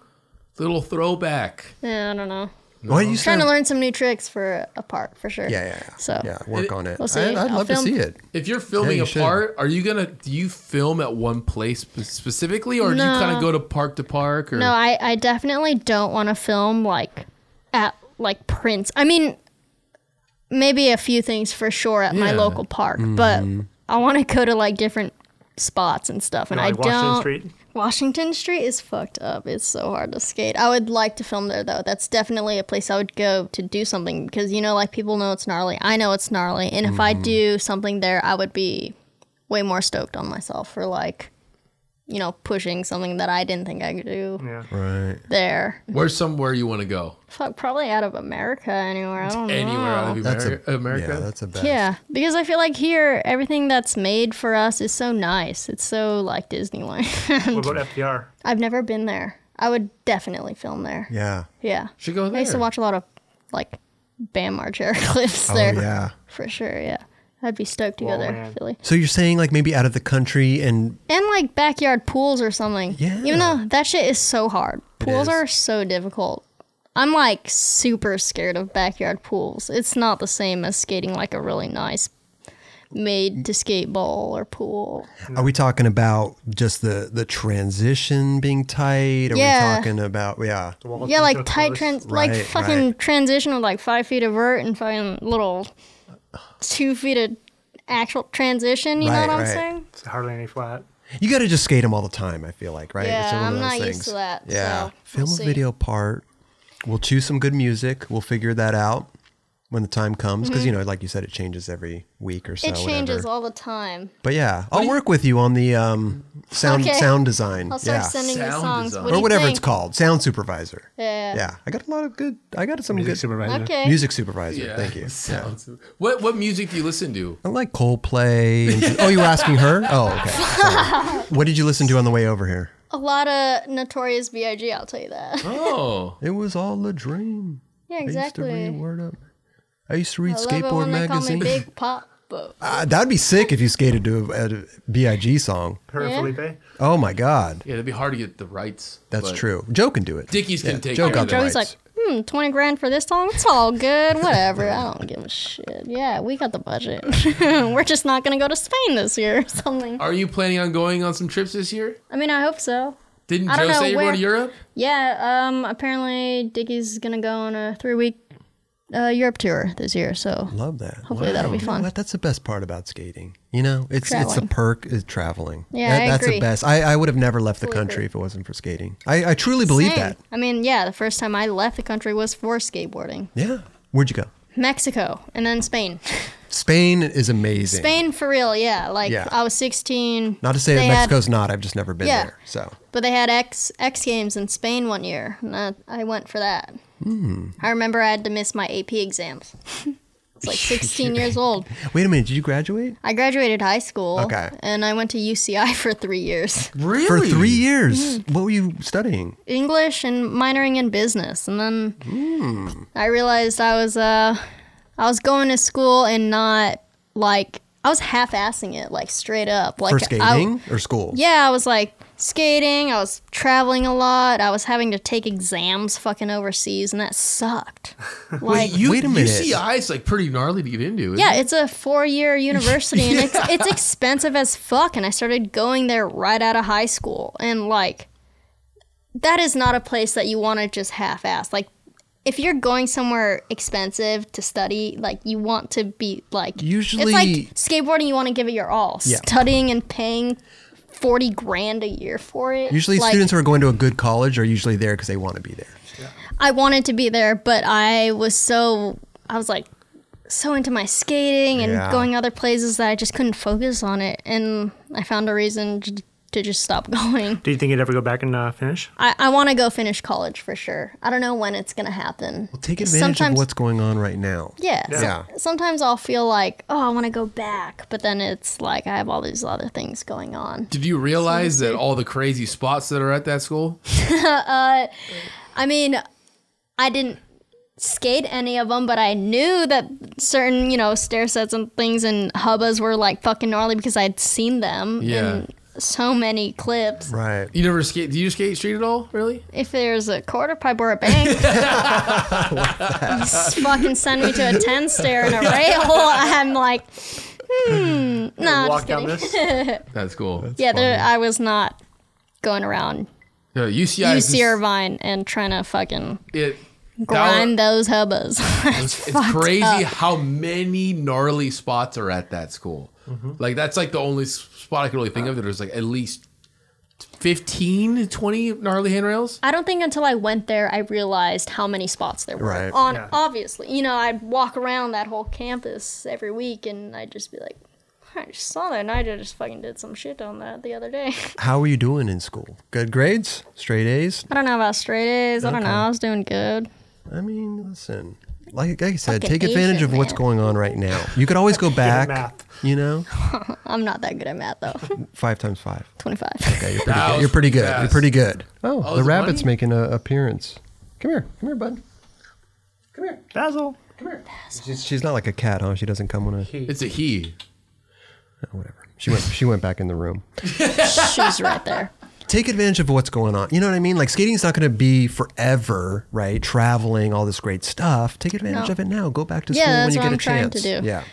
S3: little throwback.
S2: yeah i don't know
S1: Why do you
S2: trying
S1: start?
S2: to learn some new tricks for a part for sure
S1: Yeah, yeah, yeah.
S2: so
S1: yeah, work on it.
S2: Oh. we'll see.
S1: I, would
S2: I'll
S1: love
S2: film-
S1: to see it.
S3: If you're filming
S1: you
S3: a
S1: should.
S3: part, are you gonna do you film at one place spe- specifically, or do you
S2: No.
S3: kind of go to park to park? Or
S2: No, I, I definitely don't want to film like at like Prince. I mean, maybe a few things for sure at my
S3: Yeah.
S2: local park,
S1: Mm-hmm.
S2: but I want to go to like different spots and stuff. And
S4: Like
S2: I
S4: Washington
S2: don't.
S4: Street.
S2: Washington Street is fucked up. It's so hard to skate. I would like to film there though. That's definitely a place I would go to do something because you know, like people know it's gnarly. I know it's gnarly, and if I do something there, I would be way more stoked on myself for like, you know, pushing something that I didn't think I could do
S4: Yeah.
S1: Right.
S2: there.
S3: where's somewhere you want to go?
S2: Fuck, probably out of America anywhere. I don't
S3: Anywhere
S2: know.
S3: out of
S1: That's
S3: Ameri-
S1: a,
S3: America.
S1: Yeah, that's a bad.
S2: yeah, because I feel like here everything that's made for us is so nice. It's so like Disneyland.
S4: What about FDR?
S2: I've never been there. I would definitely film there. Yeah,
S1: Yeah.
S3: Should go there.
S2: I used to watch a lot of like Bam Margera clips
S1: Oh
S2: there.
S1: yeah.
S2: for sure. Yeah, I'd be stoked to
S4: Whoa,
S2: go there.
S4: man.
S2: Philly.
S1: So you're saying like maybe out of the country and
S2: and like backyard pools or something.
S1: Yeah.
S2: Even though that shit is so hard. Pools
S1: is.
S2: are so difficult. I'm like super scared of backyard pools. It's not the same as skating like a really nice made to skate bowl or pool.
S3: Mm-hmm.
S1: are we talking about just the the transition being tight? Are
S2: Yeah.
S1: we talking about yeah?
S4: Walls
S2: yeah,
S4: being
S2: like
S4: so
S2: tight
S4: close.
S2: trans like
S1: Right,
S2: fucking
S1: right.
S2: transition with like five feet of vert and fucking little two feet of actual transition, you know
S1: Right,
S2: what I'm
S1: right.
S2: saying?
S4: It's hardly any flat.
S1: You got to just skate them all the time. I feel like right.
S2: Yeah,
S1: one of
S2: I'm
S1: those
S2: not used to that,
S1: Yeah.
S2: so
S1: Film
S2: we'll
S1: a
S2: see.
S1: video part. We'll choose some good music. We'll figure that out. when the time comes because you know, like you said, it changes every week or so.
S2: Mm-hmm. it changes
S1: whatever.
S2: all the time.
S1: But yeah, I'll work with you on the um, sound
S2: Okay.
S1: sound design.
S2: I'll start
S1: yeah.
S2: sending you
S3: Sound
S2: songs.
S3: design.
S2: What do
S1: or
S2: you
S1: whatever
S2: think?
S1: it's called, sound supervisor.
S2: Yeah.
S1: Yeah, I got a lot of good. I got some
S7: Music
S1: good
S7: supervisor.
S2: Okay.
S1: music supervisor.
S3: Yeah.
S1: Thank you. Yeah.
S3: Sounds. What what music do you listen to?
S1: I like Coldplay. And, oh, you were asking her? Oh, okay. Sorry. What did you listen to on the way over here?
S2: A lot of Notorious B.I.G. I'll tell you that.
S3: Oh,
S1: It was all a dream.
S2: yeah,
S1: I used to read
S2: exactly.
S1: Word Up. I used to read
S2: I love it
S1: Skateboard
S2: when they call me
S1: Magazine.
S2: Big Pop.
S1: Uh, that'd be sick if you skated to a, a Big song.
S4: Per
S2: Yeah.
S4: Felipe.
S1: Oh my God,
S3: yeah, it'd be hard to get the rights.
S1: that's
S3: but
S1: true. Joe can do it.
S3: Dickies can take
S1: Joe
S3: care
S1: got
S3: of
S1: the
S3: that.
S1: rights.
S2: Joe's like, hmm, 20 grand for this song? It's all good. Whatever. I don't give a shit. Yeah, we got the budget. We're just not going to go to Spain this year or something.
S3: Are you planning on going on some trips this year?
S2: I mean, I hope so.
S3: Didn't
S2: I
S3: Joe
S2: don't know
S3: say you're going
S2: where-
S3: to Europe?
S2: Yeah, um, apparently Dickie's going to go on a three week uh, Europe tour this year, so
S1: Love that.
S2: hopefully that'll be
S1: You know
S2: fun.
S1: what? That's the best part about skating. You know, it's it's the
S2: Traveling.
S1: perk is traveling.
S2: Yeah,
S1: That-
S2: I
S1: that's
S2: agree.
S1: the best. I, I would have never left the
S2: Totally
S1: country
S2: agree.
S1: if it wasn't for skating. I, I truly believe
S2: Same.
S1: that.
S2: I mean, yeah, the first time I left the country was for skateboarding.
S1: Yeah. Where'd you go?
S2: Mexico and then Spain.
S1: Spain is amazing.
S2: Spain for real, yeah. Like
S1: Yeah.
S2: I was 16.
S1: Not to say that
S2: They had-
S1: Mexico's not. I've just never been
S2: Yeah.
S1: there. So
S2: But they had X X Games in Spain one year, and I, I went for that.
S1: Hmm.
S2: I remember I had to miss my AP exams. it's like 16 years old.
S1: wait a minute. Did you graduate
S2: I graduated high school,
S1: Okay.
S2: and I went to UCI for three years,
S3: Really?
S1: for three years?
S2: Mm-hmm.
S1: What were you studying?
S2: English and minoring in business. And then I realized I was uh, I was going to school and not like I was half-assing it, like straight up, like
S1: for
S2: I,
S1: skating or school?
S2: Yeah, I was like skating, I was traveling a lot, I was having to take exams fucking overseas and that sucked. Like
S3: You,
S1: Wait a minute.
S3: UCI is like pretty gnarly to get into. Isn't
S2: yeah, it's a four-year university and it's it's expensive as fuck and I started going there right out of high school and like that is not a place that you want to just half-ass. Like if you're going somewhere expensive to study, like you want to be like
S1: Usually-
S2: it's like skateboarding, you want to give it your all. Studying and paying forty grand a year for it.
S1: Usually,
S2: like,
S1: students who are going to a good college are usually there because they want to be there.
S2: I wanted to be there, but I was so I was like so into my skating and
S1: Yeah.
S2: going other places that I just couldn't focus on it, and I found a reason j- to just stop going.
S4: Do you think you'd ever go back and uh, finish?
S2: I, I want to go finish college for sure. I don't know when it's gonna happen. Well,
S1: Take advantage of what's going on right now.
S2: Yeah. so-
S1: Yeah.
S2: sometimes I'll feel like, oh, I want to go back, but then it's like I have all these other things going on.
S3: Did you realize that all the crazy spots that are at that school?
S2: I mean, I didn't skate any of them, but I knew that certain, you know, stair sets and things and hubbas were like fucking gnarly because I'd seen them
S3: Yeah.
S2: in so many clips.
S1: Right.
S3: You never skate? Do you skate street at all? Really?
S2: If there's a quarter pipe or a bank, just fucking send me to a 10 stair and a rail. I'm like, hmm, no, I'm just
S4: Walk down
S2: kidding.
S4: this.
S3: That's cool.
S2: Yeah, there, I was not going around
S3: Yeah, UCI. is
S2: UC
S3: just-
S2: Irvine and trying to fucking
S3: it- that
S2: grind
S3: one-
S2: those hubbas.
S3: It's, it's crazy how many gnarly spots are at that school.
S1: Mm-hmm.
S3: Like that's like the only s- spot I could really think of that there's like at least 15 to 20 gnarly handrails.
S2: I don't think until I went there I realized how many spots there were.
S1: Right.
S2: On obviously, you know, I'd walk around that whole campus every week, and I'd just be like, I just saw that, and I just fucking did some shit on that the other day.
S1: How were you doing in school? Good grades? Straight A's?
S2: I don't know about straight A's. I don't know. I was doing good.
S1: I mean, listen. Like I said,
S2: Fucking
S1: take advantage
S2: Asian
S1: of what's
S2: man.
S1: going on right now. You could always go
S4: at
S1: back.
S4: math.
S1: You know,
S2: I'm not that good at math though.
S1: five times five.
S2: Twenty-five.
S1: You're pretty
S3: That
S1: good.
S3: was
S1: You're pretty
S3: pretty
S1: good. You're
S3: fast.
S1: pretty good. Oh,
S3: Oh,
S1: the
S3: is it
S1: rabbit's
S3: money?
S1: making an appearance. Come here. Come here, bud. Come here.
S4: Basil.
S1: She's, she's not like a cat, huh? She doesn't come on a
S3: It's a he.
S1: oh, whatever. She went. She went back in the room.
S2: She's right there.
S1: take advantage of what's going on. You know what I mean? Like skating's not going to be forever, right? Traveling, all this great stuff. Take advantage
S2: No.
S1: of it now. Go back to
S2: Yeah,
S1: school when
S2: that's
S1: you
S2: what
S1: get a
S2: I'm trying
S1: chance.
S2: to do.
S1: Yeah.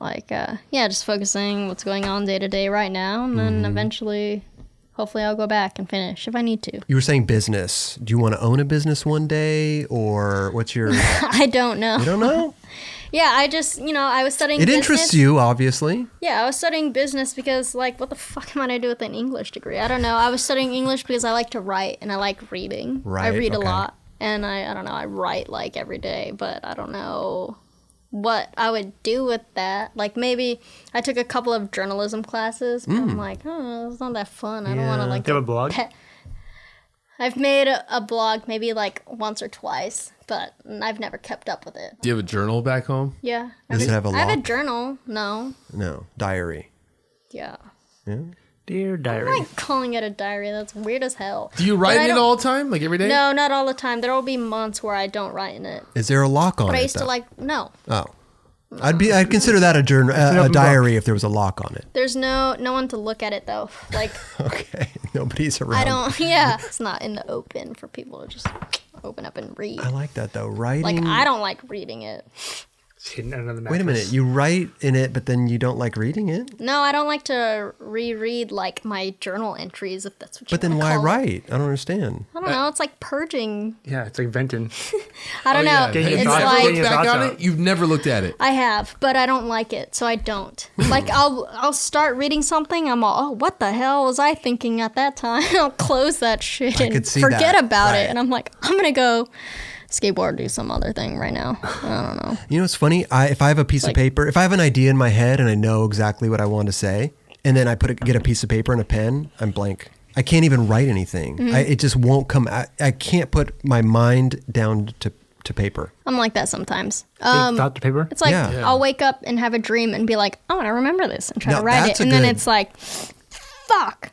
S2: Like, uh, yeah, just focusing what's going on day to day right now, and then
S1: Mm-hmm.
S2: eventually, hopefully, I'll go back and finish if I need to.
S1: You were saying business. Do you want to own a business one day, or what's your? I
S2: I don't know.
S1: don't know.
S2: Yeah, I just, you know, I was studying.
S1: It
S2: business.
S1: interests you, obviously.
S2: Yeah, I was studying business because, like, what the fuck am I gonna do with an English degree? I don't know. I was studying English because I like to write and I like reading.
S1: Right,
S2: I read
S1: okay.
S2: a lot, and I, I don't know. I write like every day, but I don't know what I would do with that. Like maybe I took a couple of journalism classes, but I'm like, oh, it's not that fun. I don't want to
S1: Mm. Yeah.
S2: like.
S4: Do you have a blog?
S2: pet- I've made a, a blog maybe like once or twice, but I've never kept up with it.
S3: Do you have a journal back home?
S2: Yeah.
S1: Does
S2: I
S1: it have a
S2: I have a
S1: lock?
S2: journal. No.
S1: No, diary.
S2: Yeah.
S4: Dear
S2: I
S4: diary.
S2: like calling it a diary. That's weird as hell.
S3: Do you
S2: But
S3: write
S2: I
S3: in it
S2: don't-
S3: all the time, like every day?
S2: No, not all the time. There will be months where I don't write in it.
S1: Is there a lock on
S2: But
S1: it?
S2: I used to
S1: though?
S2: like no.
S1: Oh, I'd be. I'd consider that a journal,
S4: an
S1: a, a
S4: open book.
S1: diary, if there was a lock on it.
S2: There's no no one to look at it though. Like
S1: Okay, nobody's around.
S2: I don't. Yeah, it's not in the open for people to just open up and read.
S1: I like that though. Writing.
S2: Like I don't like reading it.
S4: It's hidden under the
S1: Wait a minute.
S4: mattress.
S1: You write in it, but then you don't like reading it.
S2: No, I don't like to reread like my journal entries if that's what.
S1: But
S2: you
S1: then
S2: wanna
S1: why
S2: call it.
S1: write? I don't understand.
S2: I don't know. It's like purging.
S4: Yeah, it's like venting.
S2: I don't know.
S4: Get your
S2: It's
S4: thoughts-
S2: like
S4: get your
S3: looked Oh, back
S4: thoughts
S3: on
S4: out.
S3: it. You've never looked at it.
S2: I have, but I don't like it, so I don't.
S1: Hmm.
S2: Like I'll I'll start reading something, I'm all, oh, what the hell was I thinking at that time? I'll close that shit and
S1: could see
S2: forget
S1: that,
S2: about
S1: right.
S2: it, and I'm like, I'm gonna go skateboard or do some other thing right now. I don't know.
S1: You know what's funny? I if I have a piece of
S2: Like-
S1: paper, if I have an idea in my head and I know exactly what I want to say, and then I put a, get a piece of paper and a pen, I'm blank. I can't even write anything. I, it just won't come. I, I can't put my mind down to to paper.
S2: I'm like that sometimes.
S4: Um,
S2: Um,
S4: thought the paper.
S2: it's like
S1: Yeah. Yeah.
S2: I'll wake up and have a dream and be like, "Oh, I want to remember this and try
S1: Now
S2: to write
S1: that's
S2: it,
S1: a
S2: and then
S1: good-
S2: it's like, fuck,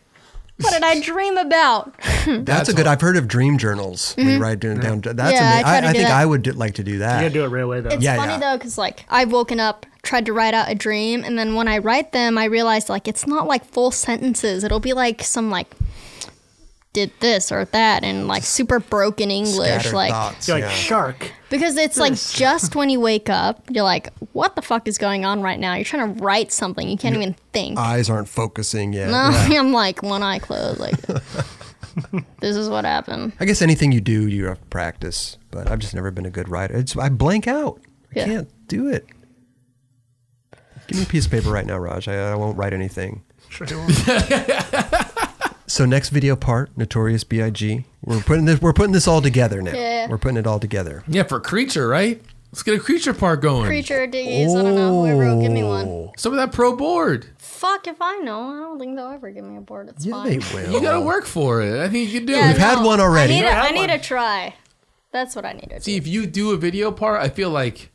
S2: what did I dream about?
S1: That's, a good. I've heard of dream journals. where you write it down. That's
S2: Yeah, I
S1: amazing.
S2: try
S1: I,
S2: to
S1: I,
S2: do
S1: think
S2: that.
S1: I would do, like to do
S4: You
S1: that.
S4: gotta do it right away though.
S2: It's
S1: Yeah,
S2: funny
S1: yeah.
S2: though, because like I've woken up, tried to write out a dream, and then when I write them, I realize like it's not like full sentences. It'll be like some like did this or that and like super broken English,
S1: Scattered
S2: like
S1: thoughts.
S4: You're like
S1: yeah.
S4: shark.
S2: because it's like just when you wake up, you're like, what the fuck is going on right now? You're trying to write something, you can't even think.
S1: Eyes aren't focusing yet.
S2: No,
S1: Uh, Yeah.
S2: I'm like one eye closed, like this is what happened.
S1: I guess anything you do, you have to practice. But I've just never been a good writer. It's I blank out. I
S2: Yeah.
S1: can't do it. Give me a piece of paper right now, Raj. I, I won't write anything.
S4: Sure you won't.
S1: So next video part, Notorious B.I.G. We're putting this. We're putting this all together now.
S2: Yeah.
S1: We're putting it all together.
S3: Yeah, for creature, right? Let's get a creature part going.
S2: Creature diggies, I don't know, whoever will give me one.
S1: Oh.
S3: Some of that pro board.
S2: Fuck if I know, I don't think they'll ever give me a board. It's
S1: Yeah, they
S2: fine.
S1: will.
S3: You gotta work for it. I think you can do
S2: Yeah,
S1: We've
S3: it.
S1: had one already.
S2: I need,
S1: You
S2: a, I
S4: had
S2: need
S4: one.
S2: a try. That's what I need to
S3: See,
S2: do.
S3: if you do a video part, I feel like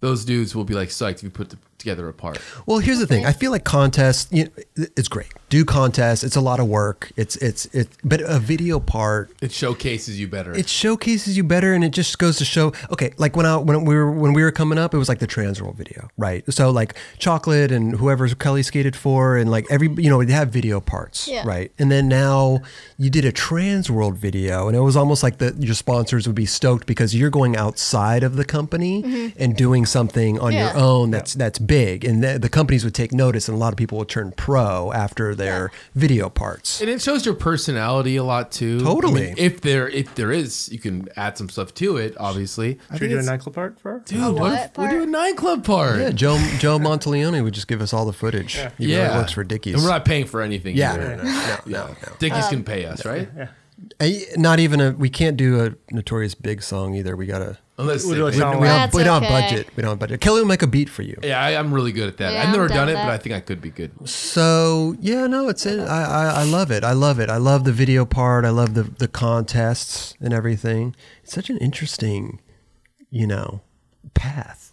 S3: those dudes will be like psyched if you put the, together a part.
S1: Well, here's the thing. I feel like contests. You know, it's great. Do contests. It's a lot of work. It's it's it. But a video part
S3: It showcases you better.
S1: it showcases you better and it just goes to show okay like when i when we were when we were coming up it was like the trans world video right so like chocolate and whoever's kelly skated for and like every you know they have video parts
S2: Yeah.
S1: right and then now you did a trans world video and it was almost like the your sponsors would be stoked because you're going outside of the company and doing something on
S2: Mm-hmm. Yeah.
S1: your own that's that's big and the, the companies would take notice and a lot of people would turn pro after their video parts
S3: and it shows your personality a lot too.
S1: Totally.
S3: I mean, if there if there is, you can add some stuff to it, obviously.
S4: Should we do a nightclub part for?
S3: Dude, what
S2: what
S3: if we do a
S2: part?
S3: nine club part?
S1: Yeah, Joe Joe Monteleone would just give us all the footage. Yeah, he really works for Dickies.
S3: And we're not paying for anything.
S1: Yeah.
S3: either.
S1: no, no,
S2: Uh,
S3: Dickies can pay us, right?
S1: no. Eh, Not even a. We can't do a notorious big song either. We gotta.
S3: Unless
S4: We'll
S3: they
S4: do a
S3: pay.
S4: song
S1: We
S4: like
S1: don't,
S2: That's
S1: we don't have
S2: okay.
S1: budget. We don't have budget. Kelly will make a beat for you.
S3: Yeah, I, I'm really good at that.
S2: Yeah,
S3: I've never
S2: I'm
S3: done
S2: down
S3: it,
S2: with
S3: but
S2: that.
S3: I think I could be good.
S1: So yeah, no, it's in. I, I I love it. I love it. I love the video part. I love the the contests and everything. It's such an interesting, you know, path.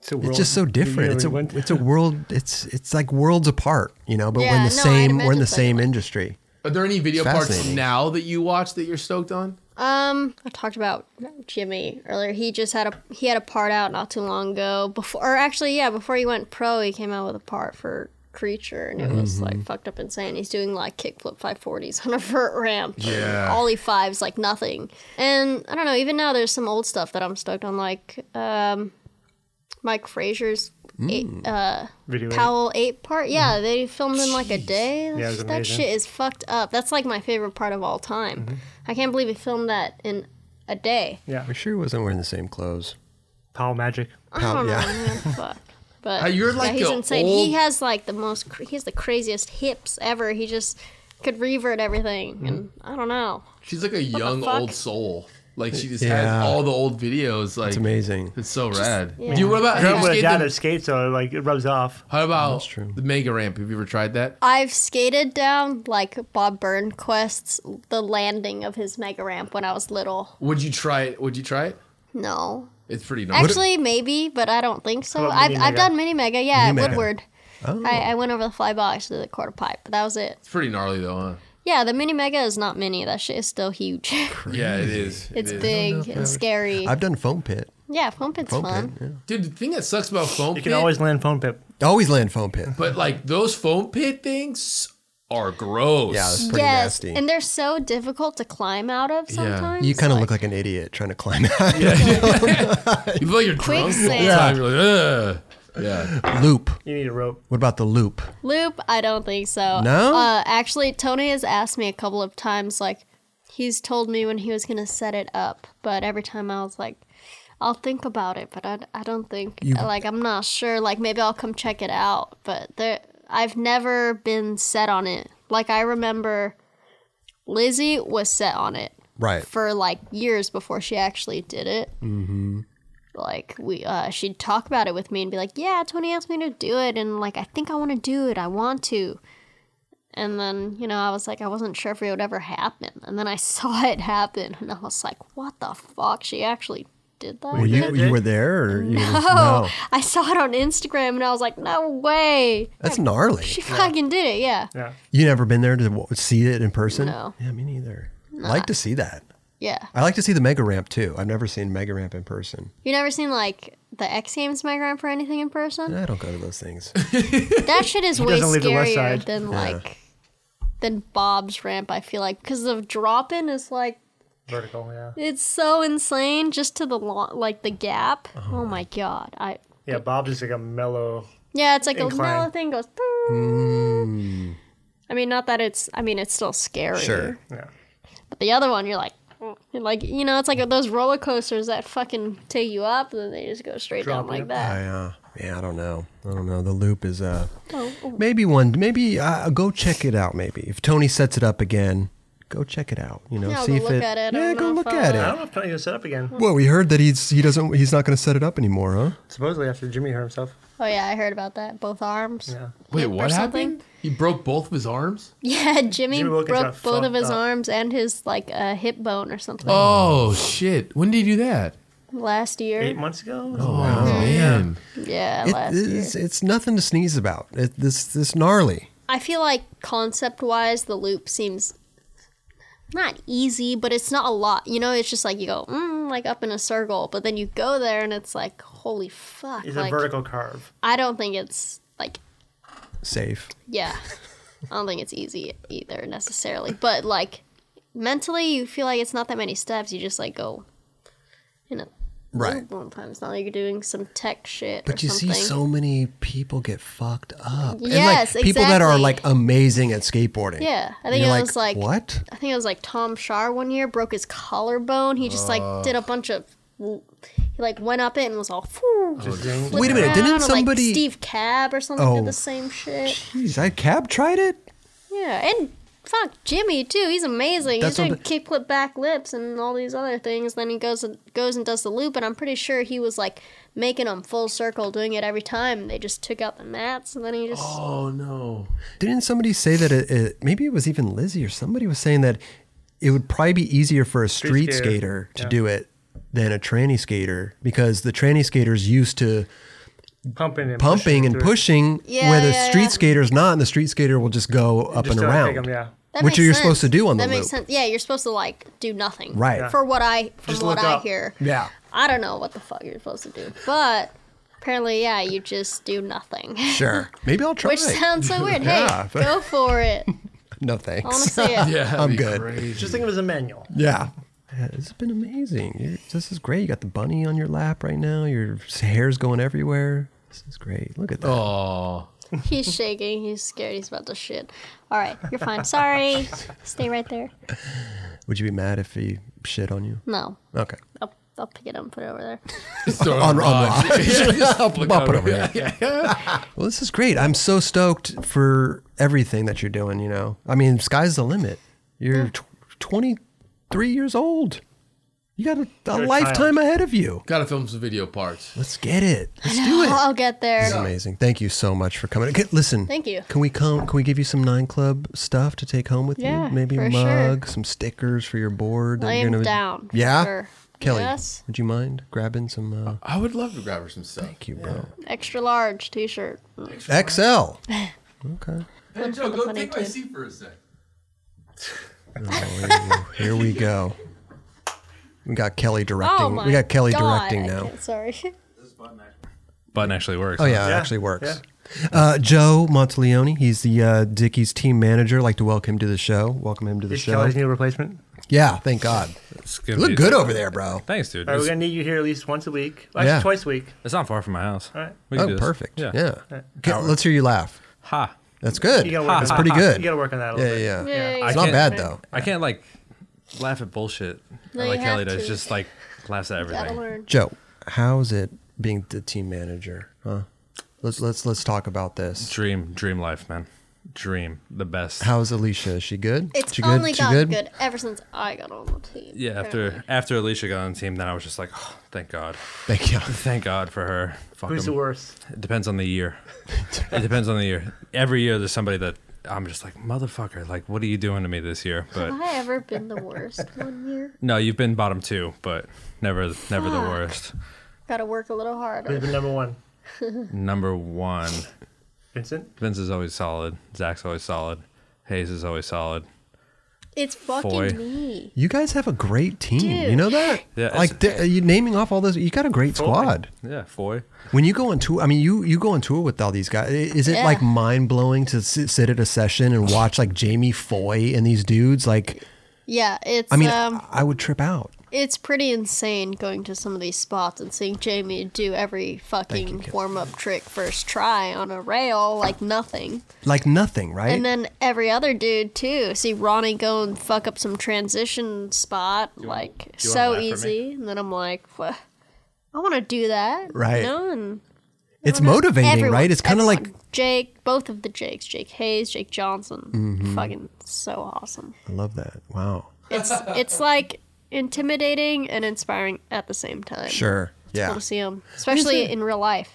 S4: It's, a
S1: It's just so different. It's a it's a world. It's it's like worlds apart, you know. But we're in
S2: Yeah,
S1: the
S2: no, I'd
S1: same. We're in
S2: imagine
S1: the
S2: so.
S1: same industry.
S3: Are there any video parts
S1: Fascinating.
S3: now that you watch that you're stoked on?
S2: Um, I talked about Jimmy earlier. He just had a he had a part out not too long ago. Before, or actually, yeah, before he went pro, he came out with a part for Creature, and it was
S1: Mm-hmm.
S2: like fucked up insane. He's doing like kickflip 540s on a vert ramp.
S3: Yeah.
S2: ollie fives like nothing. And I don't know. Even now, there's some old stuff that I'm stoked on, like um, Mike Frazier's eight, uh
S4: video.
S2: Powell eight part. Yeah, they filmed in like a day.
S4: Yeah, it was
S2: That- that
S4: amazing.
S2: shit is fucked up. That's like my favorite part of all time. I can't believe he filmed that in a day.
S4: Yeah,
S1: I sure wasn't wearing the same clothes.
S4: Powell magic.
S2: I don't
S1: yeah.
S2: know, man. Fuck. But
S3: Uh, you're
S2: yeah,
S3: like
S2: he's
S3: a
S2: insane.
S3: old-
S2: He has like the most. Cr- he has the craziest hips ever. He just could revert everything, and I don't know.
S3: She's like a young
S2: fuck?
S3: old soul. Like she just has
S1: Yeah.
S3: all the old videos. Like
S1: It's amazing.
S3: It's so rad.
S2: yeah.
S3: Do you what about
S4: Grew
S3: have you
S4: up with a
S3: skated
S4: dad
S3: the-
S4: that skates, so like it rubs off.
S3: How about
S1: true.
S3: the mega ramp? Have you ever tried that?
S2: I've skated down like Bob Burnquist's the landing of his mega ramp when I was little.
S3: Would you try it? Would you try it?
S2: No.
S3: It's pretty nice.
S2: Actually, maybe, but I don't think so.
S4: about
S2: I've,
S4: mini
S2: I've
S4: mega?
S2: done mini mega, yeah,
S1: Mini
S2: at
S1: mega.
S2: Woodward.
S1: Oh.
S2: I, I went over the fly box to the quarter pipe, but that was it.
S3: it's pretty gnarly though, huh?
S2: Yeah, the mini mega is not mini. That shit is still huge.
S3: Yeah, it is. It
S2: it's
S3: is.
S1: Oh,
S2: big and scary.
S1: I've done foam pit.
S2: yeah, foam pit's
S1: Foam
S2: fun.
S1: pit.
S3: Dude, the thing that sucks about foam
S4: You
S3: pit,
S4: can always land phone pip.
S1: Yeah. Always land foam pit.
S3: but like those foam pit things are gross.
S1: Yeah, it's pretty
S2: yes,
S1: nasty.
S2: and they're so difficult to climb out of sometimes.
S1: you kind of look
S2: like-
S1: like an idiot trying to climb out.
S3: you feel like you're drunk the whole
S2: Quicksand.
S3: time. You're like, Ugh. yeah.
S1: loop.
S4: You need a rope.
S1: What about the loop?
S2: Loop, I don't think so.
S1: No?
S2: Uh, actually, Tony has asked me a couple of times. Like, he's told me when he was gonna set it up, but every time I was like, "I'll think about it," but I, I don't think uh,
S1: You-
S2: like I'm not sure. Like, maybe I'll come check it out, but there, I've never been set on it. Like, I remember Lizzie was set on it
S1: Right.
S2: for like years before she actually did it. Mm-hmm. Like we, uh, she'd talk about it with me and be like, "Yeah, Tony asked me to do it, and like I think I want to do it. I want to." And then you know, I was like, I wasn't sure if it would ever happen, and then I saw it happen, and I was like, "What the fuck? She actually did that."
S1: Were you you were there or you just, no?
S2: I saw it on Instagram, and I was like, "No way!"
S1: That's gnarly.
S2: She fucking did it. Yeah,
S4: Yeah.
S1: You never been there to w- see it in person?
S2: No.
S1: Yeah, me neither. I like to see that.
S2: yeah.
S1: I like to see the mega ramp too. I've never seen mega ramp in person.
S2: You never seen like the X Games Migrant for anything in person?
S1: I don't go to those things.
S2: That shit is way
S4: doesn't leave the west
S2: scarier
S4: side.
S2: than like than Bob's ramp. I feel like because the drop in is like
S4: Vertical, yeah.
S2: it's so insane just to the lo- like the gap. Oh,
S3: Uh-huh.
S2: my god! I
S4: Yeah, Bob's just like a mellow.
S2: yeah, it's like a
S4: Incline.
S2: mellow thing goes.
S3: Mm.
S2: I mean, not that it's. I mean, it's still scary.
S1: Sure.
S4: Yeah.
S2: But the other one, you're like. you're Like you know, it's like those roller coasters that fucking take you up, and then they just go straight
S4: Drop
S2: down like
S4: you.
S2: that.
S1: I uh, yeah, I don't know. I don't know. The loop is uh
S2: Oh, oh.
S1: maybe one. Maybe uh, go check it out. Maybe if Tony sets it up again, go check it out. You know,
S2: Yeah, I'll
S1: see if
S2: go look
S1: it.
S2: at it. I
S1: Yeah,
S2: don't
S1: go
S2: know
S1: look
S2: if uh,
S1: at
S4: I
S1: it.
S4: don't know if Tony was set up again.
S1: Well, we heard that he's he doesn't he's not going to set it up anymore, huh?
S4: Supposedly after Jimmy hurt himself.
S2: Oh, yeah, I heard about that. Both arms.
S4: Yeah.
S3: Wait,
S2: Hip or
S3: what
S2: something?
S3: happened? He broke both of his arms?
S2: Yeah, Jimmy,
S4: Jimmy Wilkins
S2: broke
S4: got
S2: both of
S4: fucked
S2: his
S4: up.
S2: arms and his like uh, hip bone or something
S3: Oh shit. When did he do that?
S2: last year.
S4: Eight months ago?
S3: Oh man.
S2: Yeah, last
S1: It,
S2: year.
S1: it's, it's nothing to sneeze about. It, this this gnarly.
S2: I feel like concept wise, the loop seems not easy, but it's not a lot. You know, it's just like you go mm, like up in a circle, but then you go there and it's like holy fuck.
S4: He's
S2: like
S4: a vertical carve.
S2: I don't think it's like
S1: Safe.
S2: yeah, I don't think it's easy either necessarily, but like mentally, you feel like it's not that many steps. You just like go in a
S1: Right.
S2: Long time. It's not like you're doing some tech shit.
S1: But
S2: or
S1: you
S2: something.
S1: see so many people get fucked up. and
S2: Yes,
S1: like people that are
S2: exactly.
S1: like amazing at skateboarding.
S2: Yeah, I
S1: And
S2: think it
S1: you're
S2: was like
S1: what?
S2: I think it was like Tom Shar one year broke his collarbone. He just like did a bunch of he like went up it and was all. "Phew,"
S4: Just ding.
S2: flipped
S1: Oh, Wait a minute, didn't
S2: around, or,
S1: somebody-
S2: like Steve Cab or something
S1: Oh.
S2: did the same shit?
S1: Jeez, I cab tried it.
S2: Yeah, and fuck Jimmy too. He's amazing.
S1: That's
S2: He's
S1: what
S2: doing kickflip back lips and all these other things. Then he goes and goes and does the loop, and I'm pretty sure he was like making them full circle, doing it every time. They just took out the mats, and then he just.
S3: Oh no.
S1: Didn't somebody say that it, it maybe it was even Lizzie or somebody was saying that it would probably be easier for a street,
S4: skater.
S1: skater to
S4: Yeah.
S1: do it than a tranny skater because the tranny skater's used to
S4: Pumping and
S1: pumping and
S4: through.
S1: pushing
S2: Yeah,
S1: where the
S2: yeah,
S1: street
S2: yeah.
S1: skater's not and the street skater will just go up
S4: Just
S1: and
S4: don't
S1: around.
S4: take 'em, yeah.
S2: That
S1: which
S2: makes
S1: you're
S2: sense.
S1: supposed to do on
S2: that
S1: the
S2: makes
S1: loop.
S2: sense. Yeah, you're supposed to like do nothing.
S1: Right. Yeah.
S2: For what I from
S4: Just
S2: what
S4: look
S2: I
S4: up.
S2: hear.
S1: Yeah.
S2: I don't know what the fuck you're supposed to do, but apparently, yeah, you just do nothing.
S1: Sure. Maybe I'll try.
S2: Which sounds so weird.
S1: Yeah.
S2: Hey, go for it. I
S1: no
S2: want to
S1: thanks.
S2: see it.
S3: Yeah, that'd
S1: I'm
S3: be
S1: good.
S3: crazy.
S4: Just think of it as a manual.
S1: Yeah. Yeah, it's been amazing. You- This is great. You got the bunny on your lap right now. Your s- hair's going everywhere. This is great. Look at that.
S3: Oh.
S2: He's shaking. He's scared. He's about to shit. All right, you're fine. Sorry. Stay right there.
S1: Would you be mad if he shit on you?
S2: No,
S1: Okay.
S2: I'll, I'll pick it up and put it over there.
S3: Just throw it on rock.
S1: Bop it over there. Well, this is great. I'm so stoked for everything that you're doing, you know. I mean, sky's the limit. You're tw- 23 years old. You got a, a
S4: You're a
S1: lifetime
S4: child.
S1: ahead of you.
S3: Gotta film some video parts.
S1: Let's get it. Let's do it.
S2: I'll get there.
S1: This is amazing. Thank you so much for coming. Okay, Listen.
S2: Thank you.
S1: Can we come? Can we give you some Nine Club stuff to take home with
S2: Yeah,
S1: you? Maybe a
S2: for sure.
S1: mug, some stickers for your board. that
S2: I
S1: you're
S2: am
S1: gonna-
S2: down. for
S1: Yeah,
S2: sure.
S1: Kelly,
S2: Yes.
S1: would you mind grabbing some? Uh,
S3: I would love to grab her some stuff.
S1: thank you, bro.
S2: Extra large t shirt.
S1: XL. Okay.
S3: Hey, Joe,
S2: the
S3: go
S2: funny
S3: take my
S2: too.
S3: seat for a sec.
S1: Here we go. We got Kelly directing.
S2: Oh my
S1: we got Kelly
S2: God,
S1: directing
S2: I
S1: now.
S2: can't- Sorry.
S6: Button actually works.
S1: Oh yeah, it actually works. Uh, Joe Monteleone, he's the uh, Dickies team manager. I'd like to welcome him to the show. Welcome him to the
S4: Is
S1: show.
S4: Kelly's new replacement?
S1: Yeah, thank God.
S6: It's
S1: You look good over there, bro.
S6: Thanks, dude.
S4: All right, we're
S6: It's,
S4: gonna need you here at least once a week. Actually,
S1: Yeah.
S4: twice a week.
S6: it's not far from my house.
S4: All right.
S6: We can do
S1: Oh,
S6: this.
S1: perfect. Yeah. Okay,
S6: Hour.
S1: let's hear you laugh.
S6: Ha.
S1: That's good.
S4: You gotta work on
S1: That's
S4: that.
S1: pretty
S4: You
S1: good.
S4: gotta work on that a
S1: Yeah,
S4: little
S1: yeah. yeah.
S2: Yay.
S6: I
S1: It's not
S6: can't-
S1: bad though.
S6: I can't like laugh at bullshit
S2: No, you
S6: like Kelly
S2: have
S6: does.
S2: to.
S6: Just like laughs at
S2: Gotta
S6: everything.
S2: learn.
S1: Joe, how's it being the team manager? Huh? Let's let's let's talk about this.
S6: Dream, dream life, man. Dream, the best.
S1: How's Alicia? Is she good?
S2: It's
S1: she good?
S2: only
S1: she
S2: gotten
S1: good?
S2: good? ever since I got on the team.
S6: yeah, after after Alicia got on the team, then I was just like, oh, thank God,
S1: Thank you.
S6: thank God for her. Fuck
S4: bit. Who's the
S6: 'em.
S4: worst?
S6: It depends on the year. it depends on the year. Every year, there's somebody that I'm just like, motherfucker, like, what are you doing to me this year? But
S2: Have I ever been the worst one year?
S6: no, you've been bottom two, but never, never the
S2: Fuck.
S6: worst.
S2: Gotta work a little
S4: Who's
S2: harder.
S4: been number one?
S6: Number one,
S4: Vincent.
S6: Vince is always solid. Zach's always solid. Hayes is always solid.
S2: It's fucking
S6: Foy.
S2: me.
S1: You guys have a great team.
S2: Dude.
S1: You know that?
S6: Yeah, it's-
S1: like th- you naming off all those. You got a great squad.
S6: Yeah, Foy.
S1: When you go on tour, I mean, you you go on tour with all these guys. i- Is it
S2: Yeah.
S1: like mind blowing to sit, sit at a session and watch like Jamie Foy and these dudes? Like,
S2: Yeah, it's
S1: I mean,
S2: um,
S1: I would trip out.
S2: it's pretty insane going to some of these spots and seeing Jamie do every fucking warm up trick first try on a rail like nothing.
S1: Like nothing, right?
S2: And then every other dude too. See Ronnie go and fuck up some transition spot like
S6: you wanna
S2: so
S6: laugh at me?
S2: easy, and then I'm like, "Wha- I want to do that.
S1: Right.
S2: No, and
S1: it's motivating,
S2: everyone-
S1: right? It's kind of like
S2: everyone. Jake, both of the Jakes, Jake Hayes, Jake Johnson, fucking so awesome.
S1: I love that. Wow.
S2: It's it's like intimidating and inspiring at the same time.
S1: Sure.
S2: Cool
S1: Yeah.
S2: to see 'em, especially in real life.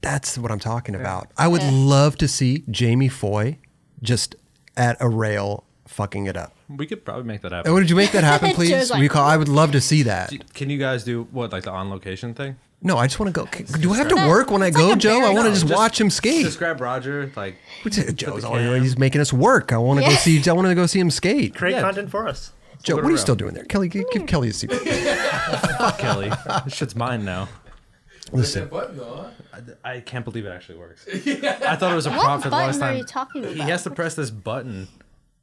S1: That's what I'm talking about. I would love to see Jamie Foy just at a rail fucking it up.
S6: We could probably make that happen.
S1: Oh, did you make that happen,
S2: Joe's
S1: please?
S2: like-
S1: Will you call- I would love to see that.
S6: Can you guys do what, like the on location thing?
S1: No, I just want to go. c- Do I have to
S2: No,
S1: work when I
S2: it's like
S1: go,
S2: a
S1: Joe? I
S2: barrel.
S1: want to just,
S6: Just-
S1: watch him skate.
S6: Just grab Roger, like
S1: Joe's
S6: the
S1: always
S6: cam.
S1: Oh, he's making us work. I want to go
S2: Yeah.
S1: see. I want to go see him skate.
S4: Create
S6: Yeah.
S4: content for us.
S1: Joe,
S6: Flip
S1: what
S6: it
S1: are you
S6: around.
S1: still doing there? Kelly, give, give Kelly a seat.
S6: fuck Kelly. This shit's mine now.
S1: Listen,
S3: Button, though, huh?
S6: I, I can't believe it actually works. I thought it was a prop
S2: What button
S6: for the last
S2: are
S6: time.
S2: you talking about?
S6: He has to press this button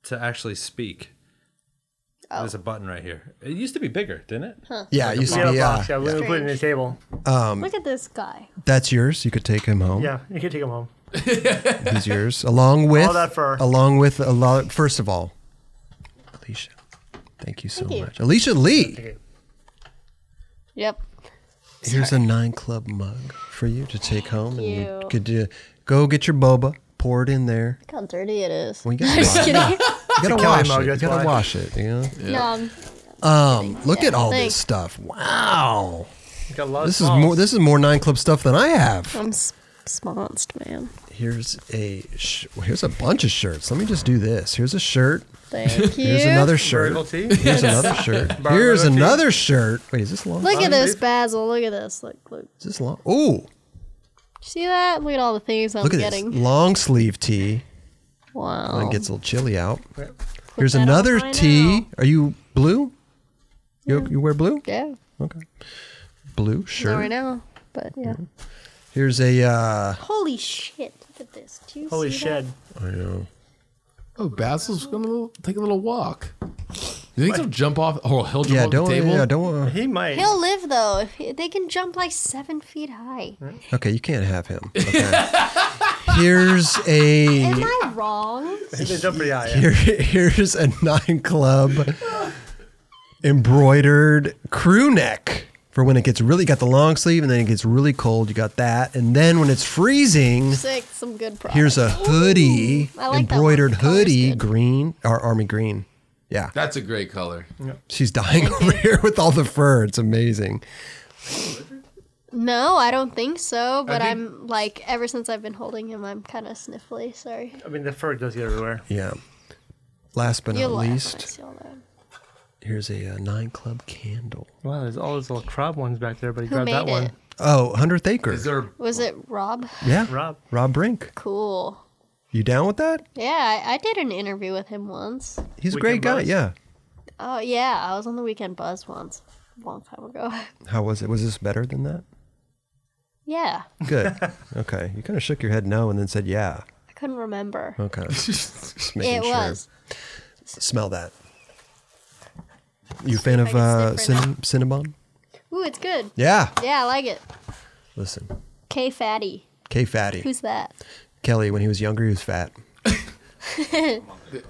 S6: to actually speak. There's
S2: Oh.
S6: a button right here. It used to be bigger, didn't it?
S1: yeah, you see, uh,
S4: We have a
S1: yeah,
S4: box. Yeah, we're gonna put it in the table.
S1: Um,
S2: Look at this guy.
S1: that's yours. You could take him home.
S4: Yeah, you can take them home.
S1: he's yours. Along with
S4: All that fur.
S1: along with a lot. First of all, Alicia, thank you so
S2: Thank you.
S1: much. Alicia Lee,
S4: Okay.
S2: Yep.
S1: here's a nine club mug for you to take home, and you
S2: you.
S1: could uh, go get your boba, pour it in there.
S2: Look how dirty it is.
S1: Well, you gotta wash it. You gotta wash
S4: mug,
S1: it. You
S4: that's
S1: gotta
S4: why.
S1: wash it. You know.
S2: Yum.
S1: Um, look at all this
S2: Thanks.
S1: stuff. Wow.
S4: You got a lot of
S1: This is
S4: smalls.
S1: more this is more nine club stuff than I have.
S2: I'm s- sponsed, man.
S1: Here's a sh- here's a bunch of shirts. Let me just do this. Here's a shirt.
S2: Thank you.
S1: Here's another
S4: Vertical
S1: shirt.
S4: tea.
S1: Here's another shirt. Here's
S4: Barbaro
S1: another shirt. Wait, is this long?
S2: Look at this,
S4: dude.
S2: Basil. Look at this. Look, look.
S1: Is this long? Oh,
S2: See that? Look at all the things I'm
S1: look at
S2: getting.
S1: this long sleeve tee.
S2: Wow.
S1: Mine gets a little chilly out.
S2: Oh. Put
S1: Here's
S2: that on
S1: another
S2: right
S1: tee.
S2: now.
S1: Are you blue? You you wear blue?
S2: Yeah.
S1: Okay. Blue
S2: Not right
S1: shirt.
S2: now, but
S1: Mm-hmm.
S2: yeah.
S1: Here's a uh
S2: Holy shit! Look at this. Do you
S4: Holy
S2: see
S4: shit.
S1: I know.
S3: Oh, Basil's gonna little, take a little walk. Do you think he'll jump off? Oh, he'll jump
S1: Yeah,
S3: off the
S1: don't
S3: table.
S1: yeah, don't
S4: He might.
S2: That? He'll live though. If he- They can jump like seven feet high.
S1: Okay, you can't have him. Okay. Here's a
S2: Am I wrong?
S4: He's gonna jump pretty high. Yeah.
S1: here, here's a nine club embroidered crew neck for when it gets really got the long sleeve and then it gets really cold. You got that, and then when it's freezing,
S2: Sick. Some good product.
S1: here's a hoodie,
S2: I like that one.
S1: embroidered
S2: The color's
S1: hoodie,
S2: good.
S1: green or army green. Yeah.
S3: That's a great color.
S1: She's dying over here with all the fur. It's amazing.
S2: No, I don't think so. But
S3: think-
S2: I'm like, ever since I've been holding him, I'm kind of sniffly. Sorry.
S4: I mean, the fur does get everywhere.
S1: Yeah. Last but
S2: You'll
S1: not
S2: laugh when I
S1: least,
S2: say all that.
S1: here's a, uh nine club candle.
S4: Wow, there's all those little crab ones back there, but he
S2: Who
S4: grabbed that
S2: made
S4: one.
S2: it?
S1: Oh, 100th Acre.
S3: Is there?
S2: Was it Rob?
S1: yeah.
S4: Rob.
S1: Rob Brink.
S2: Cool.
S1: You down with that?
S2: Yeah, I, I did an interview with him once.
S1: He's a great
S4: Weekend
S1: guy.
S4: Buzz?
S1: Yeah.
S2: Oh yeah, I was on the weekend buzz once, a long time ago.
S1: How was it? Was this better than that?
S2: yeah,
S1: Good. okay. You kind of shook your head no and then said yeah.
S2: I couldn't remember.
S1: Okay. Just making
S2: It
S1: sure.
S2: was.
S1: Smell that. You a fan of
S2: can
S1: uh,
S2: sniff right
S1: cinnamon? Cinnabon?
S2: Ooh, it's good.
S1: Yeah.
S2: Yeah, I like it.
S1: Listen,
S2: K Fatty.
S1: K Fatty.
S2: Who's that?
S1: Kelly, when he was younger, he was fat.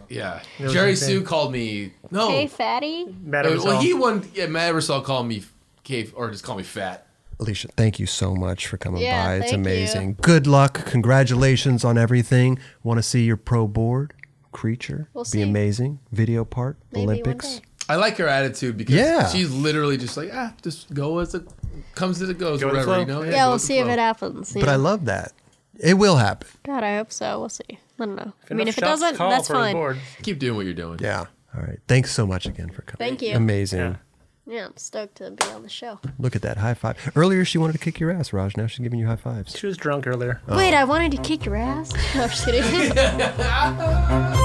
S3: Yeah.
S4: was
S3: Jerry
S4: something.
S3: Sue called me. No.
S2: K Fatty?
S4: Matt
S3: Uh, well,
S4: Oversell.
S3: he one. Yeah, Matt Ebersol called me cave, or just called me fat.
S1: Alicia, thank you so much for coming
S2: Yeah,
S1: by. It's
S2: thank you.
S1: amazing. Good luck. Congratulations on everything. Want to see your pro board creature?
S2: We'll
S1: Be
S2: see.
S1: amazing. Video part,
S2: Maybe one
S1: Olympics.
S2: day.
S3: I like her attitude because
S1: Yeah.
S3: she's literally just like ah, just go as it comes as it goes,
S4: Go with the
S3: whatever you
S4: flow.
S3: know.
S2: Yeah,
S3: go
S2: we'll
S3: with the
S2: see if
S3: flow.
S2: it happens.
S1: But I
S2: love
S1: love that. It will happen.
S2: God, I hope so. We'll see. I don't know. I mean,
S4: Enough
S2: if it
S4: shots
S2: doesn't,
S4: call
S2: that's
S4: for the
S2: fine.
S4: board.
S3: Keep doing what you're doing.
S1: Yeah. All right. Thanks so much again for coming.
S2: Thank you.
S1: Amazing.
S4: Yeah.
S2: Yeah, I'm stoked to be on the show.
S1: Look at that high five. Earlier, she wanted to kick your ass, Raj. Now she's giving you high fives.
S4: She was drunk earlier.
S2: Wait, I wanted to kick your ass. No, I'm just kidding.